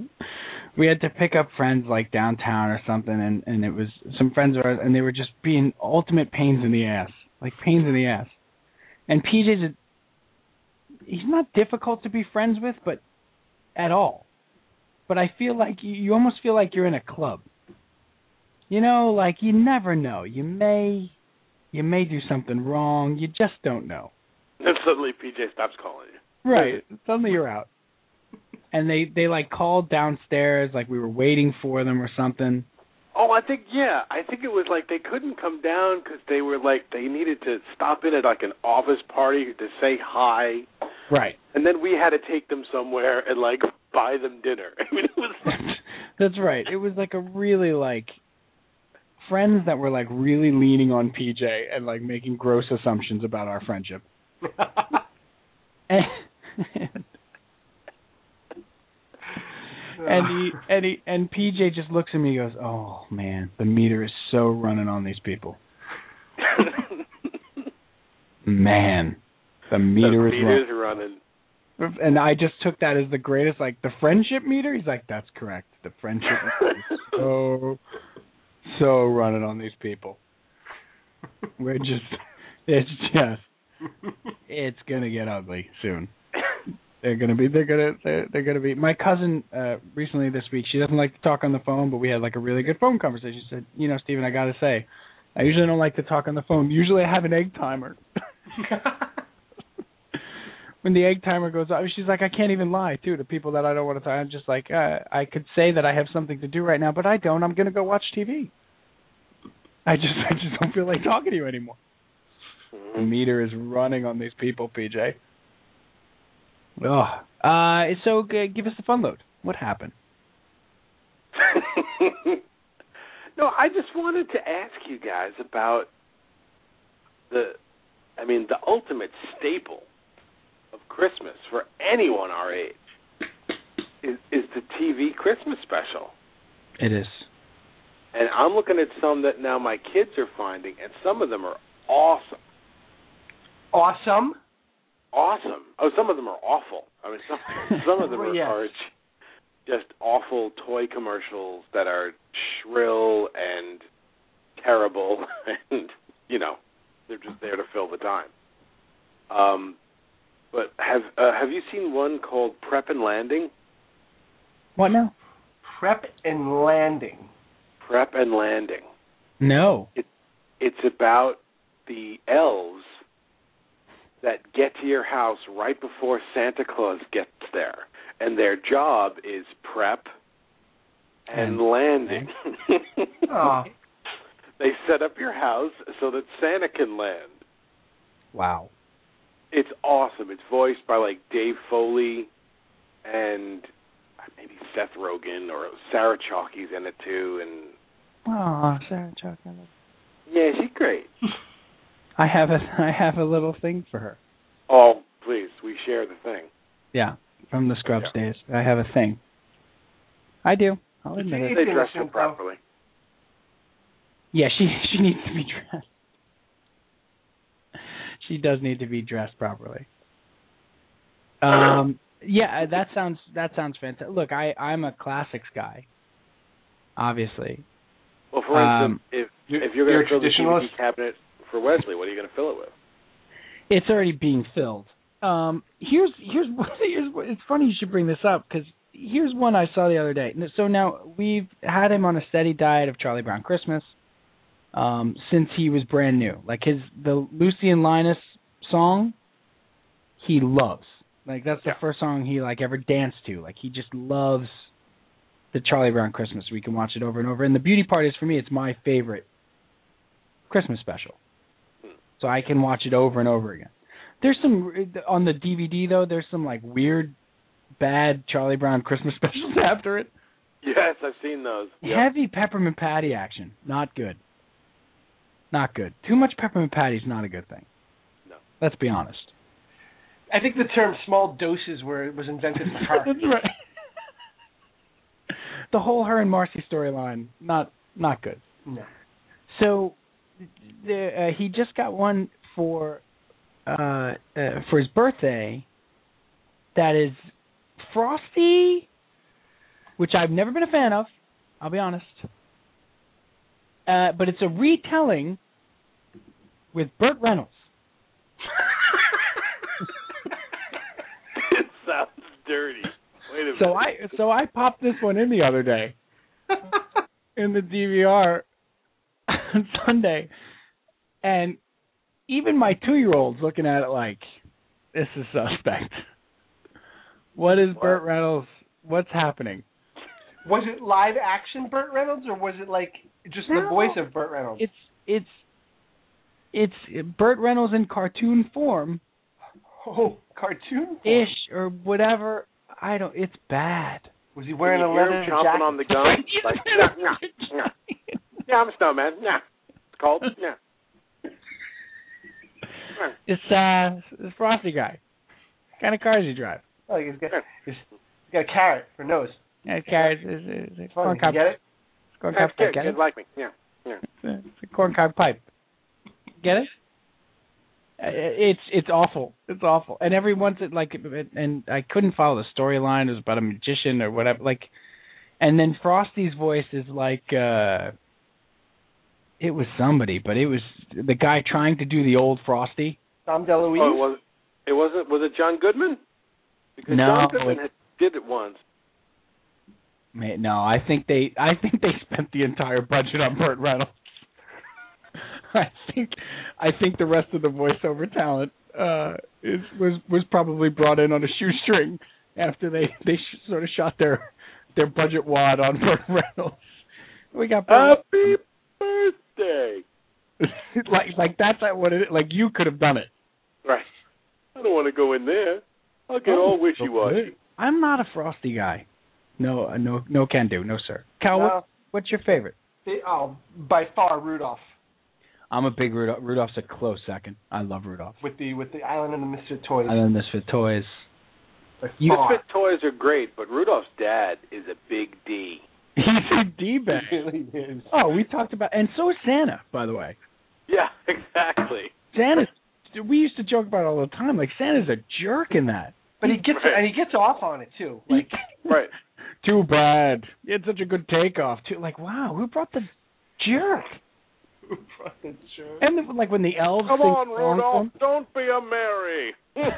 S4: We had to pick up friends like downtown or something, and and it was some friends of ours, and they were just being ultimate pains in the ass, like pains in the ass. And PJ's a, he's not difficult to be friends with, but at all. But I feel like you, you almost feel like you're in a club. You know, like you never know. You may you may do something wrong. You just don't know.
S5: Then suddenly PJ stops calling you.
S4: Right. Suddenly you're out. And they they like called downstairs like we were waiting for them or something.
S5: Oh, I think yeah. I think it was like they couldn't come down because they were like they needed to stop in at like an office party to say hi,
S4: Right.
S5: and then we had to take them somewhere and like buy them dinner. *laughs* I mean, it was
S4: *laughs* That's right. It was like a really like friends that were like really leaning on PJ and like making gross assumptions about our friendship. *laughs* And and he and he and PJ just looks at me and goes, "Oh man, the meter is so running on these people." Man, the *laughs* meter
S5: the
S4: is running.
S5: meters running.
S4: And I just took that as the greatest, like the friendship meter. He's like, "That's correct. The friendship meter is so so running on these people. We're just, it's just, it's gonna get ugly soon. They're gonna be, they're gonna, they're, they're gonna be. My cousin uh recently this week, she doesn't like to talk on the phone, but we had like a really good phone conversation. She said, "You know, Steven, I gotta say, I usually don't like to talk on the phone. Usually, I have an egg timer." when the egg timer goes off, she's like, I can't even lie too to people that I don't want to talk. I'm just like, uh, I could say that I have something to do right now, but I don't. I'm gonna go watch TV. I just, I just don't feel like talking to you anymore. The meter is running on these people, PJ. Ugh. Uh, so g- give us the fun load. What happened?
S5: *laughs* no, I just wanted to ask you guys about the I mean the ultimate staple of Christmas for anyone our age is is the TV Christmas special.
S4: It is.
S5: And I'm looking at some that now my kids are finding and some of them are awesome.
S6: *laughs* awesome.
S5: Awesome. Oh, some of them are awful. I mean
S4: *laughs*
S5: some some of them are,
S6: Yes.
S5: are j- just awful toy commercials that are shrill and terrible *laughs* and you know they're just there to fill the time um but have uh, have you seen one called prep and landing
S4: What now?
S6: Prep and landing.
S5: prep and landing
S4: No.
S5: it's about the elves that get to your house right before Santa Claus gets there, and their job is prep and,
S4: And *laughs*
S5: landing.
S6: Oh,
S5: *laughs* they set up your house so that Santa can land.
S4: Wow.
S5: It's awesome. It's voiced by like Dave Foley and uh, maybe Seth Rogen or Sarah Chalky's in it too. And
S4: Aw, Sarah Chalker.
S5: yeah, she's great.
S4: I have a, I have a little thing for her.
S5: Oh, please, we share the thing.
S4: Yeah, from the Scrubs days. I have a thing. I do. I'll admit it.
S5: They dress her
S6: innocent, though.
S5: properly.
S4: Yeah, she *laughs* she needs to be dressed. She does need to be dressed properly. Um yeah, that sounds that sounds fantastic. Look, I I'm a classics guy. Obviously.
S5: Well, for
S4: Um,
S5: instance, if
S6: You're-
S5: if you're
S6: you're
S5: going
S6: a
S5: to fill the DVD
S6: traditionalist?
S5: cabinet for Wesley, what are you going to fill it with?
S4: It's already being filled. Um here's here's *laughs* what here's what, it's funny you should bring this up cuz here's one I saw the other day. So now we've had him on a steady diet of Charlie Brown Christmas um since he was brand new. Like his the Lucy and Linus song he loves. Like that's the first song he like ever danced to. Like he just loves the Charlie Brown Christmas. We can watch it over and over. And the beauty part is for me it's my favorite Christmas special. So I can watch it over and over again. There's some on the DVD though, there's some like weird bad Charlie Brown Christmas *laughs* specials after it.
S5: Yes, I've seen those.
S4: Heavy peppermint patty action. Not good. Not good. Too much peppermint patty is not a good thing.
S5: No.
S4: Let's be honest.
S6: I think the term "small doses" were was invented for her.
S4: That's right. the whole her and Marcy storyline, not not good.
S6: No.
S4: So the, uh, he just got one for uh, uh, for his birthday. That is frosty, which I've never been a fan of. I'll be honest. Uh, but it's a retelling with Burt Reynolds.
S5: it sounds dirty. Wait a
S4: So
S5: minute.
S4: I so I popped this one in the other day in the DVR on *laughs* Sunday, and even my two year old's looking at it like, "This is suspect. What is Burt Reynolds? What's happening?"
S6: *laughs* Was it live action Burt Reynolds or was it like just the
S4: No.
S6: voice of Burt Reynolds?
S4: It's it's it's Burt Reynolds in cartoon form
S6: oh, cartoon.
S4: ish or whatever. I don't. It's bad. *laughs*
S6: Was he *laughs* wearing
S5: you
S6: a
S5: hear
S6: leather
S5: him chomping
S6: jacket?
S5: on the gum?
S6: *laughs*
S5: like, nah, nah, nah. yeah, I'm a snowman. Nah, it's cold. Nah.
S4: It's uh, it's Frosty guy. kind of cars you drive?
S6: Oh, he's got, he's he's got a carrot for nose.
S4: Yeah, cars. It's, it's, it's
S6: Funny.
S4: corn
S6: You
S4: cob.
S6: get it?
S4: It's corn cob.
S5: Yeah, kids,
S4: pipe, Get it?
S5: kids like me. Yeah.
S4: It's a, it's a corn cob pipe. Get it? Uh, It's it's awful. It's awful. And every once it like and I couldn't follow the storyline. It was about a magician or whatever. Like, and then Frosty's voice is like uh, it was somebody, but it was the guy trying to do the old Frosty.
S6: Tom DeLuise.
S5: Oh, it was. It wasn't. Was it John Goodman? Because
S4: No,
S5: John Goodman
S4: it-
S5: had, did it once.
S4: Man, no, I think they I think they spent the entire budget on Burt Reynolds. *laughs* I think I think the rest of the voiceover talent uh is was was probably brought in on a shoestring after they they sh- sort of shot their their budget wad on *laughs* Burt Reynolds. We got Burt
S5: Happy birthday!
S4: *laughs* like like that's not what it like you could have done it.
S5: Right. I don't want to go in there. I'll get all wishy washy.
S4: I'm not a frosty guy. No, uh, no, no can do, no sir. Cal, what,
S6: No,
S4: what's your favorite?
S6: they, oh, by far Rudolph
S4: I'm a big Rudolph. Rudolph's a close second. I love Rudolph.
S6: with the with the Island and the Misfit Toys.
S4: And then Misfit Toys. *laughs*
S6: By
S4: you-
S6: far.
S5: Misfit toys are great, but Rudolph's dad is a big D.
S4: He's a D
S6: *laughs* It
S4: bag.
S6: really is.
S4: Oh, we talked about, and so is Santa, by the way.
S5: Yeah, *laughs* exactly.
S4: Santa, we used to joke about it all the time. Like Santa's a jerk in that.
S6: But he gets
S5: Right.
S6: and he gets off on it too. Like
S5: *laughs* Right.
S4: Too bad. You had such a good takeoff. Too like, wow, who brought the jerk?
S6: *laughs*
S4: And the, like when the elves
S5: Come
S4: sing
S5: on,
S4: songs to
S5: Rudolph,
S4: him.
S5: don't be a Mary. *laughs*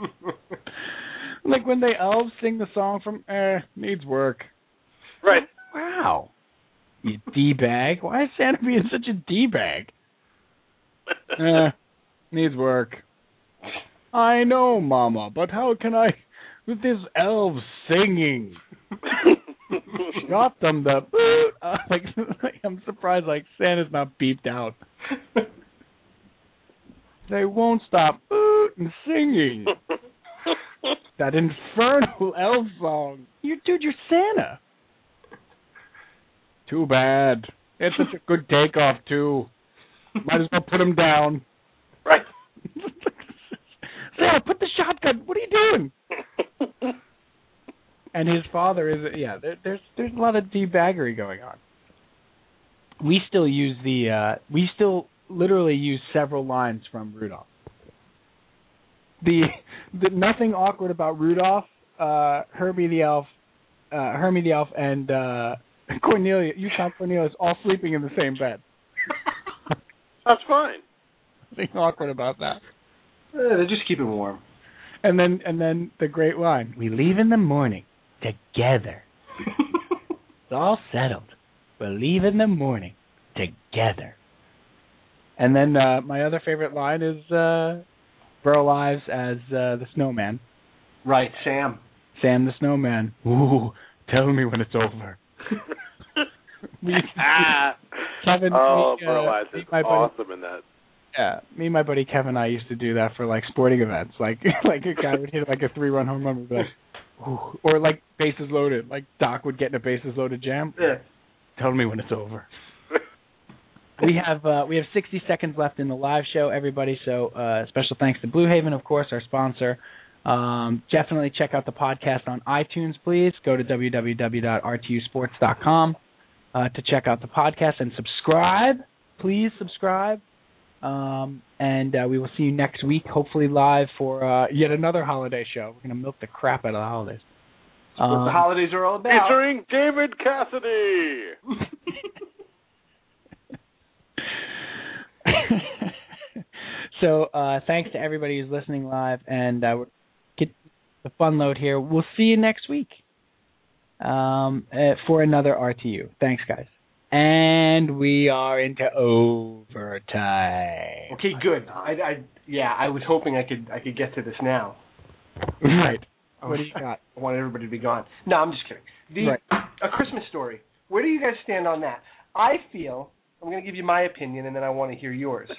S4: *laughs* like when the elves sing the song from "Eh, needs work."
S5: right.
S4: Wow, you d bag. Why is Santa being such a d bag? Eh, needs work. I know, Mama, but how can I with this elf singing? Got them the *laughs* uh, like. I'm surprised like Santa's not beeped out. They won't stop and singing that infernal elf song. You dude, you're Santa. Too bad. It's such a good takeoff too. Might as well put him down.
S6: *laughs*
S5: right.
S4: *laughs* Santa, put the shotgun. What are you doing? and his father is yeah. There, there's there's a lot of debaggery going on. We still use the uh we still literally use several lines from Rudolph. The the nothing awkward about Rudolph, uh Herbie the elf, uh Hermie the elf, and uh *laughs* Cornelia, Yukon Cornelius, all sleeping in the same bed.
S5: That's fine.
S4: Nothing awkward about that.
S6: Eh, they just keep him *laughs* warm.
S4: And then and then the great line. We leave in the morning together. it's all settled. We'll leave in the morning together. And then uh my other favorite line is uh Burl Lives as uh the snowman.
S6: Right, Sam.
S4: Sam the *laughs* snowman. Ooh, tell me when it's over. we used to-
S5: Ah.
S4: Kevin,
S5: oh,
S4: we, uh,
S5: Burlize
S4: we-
S5: is
S4: my buddy-
S5: awesome in that.
S4: yeah, me and my buddy Kevin and I used to do that for like sporting events. Like *laughs* like a guy would hit like a three run home run, we'd be like, Ooh. or like bases loaded. Like Doc would get in a bases loaded jam.
S6: Yeah.
S4: Tell me when it's over. we have uh, we have 60 seconds left in the live show, everybody. So uh, special thanks to Blue Haven, of course, our sponsor. Um, definitely check out the podcast on iTunes, please. Go to www.rtusports.com uh, to check out the podcast and subscribe. please subscribe. Um, and uh, we will see you next week, hopefully live for uh, yet another holiday show. We're going to milk the crap out of the holidays.
S6: what the
S4: Um,
S6: holidays are all about.
S5: Featuring David Cassidy.
S4: *laughs* so uh, thanks to everybody who's listening live, and uh, we'll get the fun load here. We'll see you next week um, uh, for another RTU. Thanks, guys. And we are into overtime.
S6: Okay, good. I, I yeah, I was hoping I could I could get to this now.
S4: Right.
S6: I
S4: What do
S6: was-
S4: you got?
S6: I want everybody to be gone. No, I'm just kidding. The A Christmas Story. Where do you guys stand on that? I feel I'm going to give you my opinion, and then I want to hear *laughs* yours.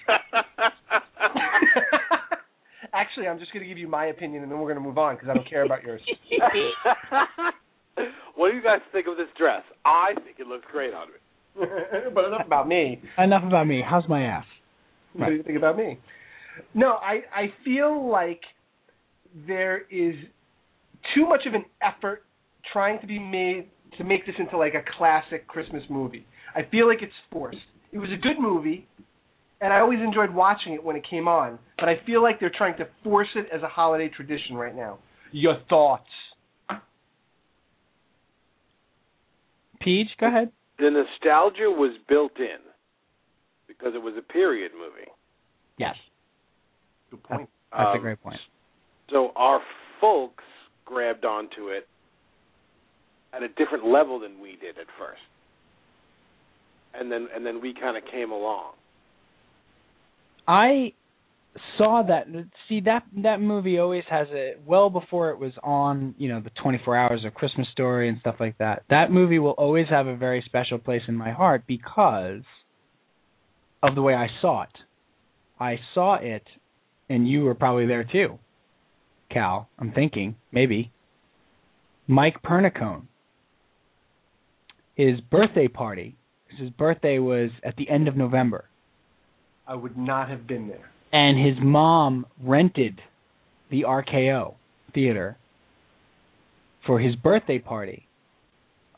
S6: Actually, I'm just going to give you my opinion, and then we're going to move on because I don't care about yours.
S5: *laughs* what do you guys think of this dress? I think it looks great on me.
S6: *laughs* but enough about me.
S4: Enough about me. How's my ass?
S6: What do you think about me? No, I I feel like there is too much of an effort trying to be made to make this into like a classic Christmas movie. I feel like it's forced. It was a good movie, and I always enjoyed watching it when it came on, but I feel like they're trying to force it as a holiday tradition right now. Your thoughts?
S4: Peach, go ahead.
S5: The nostalgia was built in because it was a period movie.
S4: Yes.
S6: Good point.
S4: That's a
S5: Um,
S4: great point.
S5: So our folks grabbed onto it at a different level than we did at first, and then and then we kind of came along.
S4: I saw that. See that that movie always has a well before it was on. You know, the 24 hours of Christmas Story and stuff like that. That movie will always have a very special place in my heart because of the way I saw it. I saw it, and you were probably there too, Cal. I'm thinking maybe Mike Pernicone. His birthday party. 'cause His birthday was at the end of November
S6: I would not have been there.
S4: and his mom rented the RKO theater for his birthday party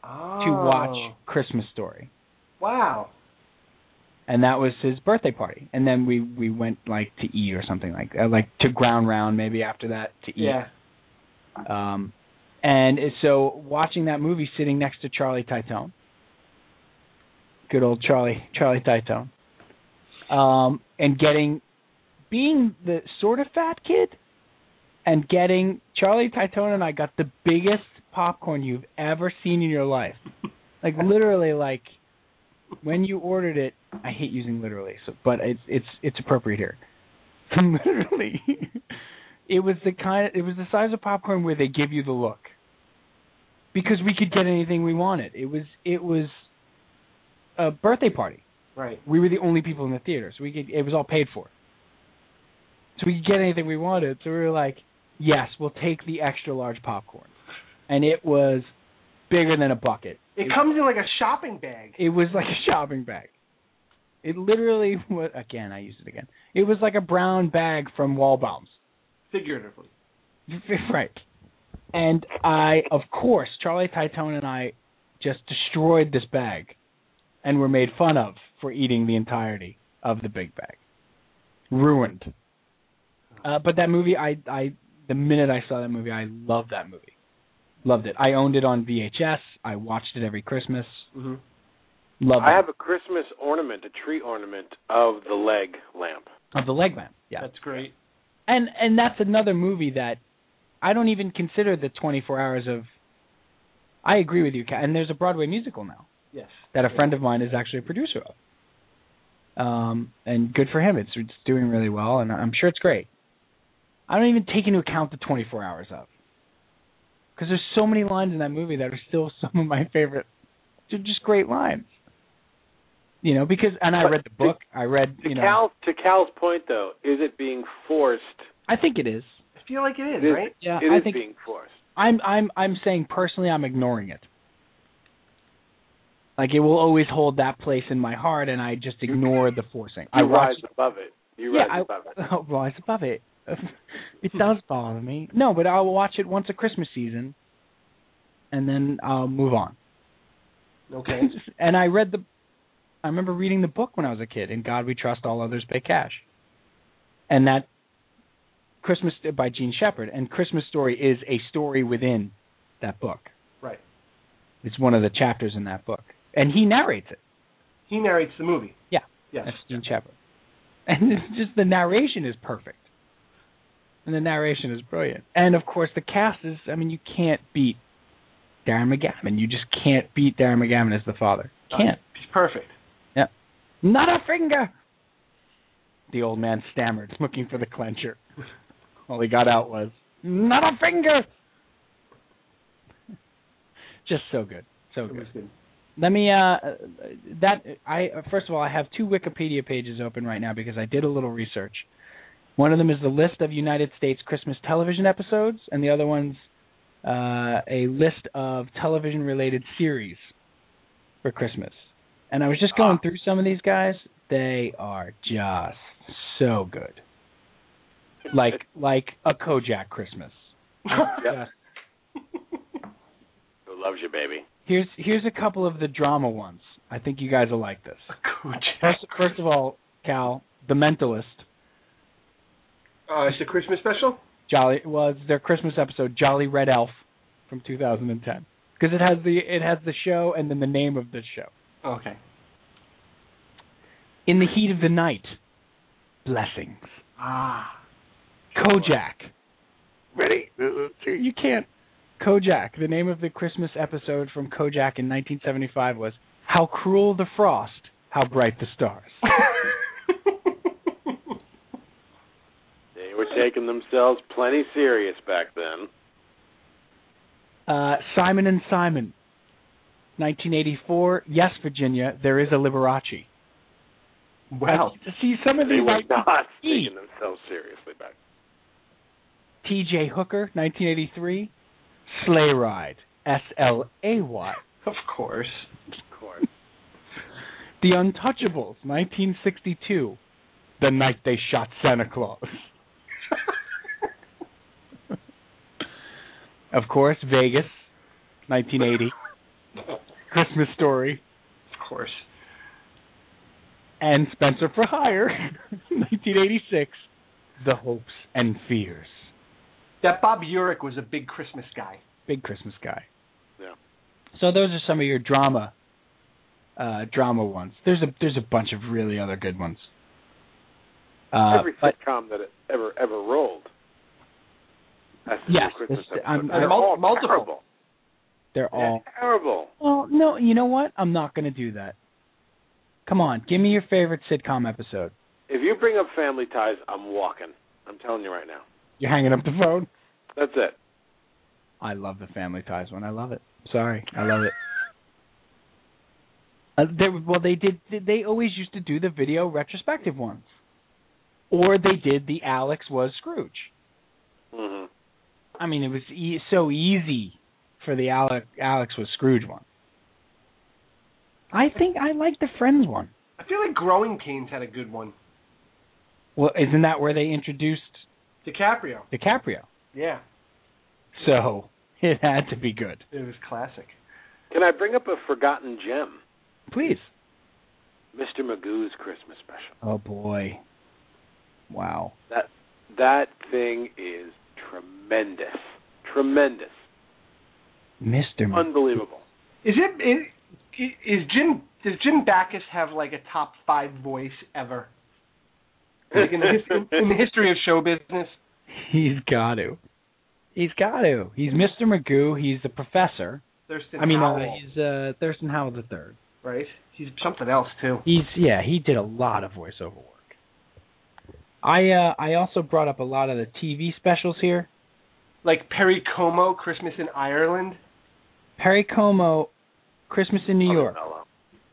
S6: Oh.
S4: to watch Christmas Story.
S6: Wow.
S4: And that was his birthday party. And then we we went like to eat or something like uh, like to ground round maybe after that to eat.
S6: Yeah.
S4: Um and it- so watching that movie sitting next to Charlie Titone. Good old Charlie Charlie Titone. Um and getting being the sort of fat kid and getting Charlie Titone and I got the biggest popcorn you've ever seen in your life. Like literally like when you ordered it, I hate using literally, so but it's it's it's appropriate here. *laughs* literally it was the kind it was the size of popcorn where they give you the look because we could get anything we wanted it was it was a birthday party
S6: Right.
S4: we were the only people in the theater so we could it was all paid for so we could get anything we wanted so we were like yes we'll take the extra large popcorn and it was bigger than a bucket
S6: It comes in like a shopping bag.
S4: it was like a *laughs* shopping bag it literally was again i used it again it was like a brown bag from wall bombs
S6: figuratively.
S4: *laughs* right. And I, of course, Charlie Titone and I just destroyed this bag and were made fun of for eating the entirety of the big bag. Ruined. Uh, but that movie, I, I, the minute I saw that movie, I loved that movie. Loved it. I owned it on VHS. I watched it every Christmas.
S6: Mm-hmm.
S4: Loved
S5: I
S4: it.
S5: have a Christmas ornament, a tree ornament of the leg lamp.
S4: of the leg man. Yeah.
S6: That's great.
S4: and and that's another movie that I don't even consider the 24 hours of. I agree with you, Kat. And there's a Broadway musical now
S6: Yes.
S4: that a friend of mine is actually a producer of. Um, and good for him. It's it's doing really well, and I'm sure it's great. I don't even take into account the 24 hours of, because there's so many lines in that movie that are still *laughs* some of my favorite. They're just great lines. You know, because and I
S5: But
S4: read the
S5: to-
S4: book. I read,
S5: To
S4: you know,
S5: Cal, to Cal's point though, is it being forced?
S4: I think it is.
S6: I feel like it is,
S5: It is.
S6: right?
S4: Yeah,
S5: It
S4: I
S5: is
S4: think
S5: being forced.
S4: I'm I'm I'm saying personally I'm ignoring it. Like it will always hold that place in my heart and I just ignore the forcing. I
S5: You rise
S4: watch
S5: above it. You
S4: Yeah,
S5: rise
S4: I-
S5: above it.
S4: *laughs* oh, rise above it. *laughs* it does bother me. No, but I'll watch it once a Christmas season and then I'll move on. *laughs*
S6: Okay.
S4: and I read the I remember reading the book when I was a kid, In God We Trust, All Others Pay Cash. And that Christmas by Gene Shepard. And Christmas Story is a story within that book.
S6: Right.
S4: It's one of the chapters in that book. And he narrates it.
S6: *laughs* He narrates the movie.
S4: Yeah.
S6: Yes.
S4: That's Gene Shepard. *laughs* And it's just the narration is perfect. And the narration is brilliant. And of course the cast is I mean, you can't beat Darren McGavin. You just can't beat Darren McGavin as the father. Can't.
S6: He's perfect.
S4: Not a finger. The old man stammered, looking for the clencher. All he got out was, Not a finger. *laughs* Just so good. So
S6: It
S4: good.
S6: was good.
S4: Let me uh that I first of all I have two Wikipedia pages open right now because I did a little research. One of them is the list of United States Christmas television episodes and the other one's uh a list of television related series for Christmas. And I was just going through some of these guys. They are just so good. Like like a Kojak Christmas.
S6: *laughs*
S5: Yep. Who loves you, baby?
S4: Here's here's a couple of the drama ones. I think you guys will like this.
S6: Kojak.
S4: First, first of all, Cal, The Mentalist,
S6: Uh, it's the Christmas special.
S4: Jolly was their Christmas episode, Jolly Red Elf, from 2010, because it has the it has the show and then the name of the show.
S6: Okay.
S4: In the Heat of the Night, Blessings,
S6: Ah.
S4: Kojak.
S6: *laughs*
S5: Ready?
S4: You can't. Kojak. The name of the Christmas episode from Kojak in 1975 was "How Cruel the Frost, How Bright the Stars."
S5: They were taking themselves plenty serious back then.
S4: Uh, Simon and Simon, 1984. Yes, Virginia, there is a Liberace.
S6: wow.
S4: I- see some of
S5: They
S4: these E,
S5: were
S4: like
S5: *laughs* not
S4: eat.
S5: taking themselves seriously back.
S4: T.J. Hooker, 1983, Sleigh Ride, S L A Y,
S6: Of *laughs* course.
S5: Of course.
S4: The Untouchables, 1962, The Night They Shot Santa Claus. of course, Vegas, 1980, Christmas Story,
S6: Of course.
S4: and Spencer for Hire, *laughs* 1986, The Hopes and Fears.
S6: That Bob Urich was a big Christmas guy.
S4: Big Christmas guy.
S5: Yeah.
S4: So those are some of your drama uh drama ones. There's a there's a bunch of really other good ones. Uh
S5: Every
S4: but
S5: sitcom that ever ever rolled. That's the
S4: Yes,
S5: Christmas
S4: it's-
S5: episode.
S4: I'm-
S5: They're
S6: I'm-
S5: all
S6: multiple.
S5: terrible.
S4: they're
S5: They're
S4: all
S5: terrible.
S4: Well, no, you know what? I'm not going to do that. Come on, give me your favorite sitcom episode.
S5: If you bring up Family Ties, I'm walking. I'm telling you right now.
S4: You're hanging up the phone.
S5: That's it.
S4: I love the Family Ties one. I love it. Sorry, I love it. Uh, they, well, they did. They always used to do the video retrospective ones, or they did the Alex was Scrooge.
S5: hmm
S4: I mean, it was e- so easy for the Alex, Alex was Scrooge one. I think I like the Friends one.
S6: I feel like Growing Pains had a good one.
S4: Well, isn't that where they introduced
S6: DiCaprio.
S4: DiCaprio?
S6: Yeah.
S4: So *laughs* it had to be good.
S6: It was classic.
S5: Can I bring up a forgotten gem?
S4: Please.
S5: Mr. Magoo's Christmas special.
S4: Oh boy. Wow.
S5: That thing is tremendous. Tremendous.
S4: Mr. Mag-
S5: Unbelievable.
S6: Is it is, is Jim does Jim Backus have like a top five voice ever? Like in the, his, in, in the history of show business.
S4: *laughs* He's got to. He's got to. He's Mr. Magoo. He's the professor.
S6: Thurston
S4: I mean, uh,
S6: Howell,
S4: he's uh, Thurston Howell the third.
S6: right? He's something else too.
S4: He's yeah. He did a lot of voiceover work. I uh, I also brought up a lot of the TV specials here.
S6: Like Perry Como, Christmas in Ireland.
S4: Perry Como, Christmas in New York.
S5: Hello.
S6: Oh,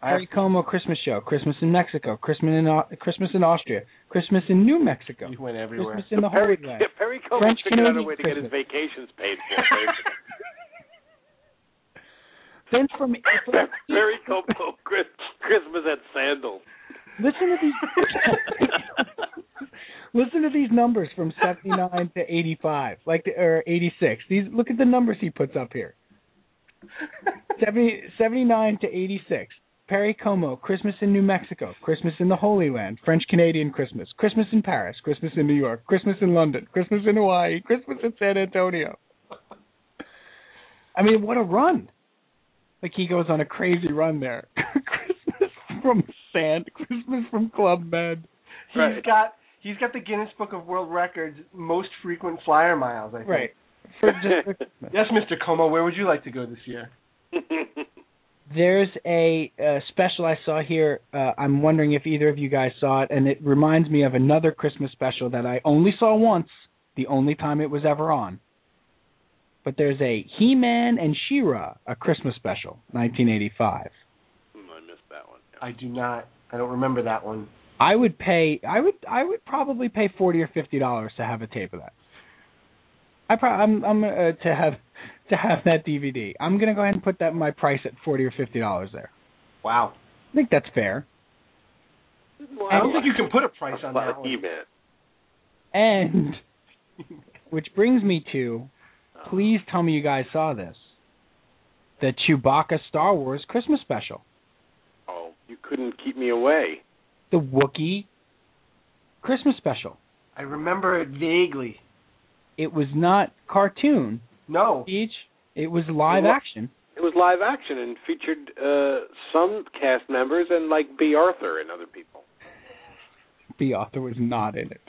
S6: I
S4: Perry Como Christmas show. Christmas in Mexico. Christmas in Au- Christmas in Austria. Christmas in New Mexico.
S6: He went everywhere.
S4: Christmas in the Holy
S5: Perry,
S4: Land.
S5: Perry Como
S4: French
S5: figured out a
S4: Canadian
S5: way to get his
S4: Christmas.
S5: vacations paid
S4: *laughs*
S5: for. *laughs*
S4: Then
S6: *laughs*
S4: from,
S5: baby. Perry Como Chris, Christmas at Sandals. *laughs*
S4: listen to these listen to these numbers from 79 to 85, like the, or 86. These look at the numbers he puts up here. 70, 79 to 86. Perry Como, Christmas in New Mexico, Christmas in the Holy Land, French Canadian Christmas, Christmas in Paris, Christmas in New York, Christmas in London, Christmas in Hawaii, Christmas in San Antonio. I mean, what a run! Like he goes on a crazy run there. *laughs* Christmas from Sand, Christmas from Club Med.
S6: He's
S5: Right.
S6: got he's got the Guinness Book of World Records most frequent flyer miles. I think.
S4: Right. For just for Christmas.
S6: Yes, Mr. Como, where would you like to go this year?
S4: There's a, uh special I saw here. Uh, I'm wondering if either of you guys saw it, and it reminds me of another Christmas special that I only saw once, the only time it was ever on. But there's a He-Man and She-Ra, a Christmas special, 1985.
S5: Hmm, I missed that one.
S6: I do not. I don't remember that one.
S4: I would pay. I would. I would probably pay forty or fifty dollars to have a tape of that. I pro- I'm. I'm uh, to have to have that DVD. I'm gonna go ahead and put that in my price at forty or fifty dollars. There.
S6: Wow.
S4: I think that's fair.
S6: I don't think you can put a price on that
S5: E
S6: one.
S5: man.
S4: And *laughs* which brings me to, please tell me you guys saw this, the Chewbacca Star Wars Christmas special,
S5: Oh, you couldn't keep me away.
S4: the Wookiee Christmas special.
S6: I remember it vaguely.
S4: It was not cartoon,
S6: No.
S4: each. It was live
S5: Wha-
S4: action.
S5: It was live action and featured uh some cast members and like B. Arthur and other people.
S4: The author was not in it.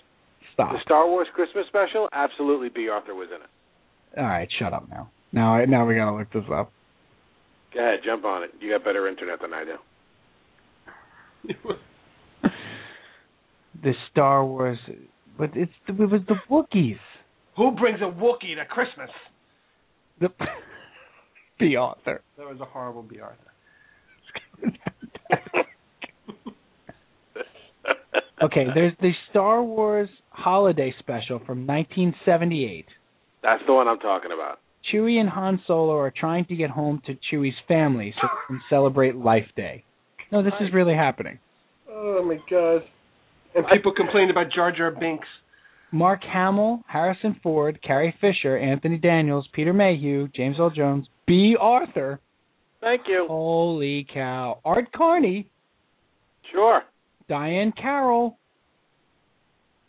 S4: Stop.
S5: The Star Wars Christmas special, absolutely B. Arthur was in it.
S4: All right, shut up now. Now, I- now we gotta look this up.
S5: Go ahead, jump on it. You got better internet than I do.
S4: *laughs*
S5: *laughs*
S4: The Star Wars, but it's it was the Wookiees.
S6: Who brings a Wookiee to Christmas?
S4: The *laughs* the author.
S6: That was a horrible B. Arthur.
S4: okay, there's the Star Wars Holiday Special from 1978.
S5: That's the one I'm talking about.
S4: Chewie and Han Solo are trying to get home to Chewie's family so they can celebrate Life Day. No, this is really happening.
S6: Oh my god. And people complained about Jar Jar Binks.
S4: Mark Hamill, Harrison Ford, Carrie Fisher, Anthony Daniels, Peter Mayhew, James Earl Jones, B. Arthur.
S5: Thank you.
S4: Holy cow. Art Carney,
S5: Sure.
S4: Diane Carroll,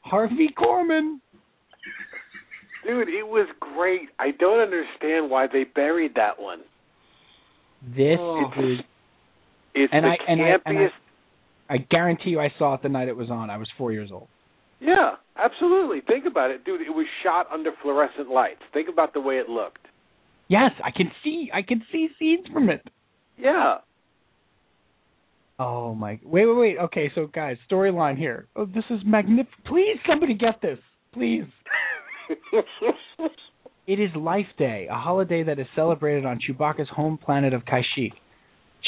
S4: Harvey Korman.
S5: Dude, it was great. I don't understand why they buried that one.
S4: This
S6: Oh.
S4: is
S5: It's
S4: And
S5: the
S4: I- and I-
S5: campiest.
S4: and I- I guarantee you I saw it the night it was on. I was 4 years old.
S5: yeah, absolutely. Think about it, dude. It was shot under fluorescent lights. Think about the way it looked.
S4: Yes, I can see I can see scenes from it.
S5: Yeah. *laughs*
S4: Oh my! Wait, wait, wait. Okay, so guys, storyline here. Oh, this is magnificent. Please, somebody get this. Please. It is Life Day, a holiday that is celebrated on Chewbacca's home planet of Kashyyyk.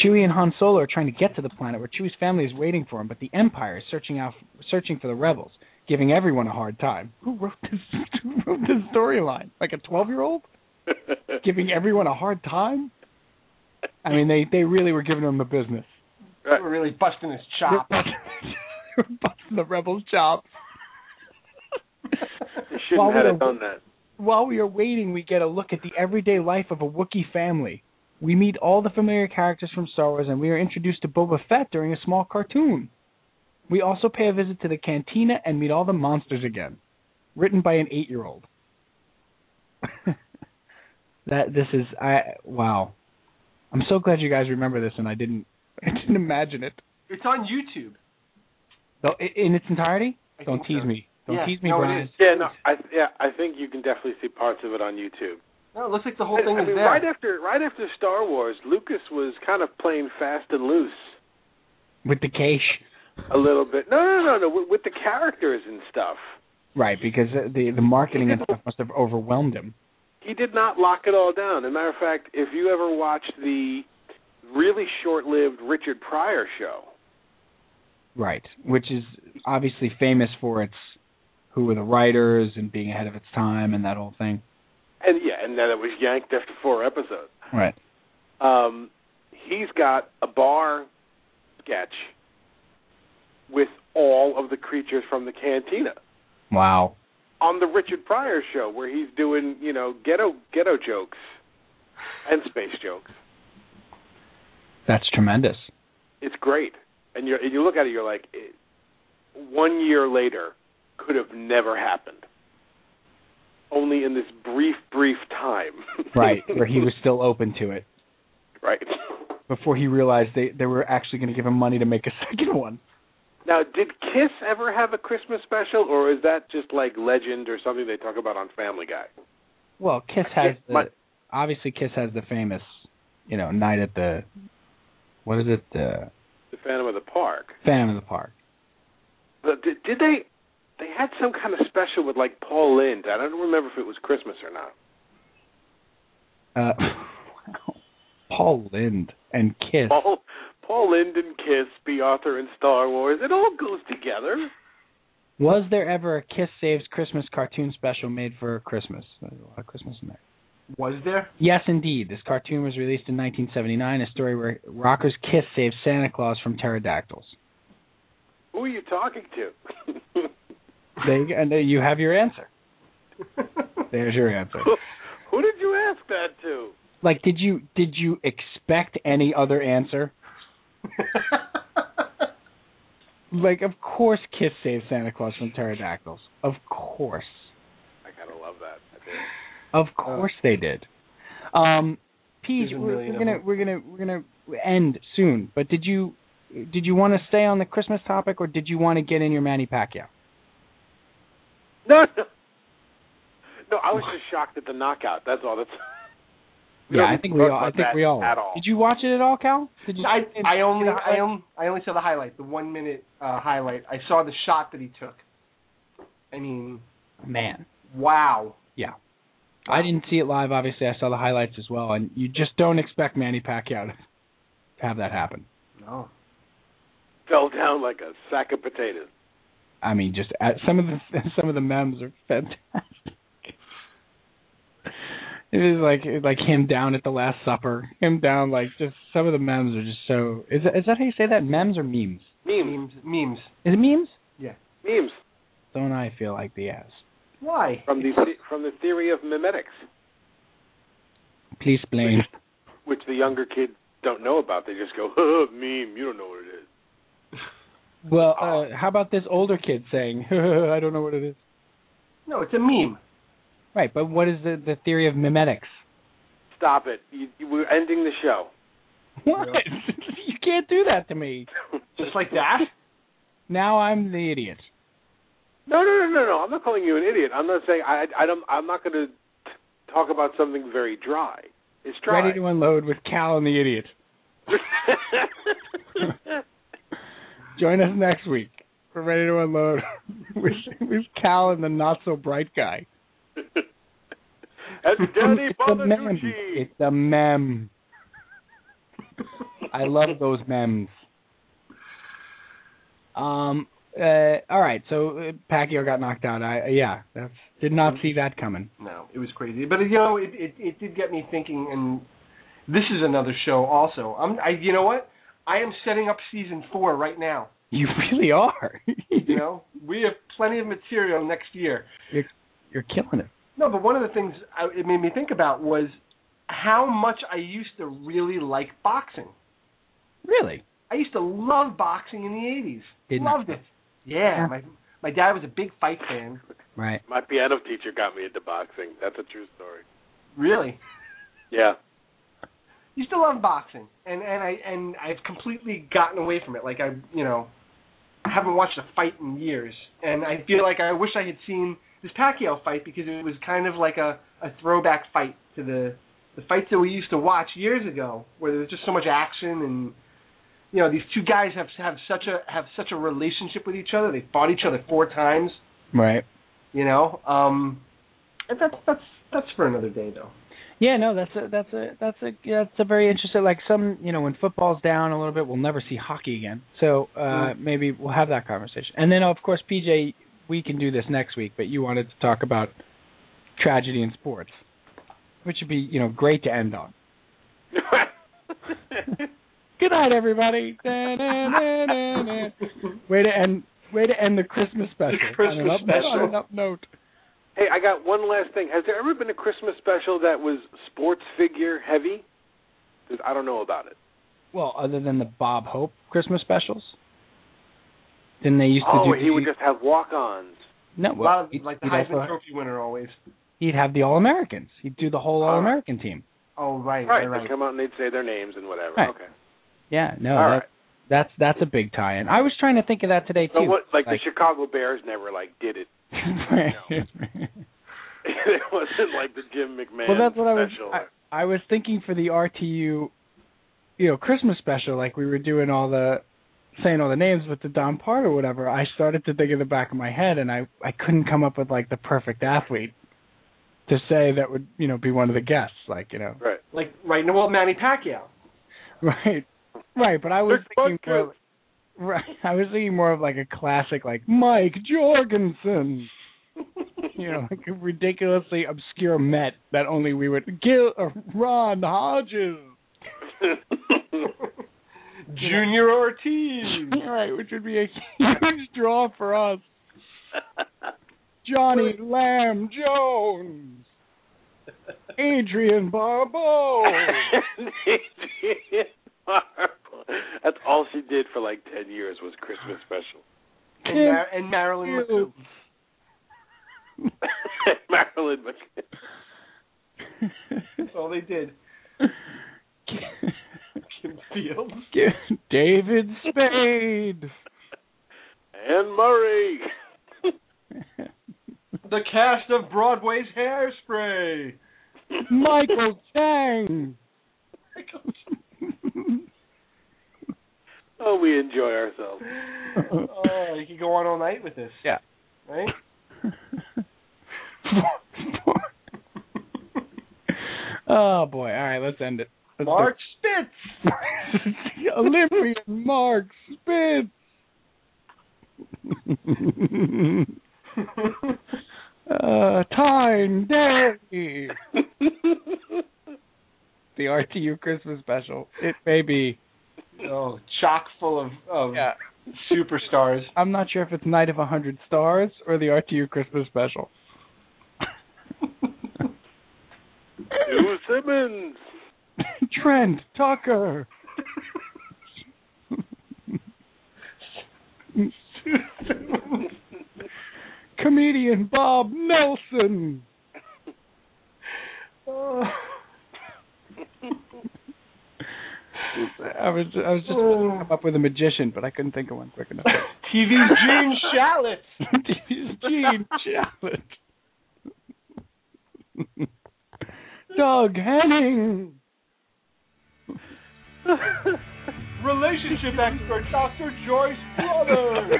S4: Chewie and Han Solo are trying to get to the planet where Chewie's family is waiting for him, but the Empire is searching out, searching for the rebels, giving everyone a hard time. Who wrote this? *laughs* Who wrote this storyline? Like a twelve-year-old giving everyone a hard time? I mean, they they really were giving them the business.
S6: They were really busting his chop.
S4: They're busting the rebels' *laughs* chops.
S5: They
S4: While
S5: shouldn't
S4: we
S5: have
S4: were-
S5: done that.
S4: While we are waiting, we get a look at the everyday life of a Wookiee family. We meet all the familiar characters from Star Wars, and we are introduced to Boba Fett during a small cartoon. We also pay a visit to the cantina and meet all the monsters again. Written by an eight-year-old. *laughs* that this is I wow. I'm so glad you guys remember this, and I didn't *laughs* I didn't imagine it.
S6: It's on YouTube.
S4: Though i- in its entirety.
S6: I
S4: Don't
S6: think
S4: tease
S6: so.
S4: me. Don't
S6: Yeah,
S4: tease me,
S6: no, it
S4: Brian.
S6: is.
S5: Yeah, no, I yeah, I think you can definitely see parts of it on YouTube.
S6: No, it looks like the whole thing
S5: I
S6: is
S5: mean,
S6: there.
S5: right after right after Star Wars, Lucas was kind of playing fast and loose
S4: with the cache.
S5: a little bit. No, no, no, no, with, with the characters and stuff.
S4: Right, because uh, the the marketing and stuff must have overwhelmed him.
S5: He did not lock it all down. As a matter of fact, if you ever watched the really short-lived Richard Pryor show,
S4: Right, which is obviously famous for its who were the writers and being ahead of its time and that whole thing.
S5: and yeah, and then it was yanked after four episodes.
S4: Right.
S5: um, he's got a bar sketch with all of the creatures from the cantina
S4: Wow.
S5: on the Richard Pryor show, where he's doing you know ghetto ghetto jokes and space jokes.
S4: That's tremendous.
S5: It it's great. And you you look at it, you're like, it, one year later, could have never happened. Only in this brief, brief time. *laughs*
S4: *laughs* right, where he was still open to it
S5: right.
S4: before he realized they they were actually going to give him money to make a *laughs* second one.
S5: Now, did Kiss ever have a Christmas special, or is that just like legend or something they talk about on Family Guy?
S4: Well, Kiss
S5: I
S4: has
S5: guess
S4: the,
S5: my-
S4: obviously Kiss has the famous, you know, night at the what is it, the
S5: The Phantom of the Park.
S4: Phantom of the Park.
S5: But did, did they? They had some kind of special with like Paul Lind. I don't remember if it was Christmas or not.
S4: Uh, *laughs* wow. Paul Lind and Kiss.
S5: Paul Paul Lind and Kiss, B. Arthur and Star Wars. It all goes together.
S4: Was there ever a Kiss Saves Christmas cartoon special made for Christmas? There's a lot of Christmas in there.
S6: Was there?
S4: Yes, indeed. This cartoon was released in 1979, a story where rockers Kiss saves Santa Claus from pterodactyls.
S5: Who are you talking *laughs* to?
S4: There you, go. and there you have your answer. There's your answer.
S5: Who did you ask that to?
S4: Like, did you did you expect any other answer? Like, of course, Kiss saves Santa Claus from pterodactyls. Of course,
S5: I kind of love that. I think.
S4: of course they did. Um, Pete,
S6: There's a
S4: we're, we're
S6: million of
S4: gonna
S6: them.
S4: we're gonna we're gonna end soon. But did you did you want to stay on the Christmas topic, or did you want to get in your Manny Pacquiao?
S5: No, no. No, I was just shocked at the knockout. That's all. That's. *laughs* We
S4: yeah,
S5: don't
S4: I
S5: need
S4: think
S5: to
S4: we
S5: talk
S4: all. I
S5: about
S4: think
S5: that
S4: we all.
S5: At all.
S4: Did you watch it at all, Cal? Did you?
S6: *laughs* I
S4: see it?
S6: I only
S4: the
S6: I
S4: highlight?
S6: only I only saw the highlight, the one minute uh, highlight. I saw the shot that he took. I mean,
S4: man.
S6: wow.
S4: I didn't see it live. Obviously, I saw the highlights as well, and you just don't expect Manny Pacquiao to have that happen.
S6: No.
S5: fell down like a sack of potatoes.
S4: I mean, just uh, some of the *laughs* some of the memes are fantastic. It is like like him down at the Last Supper, him down like just some of the memes are just so. Is that, is that how you say that? Memes or memes?
S6: Memes
S5: Memes,
S6: memes.
S4: Is it memes?
S5: memes
S4: Don't I feel like the ass?
S6: Why?
S5: from the from the theory of mimetics,
S4: Please explain.
S5: which the younger kids don't know about. They just go, *laughs* huh, meme. You don't know what it is.
S4: Well, uh, how about this older kid saying, *laughs* "I don't know what it is."
S6: No, it's a meme.
S4: Right, but what is the the theory of mimetics?
S5: Stop it. You, you, we're ending the show. *laughs*
S4: What? *laughs* you can't do that to me.
S6: Just like *laughs* that.
S4: Now I'm the idiot.
S5: No, no, no, no, no. I'm not calling you an idiot. I'm not saying I. I don't. I'm not going to talk about something very dry. It's dry.
S4: Ready
S5: *laughs*
S4: to unload with Cal and the idiot. Join us next week. We're ready to unload *laughs* with, with Cal and the not so bright guy.
S5: That's Danny
S4: it's a mem.
S5: Bonaducci.
S4: It's a mem. I love those memes. Um. Uh, all right. So uh, Pacquiao got knocked out. I uh, yeah. That's did not see that coming.
S6: No, it was crazy. But you know, it, it it did get me thinking. And this is another show. Also, I'm I. You know what? I am setting up season four right now.
S4: You *laughs* really are.
S6: You know, *laughs* we have plenty of material next year.
S4: You're killing it.
S6: No, but one of the things I, it made me think about was how much I used to really like boxing.
S4: Really.
S6: I used to love boxing in the '80s.
S4: Didn't
S6: Loved *laughs* it. Yeah,
S4: Yeah.
S6: my my dad was a big fight fan.
S4: Right.
S5: My piano teacher got me into boxing. That's a true story.
S6: Really,
S5: Yeah.
S6: used to love boxing, and and I and I've completely gotten away from it. Like I, you know, I haven't watched a fight in years, and I feel like I wish I had seen this Pacquiao fight because it was kind of like a a throwback fight to the the fights that we used to watch years ago, where there was just so much action and. You know these two guys have have such a have such a relationship with each other. They fought each other four times.
S4: Right.
S6: you know um and that's that's that's for another day though
S4: Yeah, no, that's a that's a that's a that's a very interesting. Like some, you know, when football's down a little bit, we'll never see hockey again. So uh
S5: Mm-hmm.
S4: maybe we'll have that conversation. And then, of course, PJ, we can do this next week. But you wanted to talk about tragedy in sports, which would be you know great to end
S5: *laughs*
S4: on. Good night, everybody. Da-na-na-na-na. way to end. Way to end the Christmas special. on an
S5: Christmas
S4: up, On an
S5: special.
S4: up note.
S5: hey, I got one last thing. Has there ever been a Christmas special that was sports figure heavy? Because I don't know about it.
S4: well, other than the Bob Hope Christmas specials, then they used to
S5: oh,
S4: do.
S5: he would just have walk-ons.
S4: no,
S6: a lot
S4: well,
S6: of,
S4: he'd,
S6: like the
S4: he'd
S6: Heisman
S4: also-
S6: Trophy winner always.
S4: he'd have the All Americans. He'd do the whole
S5: Ah.
S4: All American team.
S6: Oh right,
S5: Right,
S6: right, right.
S5: they'd come out and they'd say their names and whatever.
S4: Right.
S5: Okay.
S4: Yeah, no,
S5: All
S4: that-
S5: right.
S4: that's that's a big tie-in. I was trying to think of that today
S5: So
S4: too.
S5: what? *laughs* Like,
S4: like-
S5: the Chicago Bears never like did it.
S4: *laughs*
S5: *laughs*
S4: Right. *laughs*
S5: it wasn't like the Jim McMahon
S4: well, that's what I was.
S5: special. *laughs*
S4: I, I was thinking for the RTU, you know, Christmas special, like we were doing all the, saying all the names with the Don Part or whatever. I started to think of the back of my head, and I I couldn't come up with like the perfect athlete to say that would you know be one of the guests, like you know, *laughs*
S5: right.
S6: Like right, no, well, Manny Pacquiao.
S4: right, right. But I was
S5: Big
S4: thinking
S5: butt
S4: more, *laughs* right. I was thinking more of like a classic, like Mike Jorgensen. *laughs* you know, like a ridiculously obscure Met that only we would Gil or Ron Hodges.
S6: *laughs* Junior Ortiz.
S4: right, which would be a *laughs* huge draw for us. Johnny Lamb Jones, Adrian Barbeau.
S5: Oh. *laughs* That's all she did for like ten years was Christmas special.
S6: *laughs*
S5: *laughs*
S6: and, Mar- and Marilyn
S4: Ew.
S6: McCool.
S5: Marilyn Mc-
S6: That's all they did. Kim Fields.
S4: *laughs* David Spade.
S5: and Murray. *laughs*
S6: The cast of Broadway's Hairspray.
S4: Michael Chang. *laughs*
S5: Oh, we enjoy ourselves.
S6: *laughs* oh, you could go on all night with this.
S4: Yeah.
S6: Right?
S4: oh boy! All right, let's end it. Let's do it.
S6: Mark Spitz.
S4: *laughs* Olympian Mark Spitz. uh, time day. the RTU Christmas special. It may be.
S6: Oh, chock full of, of
S4: Yeah,
S6: *laughs* superstars.
S4: I'm not sure if it's Night of a Hundred Stars or the RTU Christmas special.
S5: Sue Simmons. *laughs*
S4: *laughs* Trent Tucker. Comedian Bob Nelson. I was I was just trying to come up with a magician, but I couldn't think of one quick enough.
S6: TV Gene Shalit.
S4: Gene Shalit. Doug Henning.
S6: Relationship expert Dr. Joyce Brother.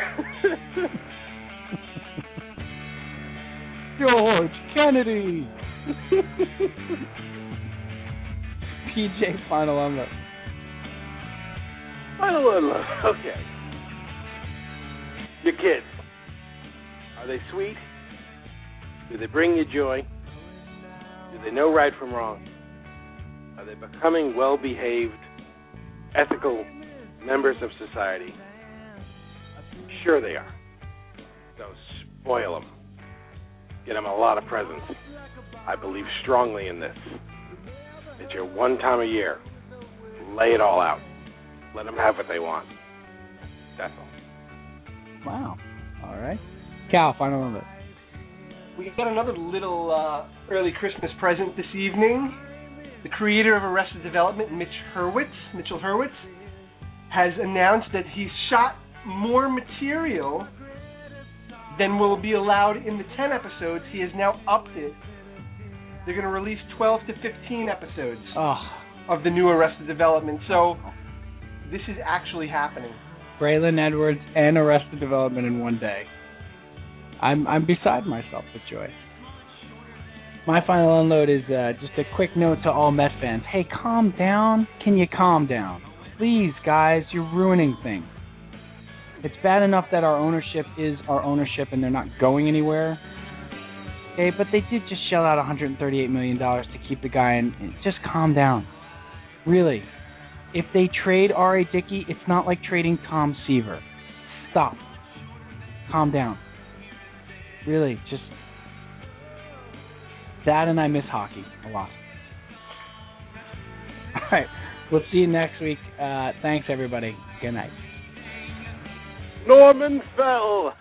S4: George Kennedy. *laughs* PJ Final on the
S5: I don't know. Okay. Your kids. Are they sweet? Do they bring you joy? Do they know right from wrong? Are they becoming well behaved, ethical members of society? Sure they are. So spoil them. Get them a lot of presents. I believe strongly in this. It's your one time a year. Lay it all out. Let them have what they want. That's all.
S4: Wow. All right. Cal, final number.
S6: We got another little uh, early Christmas present this evening. The creator of Arrested Development, Mitch Hurwitz, Mitchell Hurwitz, has announced that he shot more material than will be allowed in the 10 episodes. He has now upped it. They're going to release 12 to 15 episodes
S4: Oh,
S6: of the new Arrested Development. So this is actually happening. *laughs*
S4: Braylon Edwards and Arrested Development in one day. I'm I'm beside myself with joy. My final unload is uh, just a quick note to all Met fans. Hey, calm down. Can you calm down? Please, guys, you're ruining things. It's bad enough that our ownership is our ownership and they're not going anywhere. Okay, but they did just shell out 138 million dollars to keep the guy in. Just calm down. Really, if they trade R.A. Dickey, it's not like trading Tom Seaver. Stop. Calm down. Really, just that and I miss hockey a lot. Alright. We'll see you next week. Uh, thanks, everybody. Good night.
S5: Norman fell.